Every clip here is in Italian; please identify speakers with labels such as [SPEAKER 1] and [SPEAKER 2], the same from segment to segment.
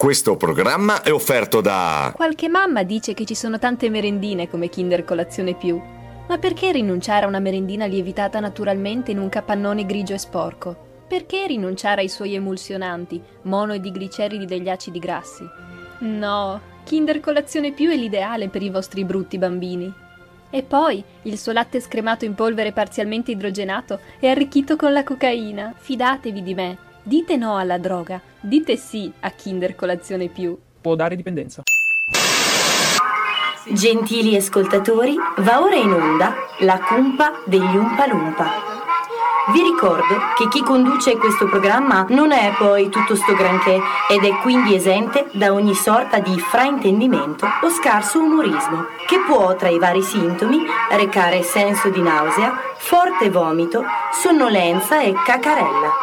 [SPEAKER 1] Questo programma è offerto da...
[SPEAKER 2] Qualche mamma dice che ci sono tante merendine come Kinder Colazione Più. Ma perché rinunciare a una merendina lievitata naturalmente in un capannone grigio e sporco? Perché rinunciare ai suoi emulsionanti, mono e digliceridi degli acidi grassi? No, Kinder Colazione Più è l'ideale per i vostri brutti bambini. E poi, il suo latte scremato in polvere parzialmente idrogenato è arricchito con la cocaina. Fidatevi di me. Dite no alla droga, dite sì a Kinder Colazione Più.
[SPEAKER 3] Può dare dipendenza.
[SPEAKER 4] Gentili ascoltatori, va ora in onda la cumpa degli Umpalumpa. Vi ricordo che chi conduce questo programma non è poi tutto sto granché ed è quindi esente da ogni sorta di fraintendimento o scarso umorismo, che può tra i vari sintomi recare senso di nausea, forte vomito, sonnolenza e cacarella.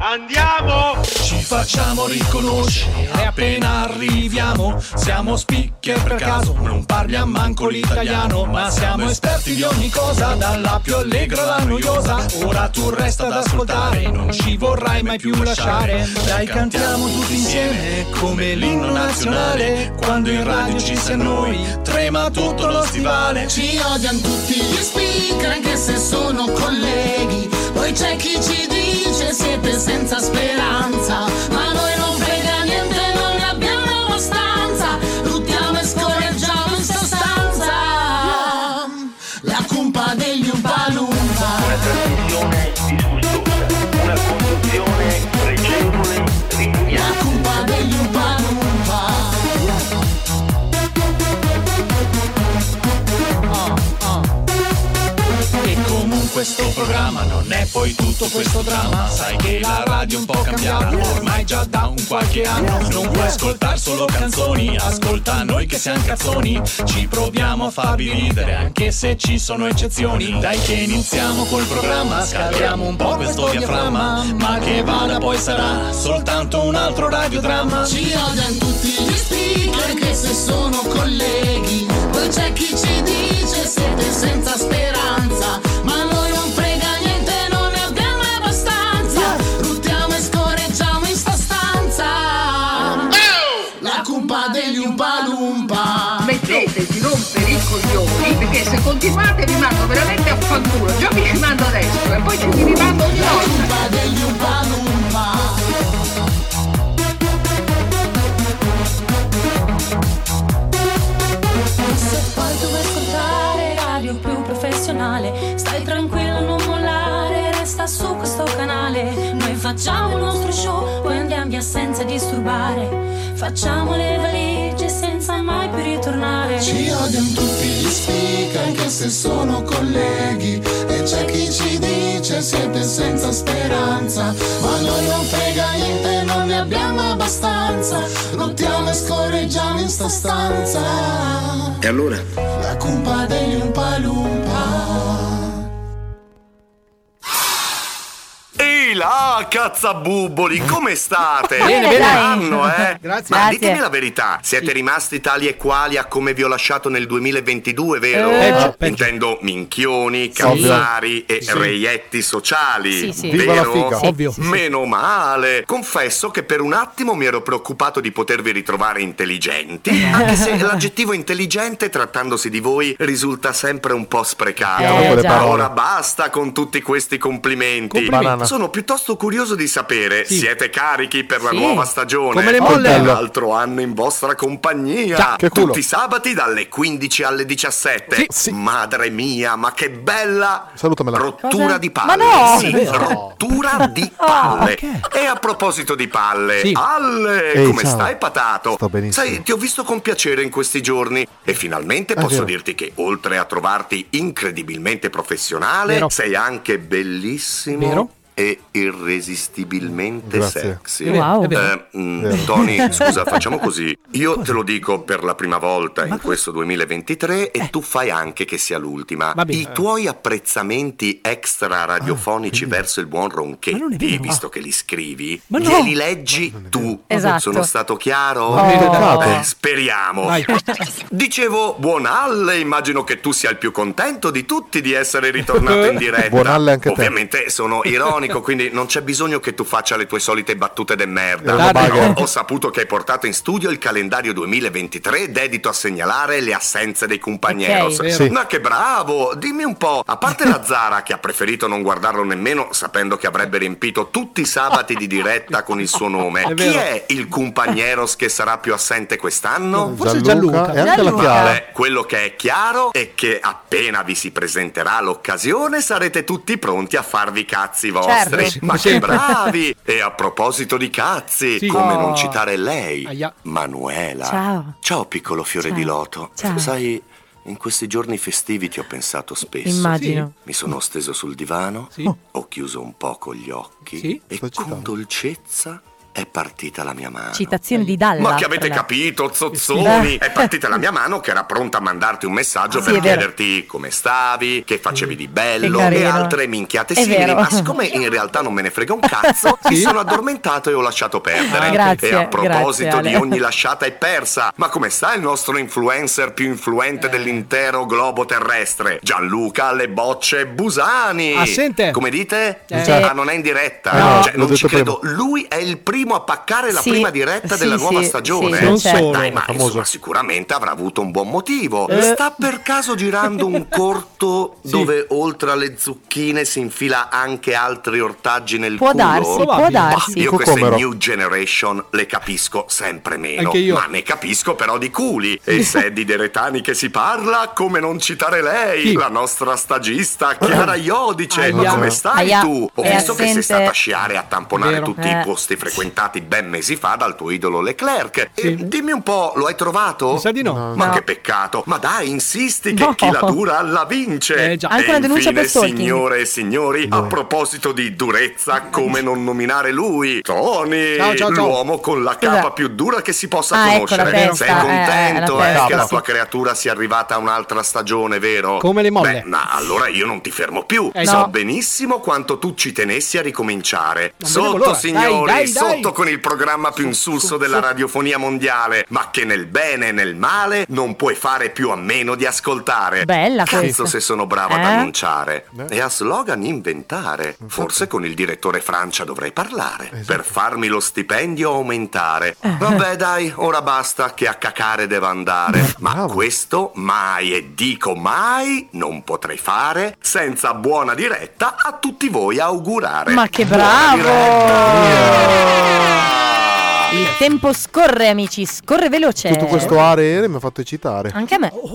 [SPEAKER 5] Andiamo!
[SPEAKER 6] Ci facciamo riconoscere appena arriviamo. Siamo speaker per caso, non parliamo manco l'italiano. Ma siamo esperti di ogni cosa, dalla più allegra alla noiosa. Ora tu resta ad ascoltare, non ci vorrai mai più lasciare. Dai, cantiamo tutti insieme come l'inno nazionale. Quando in radio ci sei noi, trema tutto lo stivale.
[SPEAKER 7] Ci odiano tutti gli speaker anche se sono colleghi. Poi c'è chi ci dice siete senza speranza, ma noi non frega niente, non ne abbiamo abbastanza. Luttiamo e scorreggiamo in sostanza. La cumpa degli Umpalumpa.
[SPEAKER 8] trasmissione disgustosa, una conduzione pregevole,
[SPEAKER 7] La
[SPEAKER 8] ripugnante.
[SPEAKER 7] cumpa degli Umpalumpa.
[SPEAKER 6] E comunque sto programma non è poi tutto questo dramma Sai che la radio è un po' cambiata ormai già da un qualche anno Non puoi ascoltare solo canzoni, ascolta noi che siamo cazzoni Ci proviamo a farvi ridere anche se ci sono eccezioni Dai che iniziamo col programma, scaldiamo un po' questo diaframma Ma che vada poi sarà soltanto un altro radiodramma
[SPEAKER 7] Ci odiano tutti gli speaker anche se sono colleghi. Poi c'è chi ci dice siete senza speranza. Ma a noi non frega niente, non ne abbiamo abbastanza. Ruttiamo e scorreggiamo in sta stanza. La cumpa degli Umpalumpa.
[SPEAKER 9] Smettete di rompere i coglioni perché se continuate vi mando veramente a fanculo. Già vi ci mando adesso e poi ci vi rimando ogni
[SPEAKER 7] La
[SPEAKER 9] volta.
[SPEAKER 7] cumpa degli Umpalumpa.
[SPEAKER 10] Se poi dove ascoltare radio più professionale, stai tranquillo, non mollare, resta su questo canale. Noi facciamo il nostro show, poi andiamo via senza disturbare. Facciamo le valigie senza mai più ritornare.
[SPEAKER 7] Ci odiano tutti gli speaker anche se sono colleghi E c'è chi ci dice siete senza speranza Ma a noi non frega niente, non ne abbiamo abbastanza Lottiamo e scorreggiamo in sta stanza
[SPEAKER 8] E allora?
[SPEAKER 7] La cumpa degli Umpalumpa
[SPEAKER 1] Ehi là, cazzabubboli, come state?
[SPEAKER 11] Bene,
[SPEAKER 1] Buon
[SPEAKER 11] bene.
[SPEAKER 1] anno, eh?
[SPEAKER 11] Grazie.
[SPEAKER 1] Ma
[SPEAKER 11] Grazie.
[SPEAKER 1] ditemi la verità, siete rimasti tali e quali a come vi ho lasciato nel 2022, vero?
[SPEAKER 11] Eh, Peggio,
[SPEAKER 1] Intendo minchioni, causari e reietti
[SPEAKER 11] Sì,
[SPEAKER 1] sociali,
[SPEAKER 11] sì.
[SPEAKER 1] vero?
[SPEAKER 11] Viva la figa, Sì. ovvio.
[SPEAKER 1] Meno male. Confesso che per un attimo mi ero preoccupato di potervi ritrovare intelligenti,
[SPEAKER 11] Eh.
[SPEAKER 1] anche se l'aggettivo intelligente, trattandosi di voi, risulta sempre un po' sprecato.
[SPEAKER 11] Eh, Dopo le già. parole.
[SPEAKER 1] Ora basta con tutti questi complimenti.
[SPEAKER 11] Complimenti. Banana.
[SPEAKER 1] Sono piuttosto curioso di sapere, siete carichi per la
[SPEAKER 11] Sì.
[SPEAKER 1] nuova stagione?
[SPEAKER 11] Come le molle.
[SPEAKER 1] Un altro anno in vostra compagnia.
[SPEAKER 11] Già, che culo.
[SPEAKER 1] Tutti i sabati dalle 15 alle 17.
[SPEAKER 11] Sì. Sì.
[SPEAKER 1] Madre mia, ma che bella
[SPEAKER 11] Salutamela.
[SPEAKER 1] rottura
[SPEAKER 12] Cosa?
[SPEAKER 1] di
[SPEAKER 12] Ma
[SPEAKER 1] palle.
[SPEAKER 12] no!
[SPEAKER 1] Sì,
[SPEAKER 12] Vero.
[SPEAKER 1] rottura di palle. E a proposito di palle,
[SPEAKER 11] Ah, Sì.
[SPEAKER 1] alle,
[SPEAKER 12] Ehi,
[SPEAKER 1] eh, come
[SPEAKER 12] ciao.
[SPEAKER 1] stai patato?
[SPEAKER 12] Sto benissimo.
[SPEAKER 1] Sai, ti ho visto con piacere in questi giorni e finalmente
[SPEAKER 12] È
[SPEAKER 1] posso
[SPEAKER 12] vero.
[SPEAKER 1] dirti che oltre a trovarti incredibilmente professionale,
[SPEAKER 3] Vero.
[SPEAKER 1] sei anche bellissimo.
[SPEAKER 3] Vero.
[SPEAKER 1] e irresistibilmente
[SPEAKER 11] Grazie.
[SPEAKER 1] sexy.
[SPEAKER 11] È vero, Wow. è vero.
[SPEAKER 1] Eh, mm,
[SPEAKER 11] Vero.
[SPEAKER 1] Tony, scusa, facciamo così. Io te lo dico per la prima volta in questo 2023 e tu fai anche che sia l'ultima.
[SPEAKER 13] Va bene.
[SPEAKER 1] I tuoi apprezzamenti extra
[SPEAKER 12] Ah,
[SPEAKER 1] radiofonici verso il buon Ronchetti, visto che li scrivi,
[SPEAKER 13] Ma no!
[SPEAKER 1] glieli leggi tu.
[SPEAKER 13] Esatto.
[SPEAKER 1] Sono stato chiaro?
[SPEAKER 13] Ma mi hai toccato.
[SPEAKER 1] Eh, speriamo.
[SPEAKER 13] Dai.
[SPEAKER 1] Dicevo, buon alle, immagino che tu sia il più contento di tutti di essere ritornato in diretta.
[SPEAKER 11] Buon alle anche a te.
[SPEAKER 1] Ovviamente sono ironico, quindi non c'è bisogno che tu faccia le tue solite battute de merda.
[SPEAKER 11] Era una
[SPEAKER 1] Però
[SPEAKER 11] baga.
[SPEAKER 1] ho saputo che hai portato in studio il calendario 2023 dedito a segnalare le assenze dei compagneros.
[SPEAKER 11] Ok, vero. Sì.
[SPEAKER 1] Ma che bravo! Dimmi un po', a parte la Zara che ha preferito non guardarlo nemmeno sapendo che avrebbe riempito tutti i sabati di diretta con il suo nome,
[SPEAKER 11] È
[SPEAKER 1] chi
[SPEAKER 11] vero.
[SPEAKER 1] è il compagneros che sarà più assente quest'anno?
[SPEAKER 11] Forse Gianluca, Gianluca. e anche la Gianluca. Chiara.
[SPEAKER 1] Beh, quello che è chiaro è che appena vi si presenterà l'occasione sarete tutti pronti a farvi i cazzi vostri.
[SPEAKER 13] Certo.
[SPEAKER 1] Ma che
[SPEAKER 13] Sempre.
[SPEAKER 1] bravi! E a proposito di cazzi,
[SPEAKER 13] Sì.
[SPEAKER 1] come
[SPEAKER 13] Oh.
[SPEAKER 1] non citare lei,
[SPEAKER 13] Aia.
[SPEAKER 1] Manuela.
[SPEAKER 4] Ciao.
[SPEAKER 1] Ciao piccolo fiore
[SPEAKER 4] Ciao.
[SPEAKER 1] di loto.
[SPEAKER 4] Ciao.
[SPEAKER 1] Sai, in questi giorni festivi ti ho pensato spesso.
[SPEAKER 4] Immagino.
[SPEAKER 1] Mi sono steso sul divano, ho chiuso un poco gli occhi e con dolcezza è partita la mia mano.
[SPEAKER 4] Citazione di Dalla.
[SPEAKER 1] Ma che avete
[SPEAKER 4] tra l'altro.
[SPEAKER 1] capito, zozzoni?
[SPEAKER 4] Beh. Ah,
[SPEAKER 1] È partita la mia mano che era pronta a mandarti un messaggio
[SPEAKER 4] Sì,
[SPEAKER 1] per
[SPEAKER 4] è vero.
[SPEAKER 1] chiederti come stavi, che facevi di bello
[SPEAKER 4] Che
[SPEAKER 1] e
[SPEAKER 4] carino.
[SPEAKER 1] altre minchiate
[SPEAKER 4] È
[SPEAKER 1] simili.
[SPEAKER 4] vero.
[SPEAKER 1] Ma siccome in realtà non me ne frega un cazzo, mi sono addormentato e ho lasciato perdere.
[SPEAKER 4] Ah, grazie,
[SPEAKER 1] e a proposito
[SPEAKER 4] grazie, Ale.
[SPEAKER 1] di ogni lasciata è persa, ma come sta il nostro influencer più influente dell'intero globo terrestre? Gianluca Le Bocce Busani.
[SPEAKER 13] Assente.
[SPEAKER 1] Come dite?
[SPEAKER 13] Ah, Eh. Sì.
[SPEAKER 1] Ah, non è in diretta.
[SPEAKER 13] No.
[SPEAKER 1] Cioè,
[SPEAKER 13] L'ho
[SPEAKER 1] non ci
[SPEAKER 13] detto
[SPEAKER 1] credo. Lui è il primo a paccare la
[SPEAKER 4] Sì,
[SPEAKER 1] prima diretta
[SPEAKER 4] sì,
[SPEAKER 1] della nuova
[SPEAKER 4] sì,
[SPEAKER 1] stagione.
[SPEAKER 4] sì, Non certo. solo.
[SPEAKER 1] Dai, ma insomma, sicuramente avrà avuto un buon motivo.
[SPEAKER 4] Eh.
[SPEAKER 1] Oh. Sta per caso girando un corto dove oltre alle zucchine si infila anche altri ortaggi nel
[SPEAKER 4] Può
[SPEAKER 1] culo?
[SPEAKER 4] darsi, può Probabile. darsi.
[SPEAKER 1] Bah, io
[SPEAKER 4] Il
[SPEAKER 1] queste
[SPEAKER 4] cucomero.
[SPEAKER 1] new generation le capisco sempre meno.
[SPEAKER 13] Anche io.
[SPEAKER 1] Ma ne capisco però di culi. E se è di Deretani che si parla, come non citare lei,
[SPEAKER 13] Chi? Eh.
[SPEAKER 1] la nostra stagista Chiara Iodice.
[SPEAKER 13] Aia.
[SPEAKER 1] Ma come stai
[SPEAKER 4] Aia.
[SPEAKER 1] tu? Ho
[SPEAKER 4] È
[SPEAKER 1] visto che sei
[SPEAKER 4] assente.
[SPEAKER 1] stata a sciare e a tamponare
[SPEAKER 13] Vero.
[SPEAKER 1] tutti
[SPEAKER 4] Eh.
[SPEAKER 1] i posti frequentati ben mesi fa dal tuo idolo Leclerc. E dimmi un po', lo hai trovato?
[SPEAKER 13] Mi sa di no.
[SPEAKER 1] Ma
[SPEAKER 4] No.
[SPEAKER 1] che peccato! Ma dai, insisti che
[SPEAKER 4] No.
[SPEAKER 1] chi la dura la vince.
[SPEAKER 13] Eh, già. Boh.
[SPEAKER 4] Anche
[SPEAKER 1] e
[SPEAKER 4] una denuncia
[SPEAKER 1] infine,
[SPEAKER 4] per stalking.
[SPEAKER 1] signore e signori, a proposito di durezza, come non nominare lui? Tony,
[SPEAKER 13] Eh, Ciao, ciao, Esatto. ciao.
[SPEAKER 1] l'uomo con la
[SPEAKER 4] Scusa.
[SPEAKER 1] capa più dura che si possa
[SPEAKER 4] Ah, ecco,
[SPEAKER 1] conoscere.
[SPEAKER 4] la testa,
[SPEAKER 1] Sei
[SPEAKER 4] eh, la
[SPEAKER 1] contento eh,
[SPEAKER 4] testa,
[SPEAKER 1] che la
[SPEAKER 4] sì.
[SPEAKER 1] tua creatura sia arrivata a un'altra stagione, vero?
[SPEAKER 13] Come le
[SPEAKER 1] Beh,
[SPEAKER 13] molle.
[SPEAKER 1] ma allora io non ti fermo più.
[SPEAKER 13] Eh,
[SPEAKER 1] so
[SPEAKER 13] no.
[SPEAKER 1] benissimo quanto tu ci tenessi a ricominciare.
[SPEAKER 13] Non vedevo
[SPEAKER 1] sotto,
[SPEAKER 13] l'ora. Dai,
[SPEAKER 1] signori,
[SPEAKER 13] dai, dai.
[SPEAKER 1] sotto con il programma più insulso della radiofonia mondiale, ma che nel bene e nel male non puoi fare più a meno di ascoltare.
[SPEAKER 4] Bella
[SPEAKER 1] Cazzo
[SPEAKER 4] questa.
[SPEAKER 1] se sono bravo ad
[SPEAKER 4] Eh?
[SPEAKER 1] annunciare. E a slogan inventare. Forse con il direttore Francia dovrei parlare. Per farmi lo stipendio aumentare. Vabbè dai, ora basta che a cacare devo andare. Ma questo mai e dico mai non potrei fare senza buona diretta a tutti voi augurare.
[SPEAKER 4] Ma che
[SPEAKER 1] Buona
[SPEAKER 4] bravo! Il tempo scorre, amici, scorre veloce.
[SPEAKER 11] Tutto questo aree mi ha fatto eccitare.
[SPEAKER 13] Ah.
[SPEAKER 4] Anche a me.
[SPEAKER 13] Fermi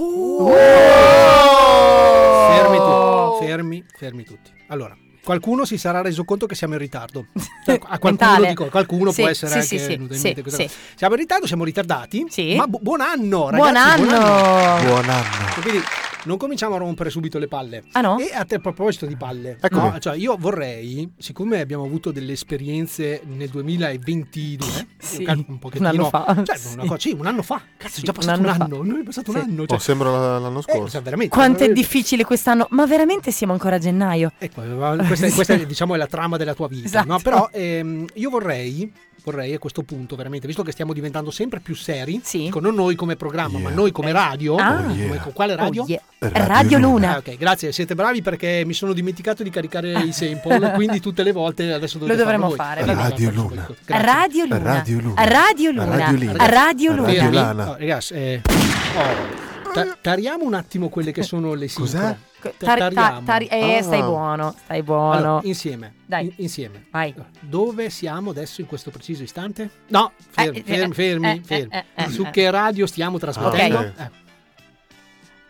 [SPEAKER 4] Oh!
[SPEAKER 13] tutti, fermi, fermi tutti. Allora, qualcuno si sarà reso conto che siamo in ritardo. Cioè, A qualcuno,
[SPEAKER 4] Mentale.
[SPEAKER 13] dico, qualcuno
[SPEAKER 4] Sì,
[SPEAKER 13] può essere
[SPEAKER 4] sì,
[SPEAKER 13] anche
[SPEAKER 4] sì, sì,
[SPEAKER 13] venuta in
[SPEAKER 4] sì,
[SPEAKER 13] mente questa
[SPEAKER 4] sì.
[SPEAKER 13] cosa. Siamo in ritardo, siamo ritardati.
[SPEAKER 4] Sì.
[SPEAKER 13] Ma bu- buon anno, ragazzi.
[SPEAKER 4] Buon anno.
[SPEAKER 11] Buon anno.
[SPEAKER 13] E Quindi non cominciamo a rompere subito le palle.
[SPEAKER 4] Ah, no?
[SPEAKER 13] E a te a proposito di palle,
[SPEAKER 4] Eh,
[SPEAKER 11] Eccomi.
[SPEAKER 13] no, cioè io vorrei, siccome abbiamo avuto delle esperienze nel 2022,
[SPEAKER 4] Sì,
[SPEAKER 13] io calcolo
[SPEAKER 4] un anno fa,
[SPEAKER 13] cioè,
[SPEAKER 4] sì.
[SPEAKER 13] una cosa- sì, un anno fa, cazzo, è già
[SPEAKER 4] Sì,
[SPEAKER 13] passato
[SPEAKER 4] un
[SPEAKER 13] un
[SPEAKER 4] anno fa.
[SPEAKER 13] anno, noi è passato un
[SPEAKER 4] Sì.
[SPEAKER 13] anno,
[SPEAKER 11] Oh,
[SPEAKER 13] cioè,
[SPEAKER 11] sembra la- l'anno
[SPEAKER 13] eh,
[SPEAKER 11] scorso.
[SPEAKER 13] cioè, veramente.
[SPEAKER 4] Quanto è
[SPEAKER 13] veramente.
[SPEAKER 4] difficile quest'anno, ma veramente siamo ancora a gennaio.
[SPEAKER 13] Ecco, avevamo- questa, questa è, diciamo, è la trama della tua vita.
[SPEAKER 4] Esatto.
[SPEAKER 13] No? Però ehm, io vorrei, vorrei a questo punto, veramente, visto che stiamo diventando sempre più seri,
[SPEAKER 4] Sì.
[SPEAKER 13] dico, non noi come programma,
[SPEAKER 11] Yeah.
[SPEAKER 13] ma noi come radio,
[SPEAKER 4] Ah.
[SPEAKER 13] come-
[SPEAKER 11] yeah.
[SPEAKER 13] con quale radio?
[SPEAKER 4] Oh, yeah.
[SPEAKER 11] Radio
[SPEAKER 4] Radio,
[SPEAKER 13] Ah,
[SPEAKER 4] Luna.
[SPEAKER 13] ok, grazie, siete bravi perché mi sono dimenticato di caricare i sample, quindi tutte le volte adesso dovete
[SPEAKER 4] Lo dovremmo
[SPEAKER 13] farlo voi.
[SPEAKER 4] fare,
[SPEAKER 13] Vabbè,
[SPEAKER 11] Radio
[SPEAKER 13] faccio
[SPEAKER 11] Luna.
[SPEAKER 13] voi. Grazie.
[SPEAKER 4] Radio Luna.
[SPEAKER 11] Radio Luna.
[SPEAKER 4] Radio Luna.
[SPEAKER 11] Radio Luna.
[SPEAKER 4] Radio
[SPEAKER 11] Radio
[SPEAKER 4] Luna.
[SPEAKER 11] Luna.
[SPEAKER 13] Fermi. No, ragazzi, eh, oh, ta- tariamo un attimo quelle che sono le sigle.
[SPEAKER 11] Cos'è?
[SPEAKER 4] Tar- tar-
[SPEAKER 13] tariamo.
[SPEAKER 4] tar- eh,
[SPEAKER 11] Ah.
[SPEAKER 4] stai buono, stai buono.
[SPEAKER 13] Allora, insieme.
[SPEAKER 4] Dai.
[SPEAKER 13] in- insieme.
[SPEAKER 4] Vai.
[SPEAKER 13] Dove siamo adesso in questo preciso istante? No, fermi,
[SPEAKER 4] Eh,
[SPEAKER 13] fermi,
[SPEAKER 4] eh,
[SPEAKER 13] fermi.
[SPEAKER 4] eh,
[SPEAKER 13] fermi.
[SPEAKER 4] eh, eh,
[SPEAKER 13] Su
[SPEAKER 4] eh.
[SPEAKER 13] che radio stiamo trasmettendo?
[SPEAKER 11] ok.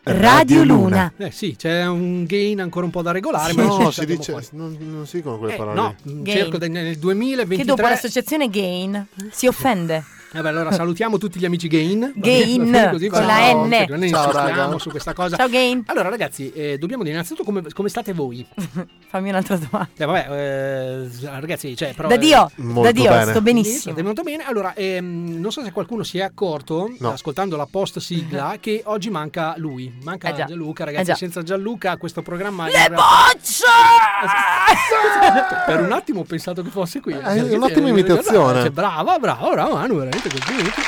[SPEAKER 13] Eh,
[SPEAKER 4] Radio Luna.
[SPEAKER 13] eh, sì, c'è un gain ancora un certo po' da regolare, ma adesso
[SPEAKER 11] No,
[SPEAKER 13] ci
[SPEAKER 11] si
[SPEAKER 13] saltiamo
[SPEAKER 11] dice.
[SPEAKER 13] fuori.
[SPEAKER 11] Non, non si dicono quelle
[SPEAKER 13] Eh,
[SPEAKER 11] parole.
[SPEAKER 13] no,
[SPEAKER 11] lì.
[SPEAKER 13] mh,
[SPEAKER 4] Gain.
[SPEAKER 13] cerco del- nel
[SPEAKER 4] Che dopo
[SPEAKER 13] 2023
[SPEAKER 4] l'associazione Gain si offende.
[SPEAKER 13] Vabbè, allora salutiamo tutti gli amici Gain.
[SPEAKER 4] Gain, con
[SPEAKER 13] facciamo-
[SPEAKER 4] la N.
[SPEAKER 13] perché Cioè, Noi
[SPEAKER 4] Ciao,
[SPEAKER 13] insistiamo
[SPEAKER 4] raga.
[SPEAKER 13] su questa cosa.
[SPEAKER 4] Ciao, Gain.
[SPEAKER 13] Allora, ragazzi, eh, dobbiamo dire innanzitutto come, come state voi.
[SPEAKER 4] Fammi un'altra domanda.
[SPEAKER 13] vabbè, eh, ragazzi, cioè, però,
[SPEAKER 4] Da
[SPEAKER 13] eh,
[SPEAKER 4] Dio, Molto da Dio, bene. sto benissimo.
[SPEAKER 13] Sì, state molto bene. Allora, ehm, non so se qualcuno si è accorto,
[SPEAKER 11] No.
[SPEAKER 13] ascoltando la post sigla, che oggi manca lui. Manca
[SPEAKER 4] Eh già.
[SPEAKER 13] Gianluca,
[SPEAKER 4] Eh
[SPEAKER 13] ragazzi.
[SPEAKER 4] già.
[SPEAKER 13] Senza Gianluca questo programma...
[SPEAKER 4] Le
[SPEAKER 13] bocce! per un attimo ho pensato che fosse qui.
[SPEAKER 11] Esatto. Eh, un attimo imitazione.
[SPEAKER 13] Cioè, brava, brava, ora Manu, veramente complimenti.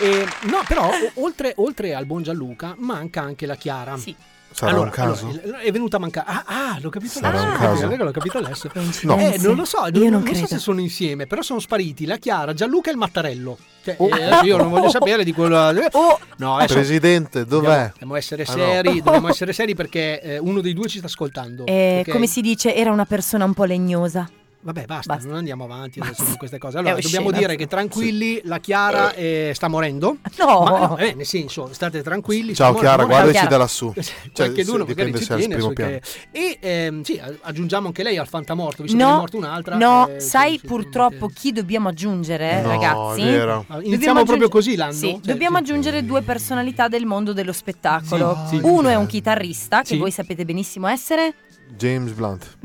[SPEAKER 13] Eh, no, però o- oltre, oltre al buon Gianluca manca anche la Chiara. Sì.
[SPEAKER 11] Sarà un caso?
[SPEAKER 13] è venuta a mancare. Ah, ah, l'ho capito
[SPEAKER 11] Sarà
[SPEAKER 13] adesso.
[SPEAKER 11] un caso?
[SPEAKER 13] Guarda che L'ho capito adesso.
[SPEAKER 11] No.
[SPEAKER 13] Eh, non lo so,
[SPEAKER 11] Io non
[SPEAKER 13] non, non so
[SPEAKER 11] credo.
[SPEAKER 13] se sono insieme, però sono spariti la Chiara, Gianluca e il Mattarello. Cioè,
[SPEAKER 11] Oh.
[SPEAKER 13] eh, io non voglio sapere di quello. No, adesso-
[SPEAKER 11] Presidente,
[SPEAKER 13] Dobbiamo,
[SPEAKER 11] dov'è?
[SPEAKER 13] dobbiamo essere
[SPEAKER 11] Ah, no.
[SPEAKER 13] seri, dobbiamo essere seri perché eh, uno dei due ci sta ascoltando.
[SPEAKER 4] Eh,
[SPEAKER 13] ok?
[SPEAKER 4] Come si dice, era una persona un po' legnosa.
[SPEAKER 13] Vabbè, basta, non andiamo avanti adesso con queste cose.
[SPEAKER 4] È
[SPEAKER 13] Allora, dobbiamo
[SPEAKER 4] oscena.
[SPEAKER 13] dire che tranquilli, la Chiara eh, sta morendo.
[SPEAKER 4] No!
[SPEAKER 13] Ma, no, eh, nel senso, state tranquilli. sta
[SPEAKER 11] Ciao,
[SPEAKER 13] mor-
[SPEAKER 11] Chiara,
[SPEAKER 13] morendo.
[SPEAKER 11] guardaci da lassù. Cioè,
[SPEAKER 13] Qualcheduno
[SPEAKER 11] sì,
[SPEAKER 13] magari
[SPEAKER 11] dipende
[SPEAKER 13] ci
[SPEAKER 11] se è al
[SPEAKER 13] tiene
[SPEAKER 11] primo
[SPEAKER 13] su che- E ehm, sì, a- aggiungiamo anche lei al fantamorto, visto che ne è
[SPEAKER 4] No,
[SPEAKER 13] morta un'altra.
[SPEAKER 4] no,
[SPEAKER 13] eh,
[SPEAKER 4] sai purtroppo chi dobbiamo aggiungere,
[SPEAKER 13] No,
[SPEAKER 4] ragazzi?
[SPEAKER 13] è vero. Iniziamo
[SPEAKER 4] Dobbiamo
[SPEAKER 13] proprio così l'anno?
[SPEAKER 4] Sì,
[SPEAKER 13] Cioè,
[SPEAKER 4] dobbiamo aggiungere due personalità del mondo dello spettacolo.
[SPEAKER 11] Sì, sì.
[SPEAKER 4] Uno è un chitarrista, che
[SPEAKER 11] Sì.
[SPEAKER 4] voi sapete benissimo essere.
[SPEAKER 11] James Blunt.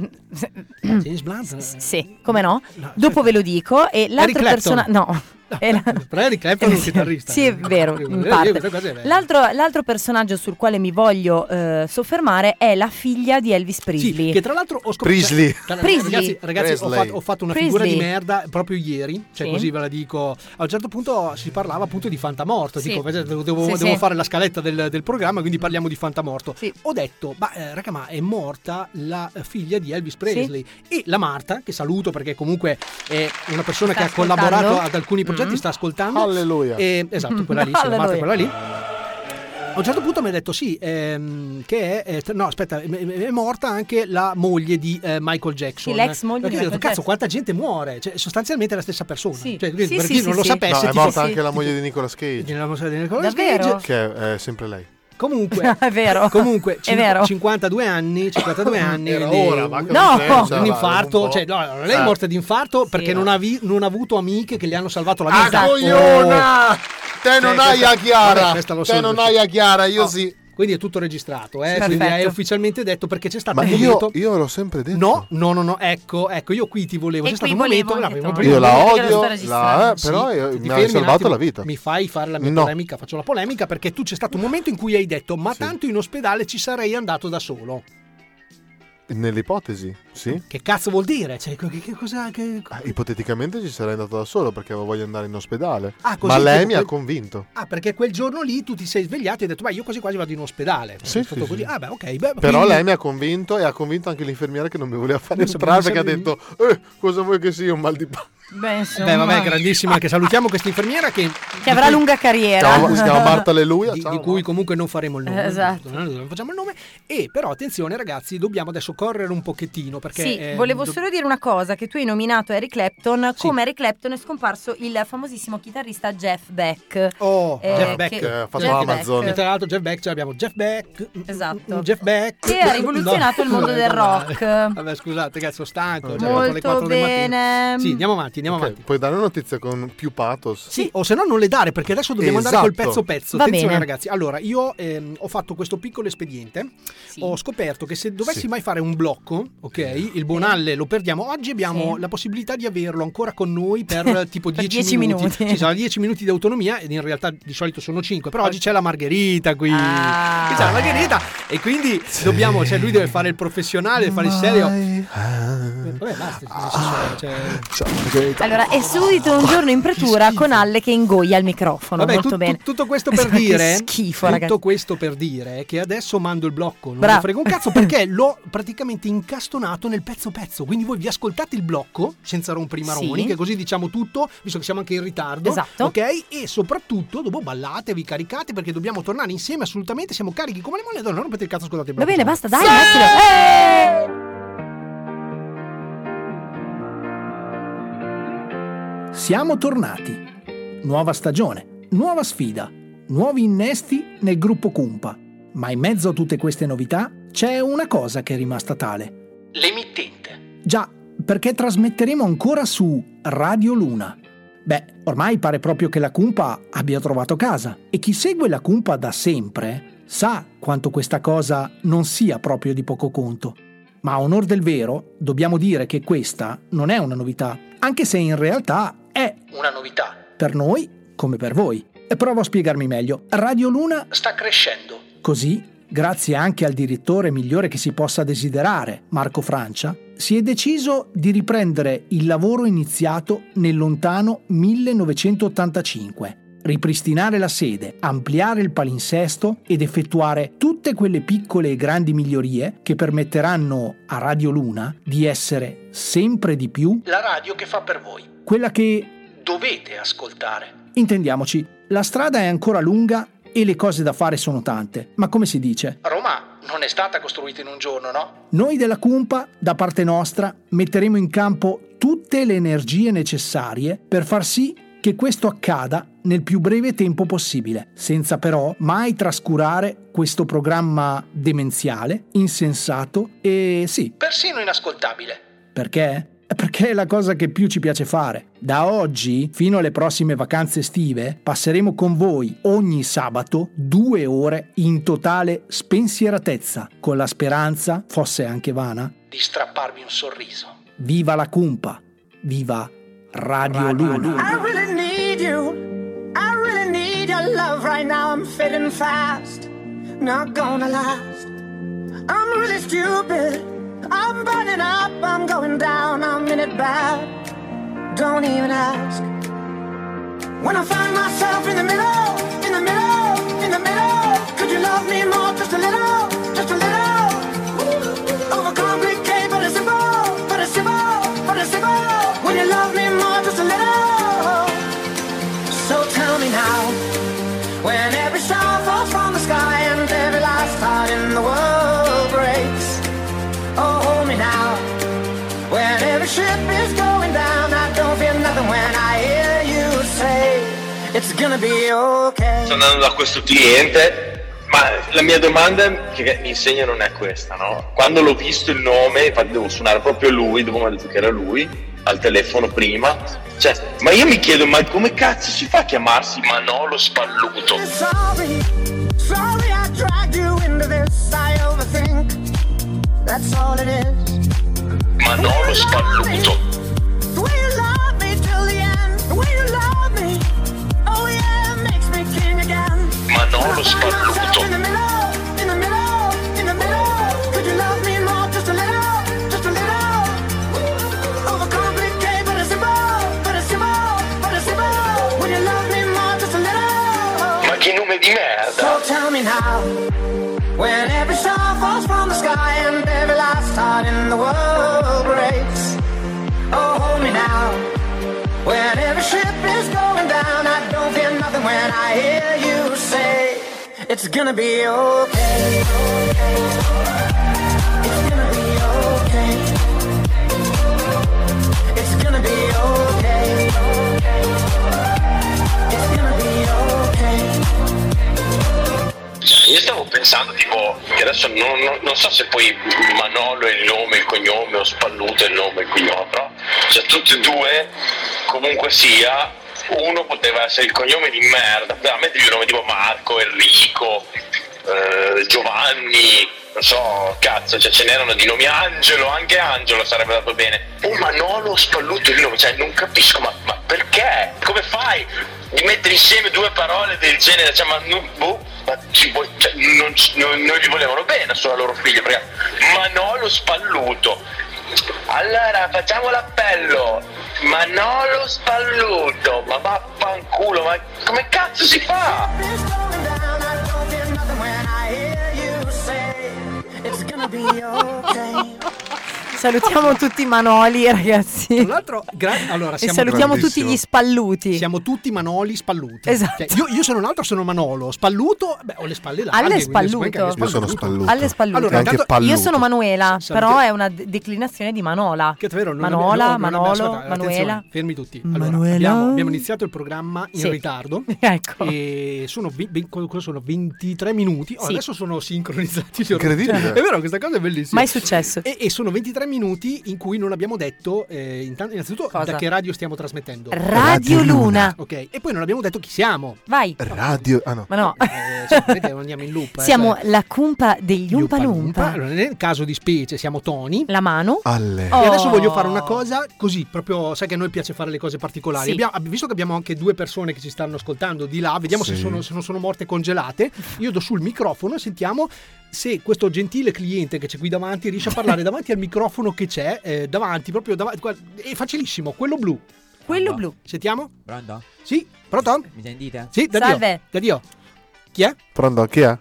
[SPEAKER 13] James Blunt? certo.
[SPEAKER 4] Sì, come no? Dopo ve lo dico. E l'altra
[SPEAKER 13] Clapton.
[SPEAKER 4] persona... No. E la-
[SPEAKER 13] Però Eric Clapton è un chitarrista.
[SPEAKER 4] Sì, è vero, in
[SPEAKER 13] Eh,
[SPEAKER 4] parte.
[SPEAKER 13] questa cosa è vera.
[SPEAKER 4] L'altro, l'altro personaggio sul quale mi voglio eh, soffermare è la figlia di Elvis Presley.
[SPEAKER 13] Che tra l'altro ho scoperto.
[SPEAKER 4] Prisley.
[SPEAKER 13] Cioè, tra-
[SPEAKER 4] Prisley.
[SPEAKER 13] Ragazzi, ragazzi, ho,
[SPEAKER 4] Presley.
[SPEAKER 13] fatto, ho fatto una
[SPEAKER 4] Prisley.
[SPEAKER 13] figura di merda proprio ieri. Cioè,
[SPEAKER 4] Sì.
[SPEAKER 13] così ve la dico. A un certo punto si parlava appunto di Fantamorto.
[SPEAKER 4] Sì.
[SPEAKER 13] Dico, "Vedi, devo, devo-
[SPEAKER 4] Sì,
[SPEAKER 13] devo
[SPEAKER 4] sì.
[SPEAKER 13] fare la scaletta del, del programma, quindi parliamo di Fantamorto. Ho detto, ma eh, raga, ma è morta la figlia di Elvis Presley. E la Marta, che saluto perché comunque è una persona
[SPEAKER 11] Sta
[SPEAKER 13] che ha collaborato
[SPEAKER 11] ascoltando.
[SPEAKER 13] ad alcuni progetti,
[SPEAKER 4] Mm-hmm.
[SPEAKER 13] sta ascoltando.
[SPEAKER 11] Alleluia.
[SPEAKER 13] Eh, esatto, quella lì, sì, la Marta,
[SPEAKER 11] Alleluia.
[SPEAKER 13] quella lì. A un certo punto mi ha detto sì, ehm, che è, eh, t- no aspetta, m- m- è morta anche la moglie di eh, Michael Jackson.
[SPEAKER 4] Sì, l'ex moglie
[SPEAKER 13] Perché
[SPEAKER 4] di
[SPEAKER 13] io ho detto,
[SPEAKER 4] Michael
[SPEAKER 13] cazzo, quanta gente muore, cioè, sostanzialmente è la stessa persona. Cioè, quindi,
[SPEAKER 4] Sì,
[SPEAKER 13] per
[SPEAKER 4] sì,
[SPEAKER 13] chi
[SPEAKER 4] sì,
[SPEAKER 13] non lo
[SPEAKER 4] sì.
[SPEAKER 13] sapesse,
[SPEAKER 11] No, è
[SPEAKER 13] tipo-
[SPEAKER 11] morta anche la
[SPEAKER 13] tipo-
[SPEAKER 11] moglie di Nicolas Cage.
[SPEAKER 13] La moglie di Nicolas
[SPEAKER 4] Davvero?
[SPEAKER 13] Cage.
[SPEAKER 11] Che è eh, sempre lei.
[SPEAKER 13] Comunque,
[SPEAKER 4] è vero.
[SPEAKER 13] Comunque, cin-
[SPEAKER 4] vero.
[SPEAKER 13] 52 anni, 52 anni.
[SPEAKER 11] Era
[SPEAKER 13] quindi
[SPEAKER 11] ora, ma
[SPEAKER 13] un-
[SPEAKER 11] che No! differenza,
[SPEAKER 13] un
[SPEAKER 11] va,
[SPEAKER 13] infarto.
[SPEAKER 11] un po'.
[SPEAKER 13] cioè, no, allora, lei è
[SPEAKER 11] Eh.
[SPEAKER 13] morta di infarto perché non, ha vi- non ha avuto amiche che le hanno salvato la vita.
[SPEAKER 11] Ah,
[SPEAKER 4] Esatto.
[SPEAKER 11] cogliona!
[SPEAKER 13] Oh. Cioè,
[SPEAKER 11] Te non hai a Chiara! Te non hai a
[SPEAKER 13] Chiara, io
[SPEAKER 11] sì.
[SPEAKER 13] Quindi è tutto registrato, eh?
[SPEAKER 11] Sì,
[SPEAKER 13] quindi
[SPEAKER 11] perfetto.
[SPEAKER 13] è ufficialmente detto perché c'è stato
[SPEAKER 11] Ma
[SPEAKER 13] un
[SPEAKER 11] io,
[SPEAKER 13] momento.
[SPEAKER 11] io l'ho sempre detto.
[SPEAKER 13] No, no, no, no, ecco, ecco, io qui ti volevo.
[SPEAKER 11] E
[SPEAKER 13] c'è stato
[SPEAKER 11] qui
[SPEAKER 13] un momento.
[SPEAKER 11] volevo
[SPEAKER 13] l'avevo
[SPEAKER 11] anche
[SPEAKER 13] prima.
[SPEAKER 11] Io la Perché odio, lo sto la- registrando. eh, però io-
[SPEAKER 13] ti
[SPEAKER 11] mi ha
[SPEAKER 13] fermi un
[SPEAKER 11] salvato
[SPEAKER 13] attimo,
[SPEAKER 11] la vita.
[SPEAKER 13] Mi fai fare la mia
[SPEAKER 11] No.
[SPEAKER 13] polemica, faccio la polemica perché tu c'è stato un momento in cui hai detto, ma tanto in ospedale ci sarei andato da solo.
[SPEAKER 11] Nell'ipotesi, sì.
[SPEAKER 13] Che cazzo vuol dire? Cioè, che, che cosa. Che...
[SPEAKER 11] Ah, Ipoteticamente ci sarei andato da solo perché avevo voglia di andare in ospedale.
[SPEAKER 13] Ah, così
[SPEAKER 11] Ma lei
[SPEAKER 13] tipo
[SPEAKER 11] mi ha
[SPEAKER 13] quel-
[SPEAKER 11] convinto.
[SPEAKER 13] Ah, perché quel giorno lì tu ti sei svegliato e hai detto, ma io quasi quasi vado in ospedale.
[SPEAKER 11] Sì,
[SPEAKER 13] È stato
[SPEAKER 11] sì,
[SPEAKER 13] così.
[SPEAKER 11] sì.
[SPEAKER 13] Ah, beh, ok. beh,
[SPEAKER 11] Però
[SPEAKER 13] quindi-
[SPEAKER 11] lei mi ha convinto e ha convinto anche l'infermiera che non mi voleva fare
[SPEAKER 13] Non
[SPEAKER 11] entrare
[SPEAKER 13] sapevo
[SPEAKER 11] perché ha
[SPEAKER 13] se
[SPEAKER 11] detto "Eh, cosa vuoi che sia un mal di pancia?
[SPEAKER 4] Beh, insomma,
[SPEAKER 13] Beh, vabbè, grandissima. Anche salutiamo questa infermiera che.
[SPEAKER 4] Che avrà
[SPEAKER 13] di cui-
[SPEAKER 4] lunga carriera.
[SPEAKER 11] Alleluia.
[SPEAKER 13] Di, di cui comunque non faremo il nome.
[SPEAKER 4] Eh, esatto.
[SPEAKER 13] Non facciamo il nome. E però attenzione, ragazzi, dobbiamo adesso correre un pochettino. Perché.
[SPEAKER 4] sì,
[SPEAKER 13] eh,
[SPEAKER 4] volevo
[SPEAKER 13] do-
[SPEAKER 4] solo dire una cosa, che tu hai nominato Eric Clapton, come Eric Clapton è scomparso il famosissimo chitarrista Jeff Beck. eh,
[SPEAKER 13] Oh, Jeff Beck
[SPEAKER 4] che-
[SPEAKER 13] ha fatto
[SPEAKER 4] Jeff
[SPEAKER 13] Amazon.
[SPEAKER 4] Beck.
[SPEAKER 13] E tra l'altro, Jeff Beck, cioè abbiamo Jeff Beck.
[SPEAKER 4] Esatto.
[SPEAKER 13] Jeff Beck.
[SPEAKER 4] Che ha rivoluzionato il mondo
[SPEAKER 13] No,
[SPEAKER 4] del
[SPEAKER 13] no, no.
[SPEAKER 4] rock.
[SPEAKER 13] Vabbè, scusate, cazzo, stanco. cioè, sono le
[SPEAKER 4] Molto
[SPEAKER 13] 4 del mattino.
[SPEAKER 4] bene.
[SPEAKER 13] Sì, andiamo avanti, andiamo
[SPEAKER 11] avanti. Puoi dare una notizia con più pathos?
[SPEAKER 13] Sì, o se no non le dare perché adesso dobbiamo andare col
[SPEAKER 11] Esatto.
[SPEAKER 13] pezzo pezzo.
[SPEAKER 11] Va
[SPEAKER 13] Attenzione
[SPEAKER 11] bene.
[SPEAKER 13] ragazzi, allora io ehm, ho fatto questo piccolo espediente, ho scoperto che se dovessi
[SPEAKER 11] Sì.
[SPEAKER 13] mai fare un blocco, ok, il Bonalle lo perdiamo, oggi abbiamo la possibilità di averlo ancora con noi per tipo
[SPEAKER 4] Per
[SPEAKER 13] 10,
[SPEAKER 4] 10
[SPEAKER 13] minuti.
[SPEAKER 4] minuti.
[SPEAKER 13] Ci sono 10 minuti di autonomia ed in realtà di solito sono 5, però oggi c'è la Margherita qui.
[SPEAKER 4] Ah.
[SPEAKER 13] C'è la Margherita e quindi dobbiamo, cioè lui deve fare il professionale, deve fare il serio. Vabbè, basta, cioè,
[SPEAKER 4] Allora, è subito un giorno in pretura con Alle che ingoia il microfono.
[SPEAKER 13] Vabbè,
[SPEAKER 4] molto
[SPEAKER 13] tu- tu-
[SPEAKER 4] bene. Esatto,
[SPEAKER 13] tutto questo per
[SPEAKER 4] Che
[SPEAKER 13] dire
[SPEAKER 4] schifo,
[SPEAKER 13] tutto
[SPEAKER 4] ragazzi.
[SPEAKER 13] questo per dire che adesso mando il blocco, non
[SPEAKER 4] Bravo.
[SPEAKER 13] mi frega un cazzo perché l'ho praticamente incastonato nel pezzo pezzo, quindi voi vi ascoltate il blocco senza rompere i
[SPEAKER 4] Sì.
[SPEAKER 13] maroni, che così diciamo tutto, visto che siamo anche in ritardo,
[SPEAKER 4] Esatto.
[SPEAKER 13] ok? E soprattutto dopo ballate, vi caricate perché dobbiamo tornare insieme assolutamente, siamo carichi come le molle, allora non rompete il cazzo, ascoltate il
[SPEAKER 4] Va
[SPEAKER 13] blocco.
[SPEAKER 4] bene, basta, dai,
[SPEAKER 13] Sì!
[SPEAKER 4] mettilo. Eh! Eh!
[SPEAKER 13] Siamo tornati. Nuova stagione, nuova sfida, nuovi innesti nel gruppo Cumpa. Ma in mezzo a tutte queste novità c'è una cosa che è rimasta tale.
[SPEAKER 14] L'emittente.
[SPEAKER 13] Già, perché trasmetteremo ancora su Radio Luna. Beh, ormai pare proprio che la Cumpa abbia trovato casa e chi segue la Cumpa da sempre sa quanto questa cosa non sia proprio di poco conto. Ma a onor del vero, dobbiamo dire che questa non è una novità, anche se in realtà è
[SPEAKER 12] Una novità.
[SPEAKER 13] per noi come per voi. E provo a spiegarmi meglio. Radio Luna
[SPEAKER 12] Sta crescendo.
[SPEAKER 13] Così, grazie anche al direttore migliore che si possa desiderare, Marco Francia, si è deciso di riprendere il lavoro iniziato nel lontano 1985, ripristinare la sede, ampliare il palinsesto ed effettuare tutte quelle piccole e grandi migliorie che permetteranno a Radio Luna di essere sempre di più
[SPEAKER 12] La radio che fa per voi.
[SPEAKER 13] quella che
[SPEAKER 12] Dovete ascoltare.
[SPEAKER 13] Intendiamoci, la strada è ancora lunga e le cose da fare sono tante, ma come si dice,
[SPEAKER 12] Roma non è stata costruita in un giorno, no?
[SPEAKER 13] noi della Cumpa, da parte nostra, metteremo in campo tutte le energie necessarie per far sì che questo accada nel più breve tempo possibile, senza però mai trascurare questo programma demenziale, insensato e sì,
[SPEAKER 12] Persino inascoltabile.
[SPEAKER 13] perché? Eh, Perché è la cosa che più ci piace fare. Da oggi fino alle prossime vacanze estive passeremo con voi ogni sabato due ore in totale spensieratezza, con la speranza, fosse anche vana,
[SPEAKER 12] Di strapparvi un sorriso.
[SPEAKER 13] viva la cumpa, viva Radio
[SPEAKER 15] I
[SPEAKER 13] Luna.
[SPEAKER 15] really need you. I really need your love right now. I'm fading fast, not gonna last. I'm really stupid. I'm burning up. I'm going down. I'm in it bad. Don't even ask. When I find myself in the middle, in the middle, in the middle, could you love me more? Just a little, just a little. Overcomplicate, but it's simple, but it's simple, but it's simple. When you love me more, just a little. So tell me now, when every star falls from the sky and every last star in the world breaks. Oh, hold me now, when every ship is going down, I don't feel nothing when I hear you say it's gonna be okay.
[SPEAKER 6] Sto andando da questo cliente, ma la mia domanda che mi insegna non è questa, no? Quando l'ho visto il nome, infatti devo suonare proprio lui, dopo mi ha detto che era lui, al telefono prima, cioè, ma io mi chiedo, ma come cazzo si fa a chiamarsi Manolo Spalluto?
[SPEAKER 15] Sorry, sorry I dragged you into this. I overthink. That's all it is.
[SPEAKER 6] Manolo Spalluto.
[SPEAKER 15] The way you love me till the end. The way you love me. Oh yeah, makes me king again.
[SPEAKER 6] Manolo Spalluto.
[SPEAKER 15] In the middle, in the middle, in the middle. Could you love me more? Just a little, just a little. Overcomplicate, but it's simple, but it's simple, but it's simple. Would you love me more? Just a little.
[SPEAKER 6] Ma che nome di merda!
[SPEAKER 15] So tell me now, when every star falls from the sky and every last star in the world breaks. Oh, hold me now, when every ship is going down. I don't fear nothing when I hear you say it's gonna be okay. okay. It's gonna be okay. It's gonna be okay. It's gonna be okay.
[SPEAKER 6] Cioè, io stavo pensando tipo, che adesso non, non- non so se poi Manolo è il nome, il cognome o Spalluto è il nome, il cognome, però cioè tutti e due, comunque sia, uno poteva essere il cognome di merda, poteva mettergli un nome tipo Marco, Enrico, eh, Giovanni, non so, cazzo, cioè ce n'erano di nomi Angelo, anche Angelo sarebbe andato bene. Un Manolo Spalluto è il nome, cioè non capisco, ma, ma perché? Come fai? Di mettere insieme due parole del genere, cioè, ma non, boh, ma ci vuoi- cioè, non, ci- non- non gli volevano bene solo a loro figlia, perché Manolo Spalluto. Allora facciamo l'appello. Manolo Spalluto, ma vaffanculo, ma come cazzo si fa?
[SPEAKER 4] Salutiamo tutti i Manoli, ragazzi.
[SPEAKER 16] Tra l'altro, gra- allora,
[SPEAKER 4] E
[SPEAKER 16] siamo
[SPEAKER 4] salutiamo tutti gli spalluti.
[SPEAKER 16] Siamo tutti Manoli spalluti.
[SPEAKER 4] Esatto.
[SPEAKER 16] Cioè, io, io sono un altro, sono Manolo. Spalluto, beh, ho le spalle larghe.
[SPEAKER 4] Alle
[SPEAKER 16] quindi suppongo
[SPEAKER 4] spalluto.
[SPEAKER 16] che anche
[SPEAKER 4] Io sono
[SPEAKER 16] spalluto.
[SPEAKER 4] Alle spalluto.
[SPEAKER 16] Allora, intanto-
[SPEAKER 4] Io sono Manuela,
[SPEAKER 16] Salute-
[SPEAKER 4] però è una de- declinazione di Manola.
[SPEAKER 16] Che è vero, non abbiamo-
[SPEAKER 4] Manola,
[SPEAKER 16] no, non abbiamo-
[SPEAKER 4] Manolo,
[SPEAKER 16] aspetta, attenzione,
[SPEAKER 4] Manuela.
[SPEAKER 16] Fermi tutti. Allora,
[SPEAKER 4] Manuela.
[SPEAKER 16] abbiamo, abbiamo iniziato il programma in
[SPEAKER 4] Sì.
[SPEAKER 16] ritardo.
[SPEAKER 4] Ecco.
[SPEAKER 16] E sono, vi- vi- cosa sono 23 minuti. Oh,
[SPEAKER 4] Sì.
[SPEAKER 16] Adesso sono sincronizzati. gli orologi.
[SPEAKER 13] Cioè,
[SPEAKER 11] Incredibile.
[SPEAKER 16] È vero, questa cosa è bellissima.
[SPEAKER 4] Mai successo.
[SPEAKER 16] E, e sono 23 minuti
[SPEAKER 13] minuti in cui non abbiamo detto eh, intan- innanzitutto da che radio stiamo trasmettendo.
[SPEAKER 4] Radio Luna.
[SPEAKER 13] Ok, e poi non abbiamo detto chi siamo.
[SPEAKER 4] Vai.
[SPEAKER 13] Radio.
[SPEAKER 11] Ah no.
[SPEAKER 4] Ma no.
[SPEAKER 13] Eh, cioè, vedete, andiamo in loop. eh,
[SPEAKER 4] Siamo
[SPEAKER 13] cioè.
[SPEAKER 4] la cumpa degli Umpa
[SPEAKER 13] Lumpa.
[SPEAKER 4] Lumpa.
[SPEAKER 13] Allora, nel caso di specie siamo Tony.
[SPEAKER 4] La mano.
[SPEAKER 11] Alle.
[SPEAKER 13] E adesso
[SPEAKER 4] Oh.
[SPEAKER 13] voglio fare una cosa così, proprio, sai che a noi piace fare le cose particolari.
[SPEAKER 4] Sì.
[SPEAKER 13] Abbia- ab- visto che abbiamo anche due persone che ci stanno ascoltando di là, vediamo se,
[SPEAKER 11] Sì.
[SPEAKER 13] sono, se non sono morte congelate. Io do sul microfono e sentiamo se questo gentile cliente che c'è qui davanti riesce a parlare davanti al microfono che c'è, eh, davanti, proprio davanti. guarda, È facilissimo, quello blu.
[SPEAKER 4] Quello blu.
[SPEAKER 13] Sentiamo?
[SPEAKER 16] Pronto?
[SPEAKER 13] Sì, pronto?
[SPEAKER 16] Ah, Mi sentite?
[SPEAKER 13] Sì, da
[SPEAKER 16] Salve.
[SPEAKER 13] Dio. Da Dio. Chi è?
[SPEAKER 11] Pronto, chi è?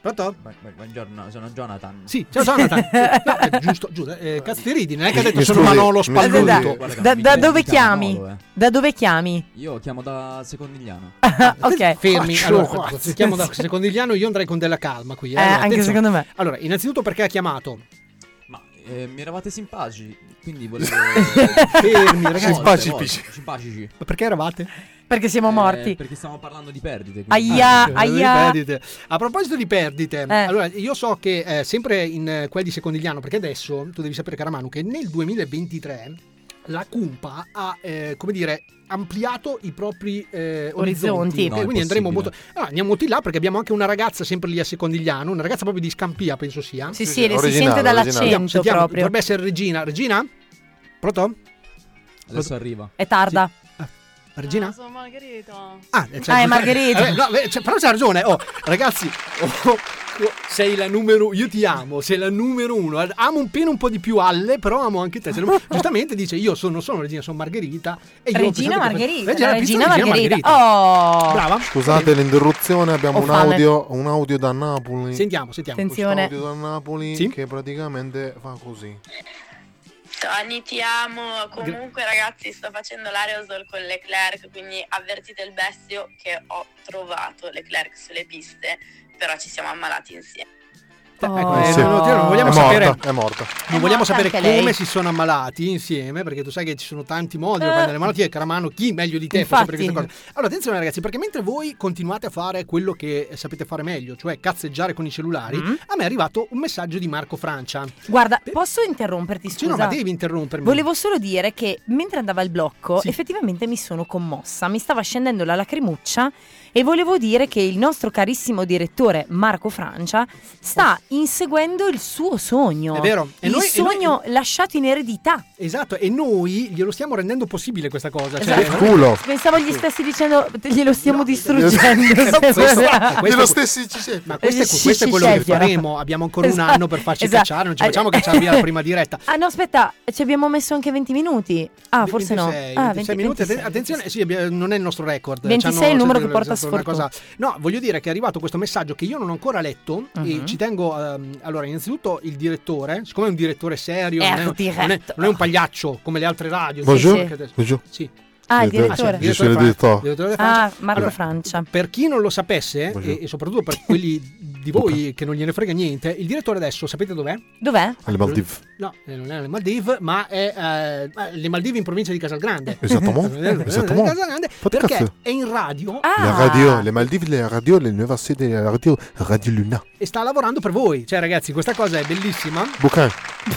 [SPEAKER 13] Pronto?
[SPEAKER 16] Buongiorno, sono Jonathan.
[SPEAKER 13] Sì, ciao Jonathan. no, è giusto, giusto. Eh, cazzo ti ridi, non è che ha detto
[SPEAKER 11] Mi
[SPEAKER 13] sono
[SPEAKER 11] scusi,
[SPEAKER 13] Manolo
[SPEAKER 11] mi scusi.
[SPEAKER 13] Spalluto.
[SPEAKER 16] Guarda,
[SPEAKER 4] Da,
[SPEAKER 16] mi
[SPEAKER 4] da
[SPEAKER 16] chiamo-
[SPEAKER 4] dove
[SPEAKER 16] mi chiamo
[SPEAKER 4] chiami?
[SPEAKER 16] Manolo, eh.
[SPEAKER 4] Da dove chiami?
[SPEAKER 16] Io chiamo da Secondigliano.
[SPEAKER 4] ok.
[SPEAKER 13] Fermi,
[SPEAKER 4] Faccio
[SPEAKER 13] allora,
[SPEAKER 4] cazzo.
[SPEAKER 13] se chiamo da secondigliano io andrei con della calma qui. Eh,
[SPEAKER 4] Eh,
[SPEAKER 13] Allora,
[SPEAKER 4] anche
[SPEAKER 13] attenzione.
[SPEAKER 4] secondo me.
[SPEAKER 13] Allora, innanzitutto perché ha chiamato?
[SPEAKER 16] Eh, mi eravate simpatici, quindi volevo...
[SPEAKER 13] Fermi, ragazzi.
[SPEAKER 16] Volte, volte,
[SPEAKER 13] Simpatici.
[SPEAKER 16] Simpatici.
[SPEAKER 13] Ma Perché eravate?
[SPEAKER 4] Perché siamo
[SPEAKER 16] Eh, perché stiamo parlando di perdite. quindi-
[SPEAKER 4] Aia,
[SPEAKER 13] Ah, di
[SPEAKER 4] aia. Eh.
[SPEAKER 13] perdite. A proposito di perdite, allora io so che eh, sempre in eh, quelli di Secondigliano, perché adesso tu devi sapere, Caramanu, che nel 2023 la Cumpa ha, eh, come dire, ampliato i propri eh,
[SPEAKER 4] Orizzonti.
[SPEAKER 13] orizzonti.
[SPEAKER 4] No,
[SPEAKER 13] E quindi
[SPEAKER 4] è
[SPEAKER 13] andremo molto.
[SPEAKER 4] possibile.
[SPEAKER 13] Ah, andiamo di là perché abbiamo anche una ragazza sempre lì a Secondigliano, una ragazza proprio di Scampia, penso sia.
[SPEAKER 4] Sì, sì, sì, si originale, sente dall'accento
[SPEAKER 13] Sentiamo, sentiamo,
[SPEAKER 4] proprio.
[SPEAKER 13] Dovrebbe essere Regina. Regina? Pronto?
[SPEAKER 16] Adesso arriva.
[SPEAKER 4] È tarda.
[SPEAKER 13] Ah, Regina?
[SPEAKER 17] Ah, Sono Margherita.
[SPEAKER 13] Ah, eh, cioè,
[SPEAKER 4] Ah, è
[SPEAKER 13] giusto-
[SPEAKER 4] Margherita.
[SPEAKER 13] Eh, no, beh, cioè, però c'ha ragione. Oh, ragazzi, oh, oh, sei la numero Io ti amo, sei la numero uno. Amo un pene un po' di più alle, però amo anche te. Sei la- Giustamente dice: Io sono, sono Regina, sono Margherita. E io ho
[SPEAKER 4] Regina
[SPEAKER 13] pensato che-
[SPEAKER 4] Margherita.
[SPEAKER 13] Regina,
[SPEAKER 4] la
[SPEAKER 13] pizza
[SPEAKER 4] Regina
[SPEAKER 13] Regina
[SPEAKER 4] Margherita. Oh.
[SPEAKER 13] Brava.
[SPEAKER 11] Scusate l'interruzione, abbiamo
[SPEAKER 4] Ho
[SPEAKER 11] un
[SPEAKER 4] fame.
[SPEAKER 11] audio, un audio da Napoli.
[SPEAKER 13] Sentiamo, sentiamo.
[SPEAKER 4] Attenzione.
[SPEAKER 11] Questo audio da Napoli
[SPEAKER 4] Sì.
[SPEAKER 11] che praticamente fa così.
[SPEAKER 18] Tony ti amo, comunque ragazzi sto facendo l'aerosol con Leclerc, quindi avvertite il bestio che ho trovato Leclerc sulle piste, però ci siamo ammalati insieme.
[SPEAKER 13] Ecco, eh,
[SPEAKER 11] Sì.
[SPEAKER 13] no, no, non vogliamo
[SPEAKER 11] è morta,
[SPEAKER 13] sapere.
[SPEAKER 11] Oh. è morta.
[SPEAKER 13] Non vogliamo
[SPEAKER 11] morta
[SPEAKER 13] sapere
[SPEAKER 11] anche lei.
[SPEAKER 13] come si sono ammalati insieme, perché tu sai che ci sono tanti modi per
[SPEAKER 11] Eh.
[SPEAKER 13] prendere le malattie. Caramano, chi meglio di te può
[SPEAKER 11] Infatti.
[SPEAKER 13] sapere queste cose? Allora, attenzione, ragazzi, perché mentre voi continuate a fare quello che sapete fare meglio, cioè cazzeggiare con i cellulari,
[SPEAKER 11] Mm.
[SPEAKER 13] a me è arrivato un messaggio di Marco Francia.
[SPEAKER 4] Guarda, posso interromperti? Scusa.
[SPEAKER 13] Sì, no, ma devi interrompermi.
[SPEAKER 4] Volevo solo dire che mentre andava il blocco, effettivamente mi sono commossa, mi stava scendendo la lacrimuccia e volevo dire che il nostro carissimo direttore Marco Francia sta inseguendo il suo sogno.
[SPEAKER 13] Oh. È vero. E
[SPEAKER 4] il
[SPEAKER 13] noi- e noi-
[SPEAKER 4] sogno lasciato in eredità.
[SPEAKER 13] Esatto, e noi glielo stiamo rendendo possibile questa cosa. Cioè,
[SPEAKER 11] Esatto. Che culo.
[SPEAKER 4] Pensavo gli stessi dicendo glielo stiamo distruggendo.
[SPEAKER 13] Questo- questo-
[SPEAKER 11] Glielo stessi ci sei.
[SPEAKER 13] Ma questo è,
[SPEAKER 4] Sì,
[SPEAKER 13] questo è
[SPEAKER 4] sì,
[SPEAKER 13] quello
[SPEAKER 4] sì,
[SPEAKER 13] che
[SPEAKER 4] sì.
[SPEAKER 13] faremo. Abbiamo ancora un
[SPEAKER 4] Esatto.
[SPEAKER 13] anno per farci
[SPEAKER 4] Esatto.
[SPEAKER 13] cacciare, non ci facciamo cacciare via la prima diretta.
[SPEAKER 4] Ah no, aspetta, ci abbiamo messo anche 20 minuti. Ah, forse no. Ah,
[SPEAKER 13] 26
[SPEAKER 4] 20
[SPEAKER 13] minuti.
[SPEAKER 4] 26.
[SPEAKER 13] Attenzione, sì, abbiamo- non è il nostro record.
[SPEAKER 4] 26
[SPEAKER 13] Ci hanno-
[SPEAKER 4] è il numero
[SPEAKER 13] sì,
[SPEAKER 4] che porta
[SPEAKER 13] esatto, una
[SPEAKER 4] sfortuna.
[SPEAKER 13] No, voglio dire che è arrivato questo messaggio che io non ho ancora letto.
[SPEAKER 4] Mhm.
[SPEAKER 13] E ci tengo. ehm, allora, innanzitutto il direttore, siccome è un direttore serio,
[SPEAKER 4] È
[SPEAKER 13] non, è,
[SPEAKER 4] Eh, diretto.
[SPEAKER 13] non è- non è un pagliaccio come le altre radio.
[SPEAKER 11] Bonjour.
[SPEAKER 13] Che adesso-
[SPEAKER 11] Bonjour.
[SPEAKER 13] Sì.
[SPEAKER 4] Ah, il
[SPEAKER 13] Ah,
[SPEAKER 4] direttore.
[SPEAKER 13] sì, il direttore. Direttore di Francia.
[SPEAKER 4] Ah, Marco
[SPEAKER 13] Allora,
[SPEAKER 4] Francia.
[SPEAKER 13] Per chi non lo sapesse, e, e soprattutto per quelli di voi che non gliene frega niente, il direttore adesso sapete dov'è?
[SPEAKER 4] Dov'è?
[SPEAKER 11] Alle Maldive.
[SPEAKER 13] No, eh, non è alle Maldive, ma è eh, le Maldive in provincia di Casalgrande.
[SPEAKER 11] Esattamente,
[SPEAKER 13] Eh,
[SPEAKER 11] esattamente.
[SPEAKER 13] Casalgrande,
[SPEAKER 11] Fate
[SPEAKER 13] perché
[SPEAKER 11] cazzo.
[SPEAKER 13] è in radio
[SPEAKER 4] Ah.
[SPEAKER 11] La radio, le Maldive, la radio, le nuove sede della radio, Radio Luna.
[SPEAKER 13] e sta lavorando per voi. Cioè, ragazzi, questa cosa è bellissima.
[SPEAKER 11] Bucan.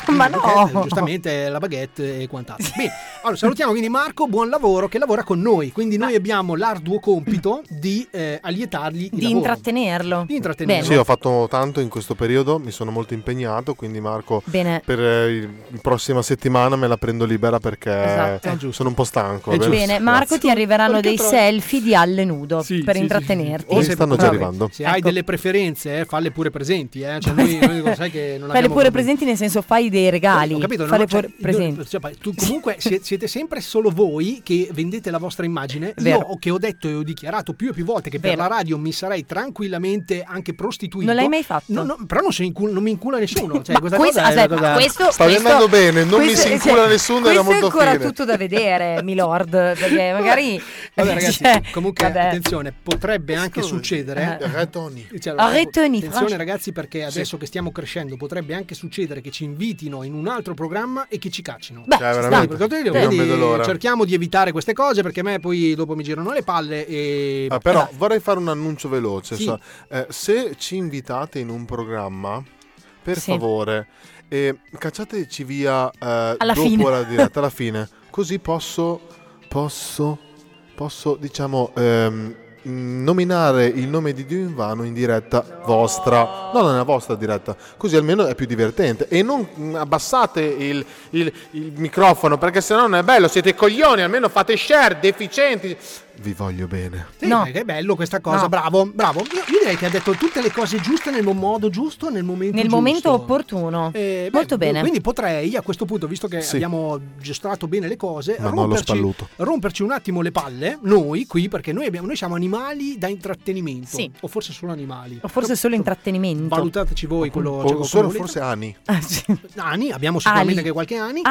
[SPEAKER 13] Ma no! Giustamente la baguette e quant'altro. Bene, allora salutiamo quindi Marco, buon lavoro, che lavora con noi. Quindi noi abbiamo l'arduo compito di eh, allietargli il
[SPEAKER 4] Di
[SPEAKER 13] lavoro.
[SPEAKER 4] intrattenerlo.
[SPEAKER 13] Di intrattenerlo.
[SPEAKER 11] Sì, ho fatto tanto in questo periodo, mi sono molto impegnato, quindi Marco
[SPEAKER 4] Bene.
[SPEAKER 11] per eh, il- la prossima settimana me la prendo libera perché
[SPEAKER 4] Esatto. È
[SPEAKER 11] sono un po' stanco. va bene?
[SPEAKER 4] Bene, Marco, ti arriveranno
[SPEAKER 13] Perché
[SPEAKER 4] dei
[SPEAKER 13] tra-
[SPEAKER 4] selfie di Alle Nudo per intrattenerti.
[SPEAKER 11] O se- stanno già
[SPEAKER 4] Vabbè.
[SPEAKER 11] arrivando.
[SPEAKER 13] Se
[SPEAKER 4] Ecco.
[SPEAKER 13] hai delle preferenze, eh, falle pure presenti. Eh. Cioè, noi, noi lo sai che non
[SPEAKER 4] Fare
[SPEAKER 13] abbiamo
[SPEAKER 4] pure presenti nel senso fai dei regali.
[SPEAKER 13] Ho capito,
[SPEAKER 4] fare
[SPEAKER 13] no? Cioè,
[SPEAKER 4] pure presenti.
[SPEAKER 13] io- cioè, poi tu comunque sie- siete sempre solo voi che vendete la vostra immagine.
[SPEAKER 4] Vero.
[SPEAKER 13] Io ho- che ho detto e ho dichiarato più e più volte che per
[SPEAKER 4] Vero.
[SPEAKER 13] la radio mi sarei tranquillamente anche prostituito.
[SPEAKER 4] Non l'hai mai fatto.
[SPEAKER 13] No, no, però non, si incul- non mi incula nessuno. Cioè,
[SPEAKER 4] Ma
[SPEAKER 13] questa
[SPEAKER 4] questo-
[SPEAKER 13] cosa è una
[SPEAKER 4] aspetta,
[SPEAKER 13] cosa-
[SPEAKER 4] questo- questo- questo-
[SPEAKER 13] eh,
[SPEAKER 4] cioè, Questo è ancora
[SPEAKER 13] fine.
[SPEAKER 4] tutto da vedere, milord, perché magari...
[SPEAKER 13] Vabbè, ragazzi,
[SPEAKER 4] cioè,
[SPEAKER 13] comunque
[SPEAKER 4] vabbè.
[SPEAKER 13] attenzione, potrebbe anche succedere.
[SPEAKER 4] Eh.
[SPEAKER 13] Cioè,
[SPEAKER 4] Ah, Re Tony,
[SPEAKER 13] attenzione,
[SPEAKER 4] Francia.
[SPEAKER 13] ragazzi, perché adesso che stiamo crescendo, potrebbe anche succedere che ci invitino in un altro programma e che ci caccino.
[SPEAKER 11] Beh, Cioè, ci veramente. sta.
[SPEAKER 13] Perché io
[SPEAKER 11] Io non
[SPEAKER 13] quindi
[SPEAKER 11] vedo l'ora.
[SPEAKER 13] cerchiamo di evitare queste cose perché a me poi dopo mi girano le palle. E...
[SPEAKER 11] Ah, però
[SPEAKER 13] Eh,
[SPEAKER 11] vorrei fare un annuncio veloce.
[SPEAKER 13] Sì.
[SPEAKER 11] so- eh, se ci invitate in un programma, per
[SPEAKER 13] Sì.
[SPEAKER 11] favore, E cacciateci via eh, dopo
[SPEAKER 1] fine.
[SPEAKER 11] la diretta, alla fine. Così posso, posso, posso, diciamo, ehm, mh, nominare il nome di Dio in vano in diretta vostra. No, nella vostra diretta. Così almeno è più divertente. E non mh, abbassate il, il- il microfono, perché sennò non è bello. Siete coglioni, almeno fate share, deficienti. Vi voglio bene.
[SPEAKER 13] Sì, dai, che è bello questa cosa,
[SPEAKER 11] No.
[SPEAKER 13] bravo, bravo. Io, io direi che ha detto tutte le cose giuste nel mo- modo giusto, nel momento
[SPEAKER 1] Nel
[SPEAKER 13] giusto.
[SPEAKER 1] momento opportuno. Molto bene.
[SPEAKER 13] Eh, Quindi potrei a questo punto, visto che
[SPEAKER 11] Sì.
[SPEAKER 13] abbiamo gestato bene le cose,
[SPEAKER 11] Ma no, l'ho
[SPEAKER 13] romperci,
[SPEAKER 11] spalluto.
[SPEAKER 13] romperci un attimo le palle, noi qui, perché noi, abbiamo- noi siamo animali da intrattenimento. O forse solo animali.
[SPEAKER 1] O forse solo intrattenimento.
[SPEAKER 13] Valutateci voi quello.
[SPEAKER 11] O
[SPEAKER 13] cioè, quello
[SPEAKER 11] solo
[SPEAKER 13] che
[SPEAKER 11] forse
[SPEAKER 13] volete.
[SPEAKER 11] Ani.
[SPEAKER 7] Ah,
[SPEAKER 13] Ani, abbiamo sicuramente
[SPEAKER 11] Ali.
[SPEAKER 13] anche qualche Ani.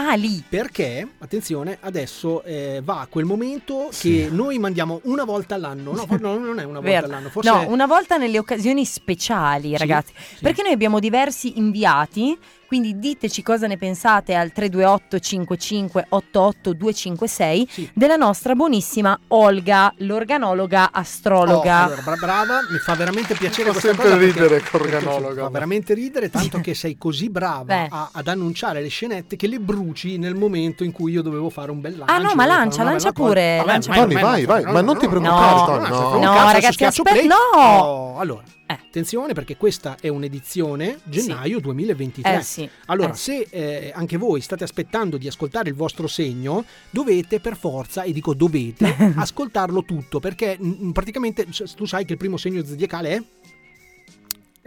[SPEAKER 13] Perché, attenzione, adesso eh, va quel momento che noi mandiamo una volta all'anno. No, for- no, non è una volta
[SPEAKER 1] Vero.
[SPEAKER 13] all'anno, forse
[SPEAKER 1] No, una volta nelle occasioni speciali, ragazzi. Perché noi abbiamo diversi inviati, quindi diteci cosa ne pensate al 328 55 88 256 della nostra buonissima Olga, l'organologa astrologa.
[SPEAKER 13] Oh, allora, bra- brava, mi fa veramente piacere
[SPEAKER 11] Fa
[SPEAKER 13] questa
[SPEAKER 11] sempre
[SPEAKER 13] cosa
[SPEAKER 11] ridere,
[SPEAKER 13] perché-
[SPEAKER 11] con
[SPEAKER 13] perché
[SPEAKER 11] organologa.
[SPEAKER 13] Fa veramente ridere, tanto che sei così brava a- ad annunciare le scenette che le bruci nel momento in cui io dovevo fare un bel lancio.
[SPEAKER 1] Ah no, ma
[SPEAKER 13] dovevo
[SPEAKER 1] lancia,
[SPEAKER 13] fare una
[SPEAKER 1] lancia
[SPEAKER 13] bella cosa.
[SPEAKER 1] pure.
[SPEAKER 13] Vabbè,
[SPEAKER 1] lancia.
[SPEAKER 13] ormai- ormai- no, no, no, no, no, no, no, no,
[SPEAKER 1] No,
[SPEAKER 13] cazzo,
[SPEAKER 1] ragazzi,
[SPEAKER 13] schiaccio
[SPEAKER 1] aspetta,
[SPEAKER 13] play.
[SPEAKER 1] no.
[SPEAKER 13] Oh, allora,
[SPEAKER 1] Eh.
[SPEAKER 13] attenzione perché questa è un'edizione gennaio 2023.
[SPEAKER 1] Eh, sì.
[SPEAKER 13] Allora,
[SPEAKER 1] Eh,
[SPEAKER 13] se eh, anche voi state aspettando di ascoltare il vostro segno, dovete per forza, e dico dovete, ascoltarlo tutto perché mm, praticamente s- tu sai che il primo segno zodiacale è...